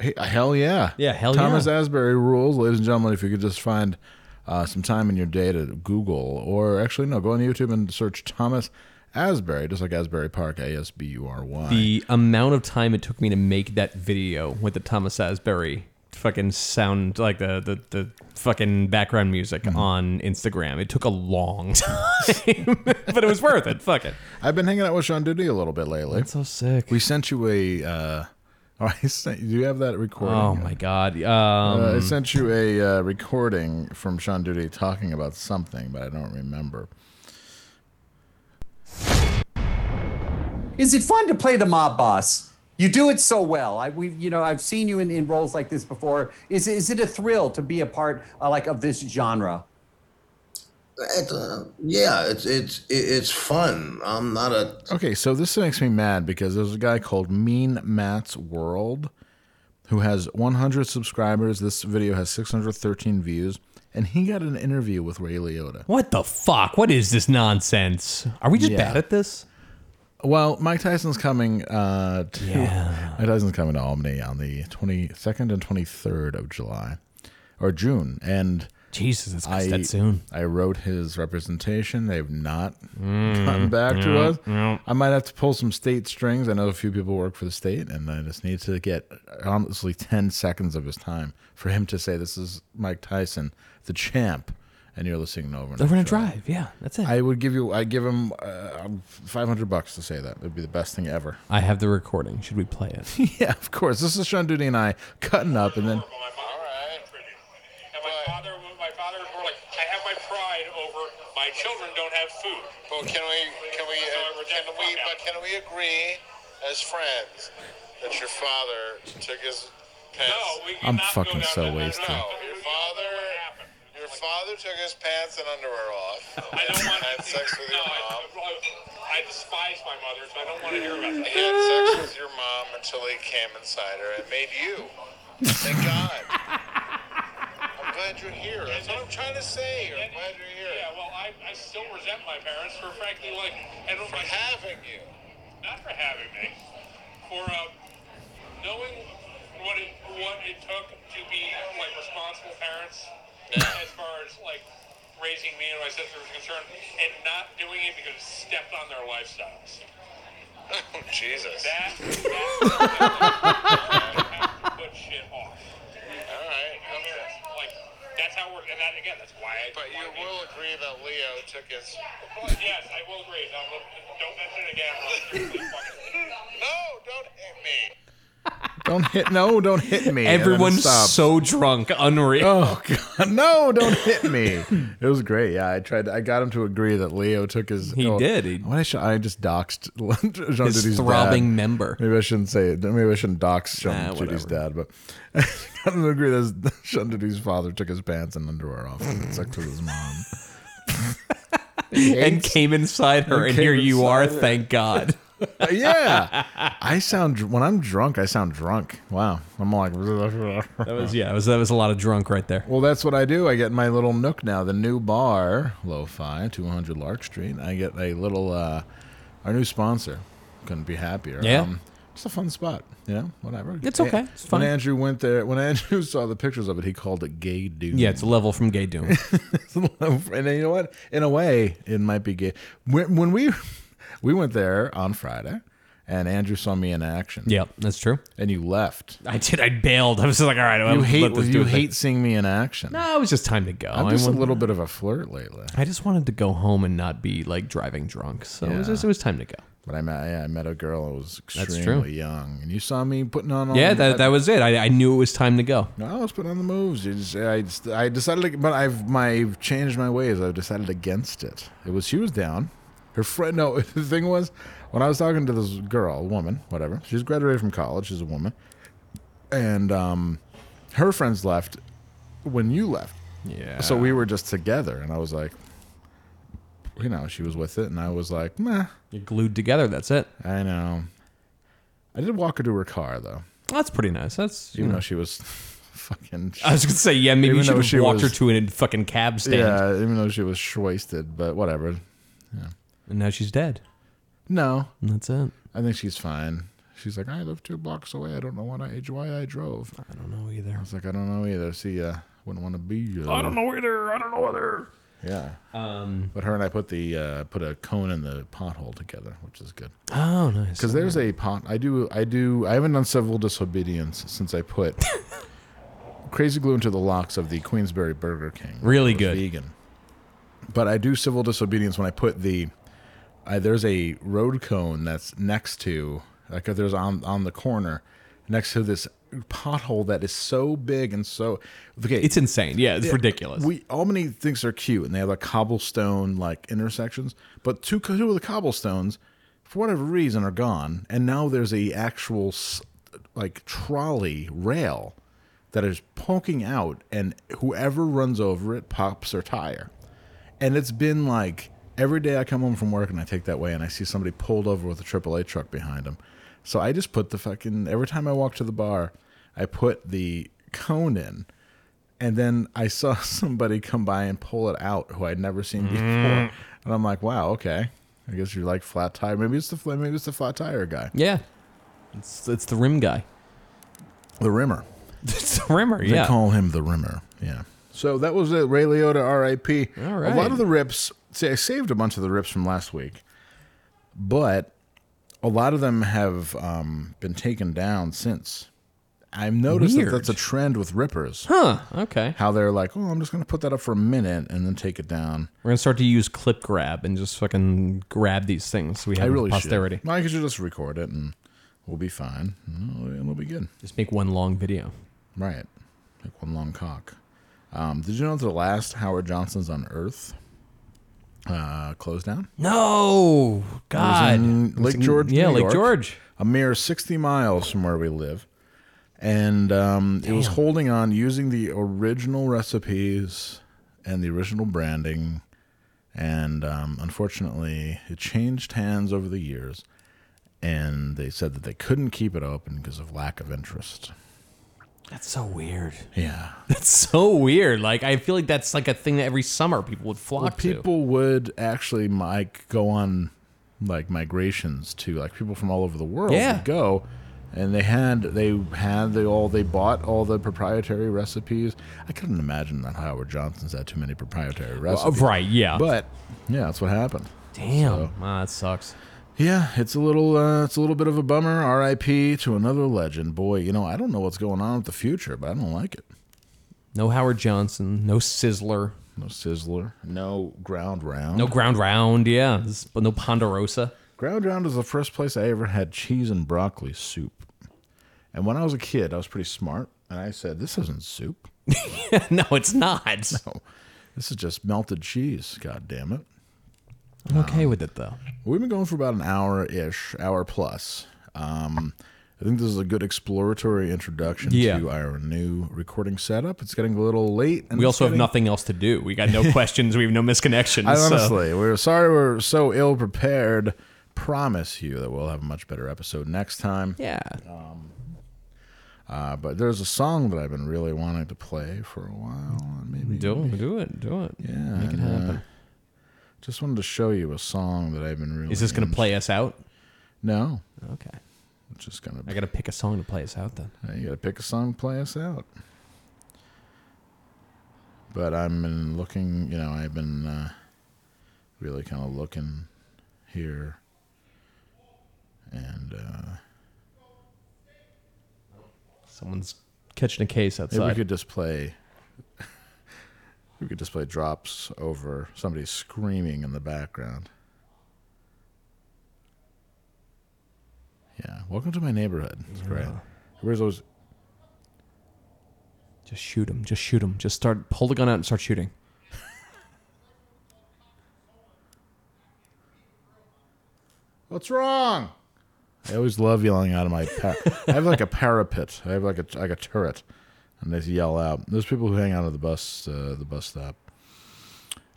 Speaker 3: Hey, hell yeah.
Speaker 4: Yeah, hell
Speaker 3: Thomas
Speaker 4: yeah.
Speaker 3: Asbury rules, ladies and gentlemen. If you could just find uh, some time in your day to Google, or actually no, go on YouTube and search Thomas Asbury, just like Asbury Park, A S B U R Y.
Speaker 4: The amount of time it took me to make that video with the Thomas Asbury fucking sound like the the, the fucking background music
Speaker 3: Mm-hmm.
Speaker 4: on Instagram. It took a long time, but it was worth it. Fuck it.
Speaker 3: I've been hanging out with Sean Duty a little bit lately. That's
Speaker 4: so sick.
Speaker 3: We sent you a. Uh, oh, I sent. Do you have that recording?
Speaker 4: Oh my god. Um,
Speaker 3: Uh, I sent you a uh, recording from Sean Duty talking about something, but I don't remember.
Speaker 17: Is it fun to play the mob boss? You do it so well. I, we, you know, I've seen you in, in roles like this before. Is, is it a thrill to be a part uh, like of this genre?
Speaker 25: It, uh, yeah, it's it's it- it's fun. I'm not a
Speaker 3: Okay, so this makes me mad because there's a guy called Mean Matt's World who has 100 subscribers. This video has 613 views, and he got an interview with Ray Liotta.
Speaker 4: What the fuck? What is this nonsense? Are we just bad at this?
Speaker 3: Well, Mike Tyson's coming. Uh, to, Mike Tyson's coming to Albany on the 22nd and 23rd of July, or June, and.
Speaker 4: Jesus, it's
Speaker 3: I,
Speaker 4: that soon.
Speaker 3: I wrote his representation. They've not
Speaker 4: Mm,
Speaker 3: gotten back to
Speaker 4: yeah,
Speaker 3: us.
Speaker 4: yeah.
Speaker 3: I might have to pull some state strings. I know a few people work for the state, and I just need to get honestly 10 seconds of his time for him to say, This is Mike Tyson, the champ, and you're listening to Overnight,
Speaker 4: Overnight Drive, yeah, that's it.
Speaker 3: I would give you, I give him uh, 500 bucks to say that. It would be the best thing ever.
Speaker 4: I have the recording. Should we play it?
Speaker 3: yeah, of course. This is Sean Duty and I cutting up, and then.
Speaker 18: And my father, my father was more like, I have my pride over my children don't have food.
Speaker 12: Well, can we, can we, uh, can we, but can we agree as friends that your father took his pants? No, we
Speaker 3: I'm fucking so wasted.
Speaker 12: Your father, your father took his pants and underwear off. I don't want had sex with your mom.
Speaker 18: I despise my mother, so I don't want to hear about
Speaker 12: He had sex with your mom until he came inside her and made you. Thank God. I'm glad you're here. That's what I'm trying to say. I'm glad you're here. Yeah, well, I, I still resent my parents for frankly, like, and for having you.
Speaker 18: Not for having me, for uh, knowing what it what it took to be like responsible parents as far as like raising me and my sister was concerned, and not doing it because it stepped on their lifestyles.
Speaker 12: Oh, Jesus.
Speaker 18: That,
Speaker 12: that
Speaker 18: put shit off.
Speaker 12: All right. Okay.
Speaker 18: Like that's how we're, and that again, that's why I.
Speaker 12: But you will agree that Leo took his.
Speaker 18: yes, I will agree. Don't, don't mention it again.
Speaker 12: No, don't hit me.
Speaker 3: Don't hit, no, don't hit me. and then it
Speaker 4: Everyone's
Speaker 3: stops.
Speaker 4: so drunk, unreal.
Speaker 3: Oh god, no! Don't hit me. it was great. Yeah, I tried. I got him to agree that Leo took his.
Speaker 4: He did. He-
Speaker 3: what I, should, I just doxed Jean
Speaker 4: His
Speaker 3: Duty's
Speaker 4: throbbing
Speaker 3: dad.
Speaker 4: member.
Speaker 3: Maybe I shouldn't say it. Maybe I shouldn't dox Sean
Speaker 4: Nah,
Speaker 3: Duty's dad. But I got him to agree that Sean Duty's father took his pants and underwear off and sucked with his mom.
Speaker 4: and came inside her, and
Speaker 3: came
Speaker 4: here you
Speaker 3: inside
Speaker 4: are.
Speaker 3: her. Uh,
Speaker 4: Thank God.
Speaker 3: yeah, I sound when I'm drunk. I sound drunk. Wow, I'm like that
Speaker 4: was yeah. That was that was a lot of drunk right there.
Speaker 3: Well, that's what I do. I get my little nook now, the new bar, Lo-Fi, 200 Lark Street. I get a little, uh, our new sponsor. Couldn't be happier. Um,
Speaker 4: Yeah.
Speaker 3: it's a fun spot. You know, whatever.
Speaker 4: It's okay.
Speaker 3: When
Speaker 4: It's fine.
Speaker 3: Andrew went there, when Andrew saw the pictures of it, he called it gay dude.
Speaker 4: Yeah, it's a level from Gay Doom.
Speaker 3: and then, you know what? In a way, it might be gay. When, when we we went there on Friday, and Andrew saw me in action.
Speaker 4: Yep, that's true.
Speaker 3: And you left.
Speaker 4: I did. I bailed. I was just like, all right. I'll
Speaker 3: you
Speaker 4: let
Speaker 3: hate
Speaker 4: this
Speaker 3: you
Speaker 4: do a thing.
Speaker 3: hate seeing me in action.
Speaker 4: No, it was just time to go.
Speaker 3: I'm
Speaker 4: I
Speaker 3: just a
Speaker 4: want-
Speaker 3: little bit of a flirt lately.
Speaker 4: I just wanted to go home and not be like driving drunk. So it, was
Speaker 3: Yeah.
Speaker 4: just, it was time to go.
Speaker 3: But I met, yeah, I met a girl who was
Speaker 4: true.
Speaker 3: extremely young, and you saw me putting on. All
Speaker 4: yeah,
Speaker 3: the-
Speaker 4: that, that was it. I, I knew it was time to go.
Speaker 3: No, I was putting on the moves. You just- I, just- I decided, to, but I've my I've changed my ways. I've decided against it. It was she was down. Her friend. No, the thing was, when I was talking to this girl, woman, whatever. She's graduated from college. She's a woman, and um, her friends left when you left.
Speaker 4: Yeah.
Speaker 3: So we were just together, and I was like, you know, she was with it, and I was like, meh.
Speaker 4: You're glued together. That's it.
Speaker 3: I know. I did walk her to her car though.
Speaker 4: That's pretty nice. That's you
Speaker 3: even
Speaker 4: know.
Speaker 3: though she was fucking.
Speaker 4: I was gonna say yeah. Maybe you
Speaker 3: even
Speaker 4: should
Speaker 3: though
Speaker 4: have
Speaker 3: she
Speaker 4: walked
Speaker 3: was-
Speaker 4: her to a fucking cab stand.
Speaker 3: Yeah, even though she was shwasted, but whatever. Yeah.
Speaker 4: And now she's dead.
Speaker 3: No,
Speaker 4: that's it.
Speaker 3: I think she's fine. She's like, I live two blocks away. I don't know what I why I drove. I
Speaker 4: don't know either.
Speaker 3: I was like, I don't know either. See, uh, wouldn't want to be you.
Speaker 4: either. I don't know either.
Speaker 3: Yeah.
Speaker 4: Um,
Speaker 3: but her and I put the uh, put a cone in the pothole together, which is good.
Speaker 4: Oh, nice.
Speaker 3: Because there's a pot. I do. I do. I haven't done civil disobedience since I put crazy glue into the locks of the Queensberry Burger King.
Speaker 6: Really
Speaker 3: It was
Speaker 6: good.
Speaker 3: Vegan. But I do civil disobedience when I put the I, there's a road cone that's next to like there's on on the corner next to this pothole that is so big and so okay
Speaker 6: It's insane. Yeah, it's ridiculous.
Speaker 3: we Albany thinks they're cute and they have like cobblestone like intersections, but two two of the cobblestones, for whatever reason, are gone, and now there's a actual s- like trolley rail that is poking out, and whoever runs over it pops their tire, and it's been like every day I come home from work and I take that way and I see somebody pulled over with a AAA truck behind them, so I just put the fucking every time I walk to the bar, I put the cone in. And then I saw somebody come by and pull it out who I'd never seen before.
Speaker 6: Mm.
Speaker 3: And I'm like, wow, okay. I guess you're like flat tire. Maybe it's the fl- maybe it's the flat tire guy.
Speaker 6: Yeah. It's it's the rim guy.
Speaker 3: The rimmer.
Speaker 6: it's the rimmer,
Speaker 3: They
Speaker 6: yeah.
Speaker 3: call him the rimmer. Yeah. So that was it. Ray Liotta, R.I.P. All
Speaker 6: right.
Speaker 3: A lot of the rips. See, I saved a bunch of the rips from last week, but a lot of them have um, been taken down since. I've noticed
Speaker 6: Weird.
Speaker 3: that that's a trend with rippers.
Speaker 6: Huh. Okay.
Speaker 3: How they're like, oh, I'm just going to put that up for a minute and then take it down.
Speaker 6: We're gonna start to use clip grab and just fucking grab these things. So we have
Speaker 3: I
Speaker 6: them for
Speaker 3: really
Speaker 6: posterity.
Speaker 3: should. I could just record it and we'll be fine. And we'll be good.
Speaker 6: Just make one long video.
Speaker 3: Right. Like one long cock. Um, did you know that the last Howard Johnson's on Earth uh, closed down?
Speaker 6: No, God.
Speaker 3: It was in
Speaker 6: It was
Speaker 3: Lake
Speaker 6: in-
Speaker 3: George.
Speaker 6: yeah,
Speaker 3: New
Speaker 6: Lake
Speaker 3: York,
Speaker 6: George.
Speaker 3: A mere 60 miles from where we live. And um, it was
Speaker 6: Damn.
Speaker 3: holding on using the original recipes and the original branding. And um, unfortunately, it changed hands over the years. And they said that they couldn't keep it open because of lack of interest.
Speaker 6: That's so weird.
Speaker 3: Yeah.
Speaker 6: That's so weird. Like I feel like that's like a thing that every summer people would flock
Speaker 3: Well,
Speaker 6: to.
Speaker 3: people would actually like go on like migrations to like people from all over the world
Speaker 6: Yeah.
Speaker 3: would go and they had they had the all they bought all the proprietary recipes i couldn't imagine that howard johnson's had too many proprietary
Speaker 6: Well, uh,
Speaker 3: recipes
Speaker 6: right, yeah.
Speaker 3: but yeah that's what happened
Speaker 6: Damn.
Speaker 3: So,
Speaker 6: Ah, that sucks.
Speaker 3: yeah it's a little uh, it's a little bit of a bummer rip to another legend boy you know i don't know what's going on with the future but i don't like it
Speaker 6: No Howard Johnson. No Sizzler.
Speaker 3: No Sizzler. No ground round.
Speaker 6: No ground round. Yeah, This- but no Ponderosa.
Speaker 3: Ground Round is the first place I ever had cheese and broccoli soup. And when I was a kid, I was pretty smart, and I said, "This isn't soup.
Speaker 6: no, it's not.
Speaker 3: No, this is just melted cheese. God damn it."
Speaker 6: I'm okay with it though.
Speaker 3: We've been going for about an hour ish, hour plus. Um, I think this is a good exploratory introduction
Speaker 6: Yeah.
Speaker 3: to our new recording setup. It's getting a little late. And
Speaker 6: we
Speaker 3: it's
Speaker 6: also have
Speaker 3: getting-
Speaker 6: nothing else to do. We got no questions. We have no misconnections.
Speaker 3: I
Speaker 6: so-
Speaker 3: honestly, we're sorry we're so ill prepared. Promise you that we'll have a much better episode next time.
Speaker 6: Yeah.
Speaker 3: Um, uh, but there's a song that I've been really wanting to play for a while. and Maybe
Speaker 6: Do it, do it, do it.
Speaker 3: Yeah,
Speaker 6: Make it
Speaker 3: and, uh,
Speaker 6: happen.
Speaker 3: just wanted to show you a song that I've been really.
Speaker 6: Is this gonna
Speaker 3: into.
Speaker 6: play us out?
Speaker 3: No.
Speaker 6: Okay.
Speaker 3: It's just gonna.
Speaker 6: I gotta pick a song to play us out then.
Speaker 3: You gotta pick a song, to play us out. But I've been looking. You know, I've been uh, really kind of looking here, and. Uh,
Speaker 6: Someone's catching a case outside.
Speaker 3: Maybe we could just play. we could just play drops over somebody screaming in the background. Yeah, welcome to my neighborhood. It's great.
Speaker 6: Yeah.
Speaker 3: Where's those?
Speaker 6: Just shoot him. Just shoot him. Just start. Pull the gun out and start shooting.
Speaker 3: What's wrong? I always love yelling out of my. Pa- I have like a parapet. I have like a like a turret, and they yell out. Those people who hang out at the bus uh, the bus stop.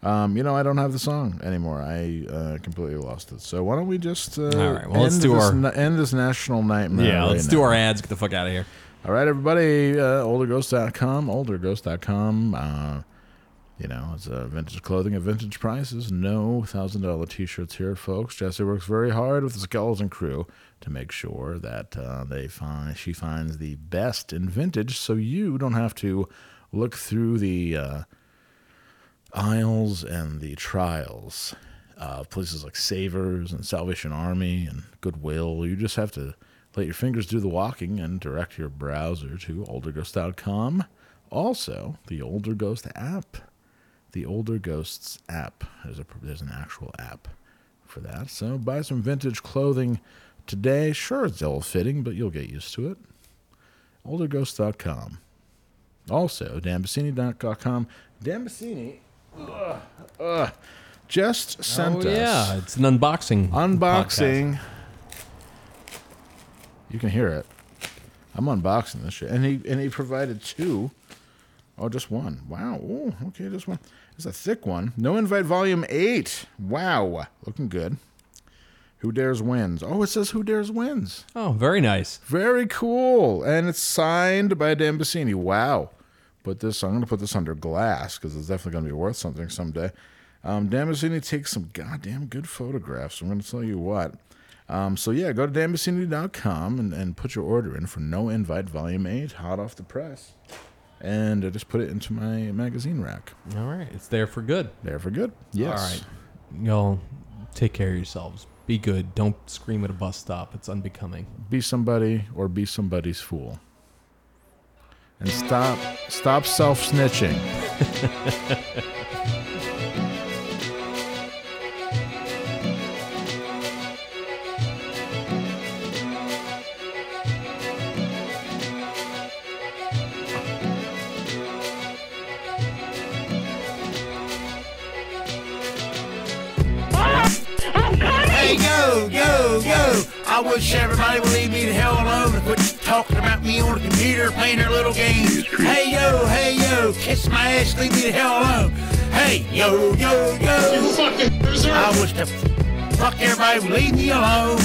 Speaker 3: Um, you know, I don't have the song anymore. I uh, completely lost it. So why don't we just uh,
Speaker 6: All right, well, let's
Speaker 3: end
Speaker 6: do
Speaker 3: this
Speaker 6: our-
Speaker 3: na- end this national nightmare?
Speaker 6: yeah.
Speaker 3: right
Speaker 6: Let's
Speaker 3: now.
Speaker 6: do our ads. Get the fuck out of here.
Speaker 3: All right, everybody, uh, olderghost.com, olderghost.com. Uh, you know, it's uh, vintage clothing at vintage prices. No $1,000 t shirts here, folks. Jesse works very hard with the skeleton crew to make sure that uh, they find she finds the best in vintage so you don't have to look through the. Uh, aisles and the trials of places like Savers and Salvation Army and Goodwill. You just have to let your fingers do the walking and direct your browser to olderghost.com, Also, the older ghost app, the older ghosts app. There's a there's an actual app for that. So buy some vintage clothing today. Sure, it's ill fitting, but you'll get used to it. Olderghost.com. Also, danbassini.com. Dan Bassini ugh, ugh, just sent
Speaker 4: Oh,
Speaker 3: us.
Speaker 4: yeah, it's an unboxing.
Speaker 3: Unboxing. You can hear it. I'm unboxing this shit, and he and he provided two. Oh, just one. Wow. Ooh, okay, just one. It's a thick one. No invite volume eight. Wow, looking good. Who dares wins? Oh, it says who dares wins.
Speaker 4: Oh, very nice.
Speaker 3: Very cool, and it's signed by Dan Bassini. Wow. Put this. I'm gonna put this under glass because it's definitely gonna be worth something someday. Um, Dan Bassini takes some goddamn good photographs. I'm gonna tell you what. Um, so yeah, go to danbassini.com and, and put your order in for No Invite Volume Eight, hot off the press. And I just put it into my magazine rack.
Speaker 4: All right, it's there for good.
Speaker 3: There for good. Yes.
Speaker 4: All right. Y'all take care of yourselves. Be good. Don't scream at a bus stop. It's unbecoming.
Speaker 3: Be somebody or be somebody's fool. And stop stop self snitching.
Speaker 27: Hey, yo, yo, yo. I wish everybody would leave me the hell alone and quit talking about me on the computer playing their little games. Hey, yo, hey, yo. Kiss my ass, leave me the hell alone. Hey, yo, yo, yo. You fucking loser. I wish the f- fuck everybody would leave me alone.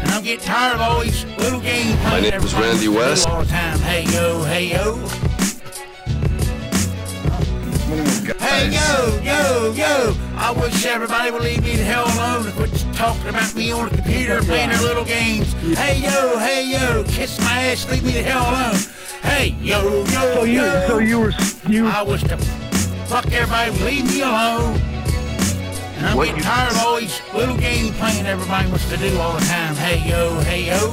Speaker 27: And I'm getting tired of all these little games.
Speaker 20: My name is Randy West.
Speaker 27: All the time. Hey, yo, hey, yo. Hey yo, yo, yo! I wish everybody would leave me the hell alone and quit talking about me on the computer playing their little games. Hey yo, hey yo! Kiss my ass, leave me the hell alone. Hey yo, yo,
Speaker 16: So you-
Speaker 27: yo!
Speaker 16: so you
Speaker 27: were you? I wish the fuck everybody would leave me alone. And I'm
Speaker 20: What
Speaker 27: getting
Speaker 20: you-
Speaker 27: tired of all these little game playing everybody wants to do all the time. Hey yo, hey yo!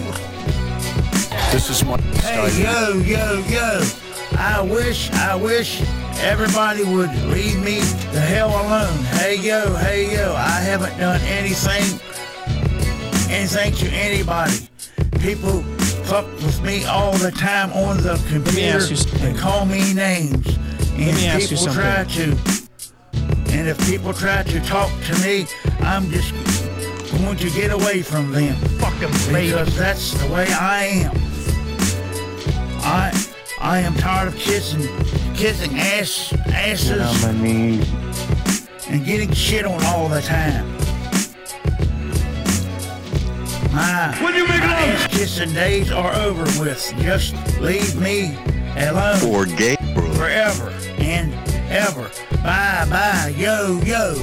Speaker 20: This is my
Speaker 27: Hey, yo, yo, yo. I wish, I wish everybody would leave me the hell alone. Hey, yo, hey, yo. I haven't done anything, anything to anybody. People fuck with me all the time on the computer.
Speaker 17: me ask you
Speaker 27: They call me names. And
Speaker 17: me ask you
Speaker 27: people
Speaker 17: something.
Speaker 27: try to. And if people try to talk to me, I'm just going to get away from them. Fuck them, Because that's the way I am. I I am tired of kissing kissing ass asses and getting shit on all the time. My, when you make my ass kissing days are over with. Just leave me alone.
Speaker 20: Or gay.
Speaker 27: Forever and ever. Bye bye. Yo yo.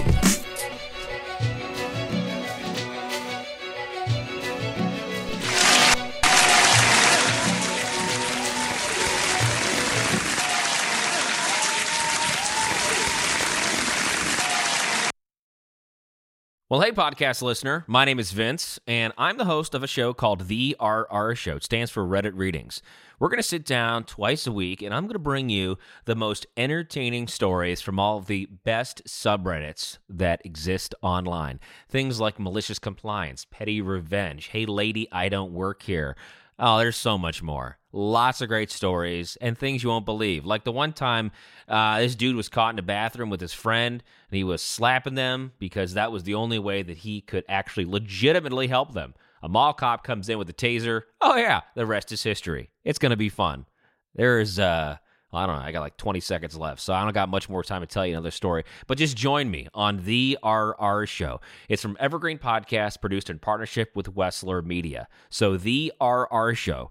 Speaker 21: Well, hey, podcast listener. My name is Vince, and I'm the host of a show called The RR Show. It stands for Reddit Readings. We're going to sit down twice a week, and I'm going to bring you the most entertaining stories from all of the best subreddits that exist online. Things like malicious compliance, petty revenge, hey, lady, I don't work here. Oh, there's so much more. Lots of great stories and things you won't believe. Like the one time uh, this dude was caught in a bathroom with his friend and he was slapping them because that was the only way that he could actually legitimately help them. A mall cop comes in with a taser. Oh, yeah. The rest is history. It's going to be fun. There is, uh, I don't know, I got like 20 seconds left, so I don't got much more time to tell you another story. But just join me on The RR Show. It's from Evergreen Podcast, produced in partnership with Westler Media. So, The RR Show,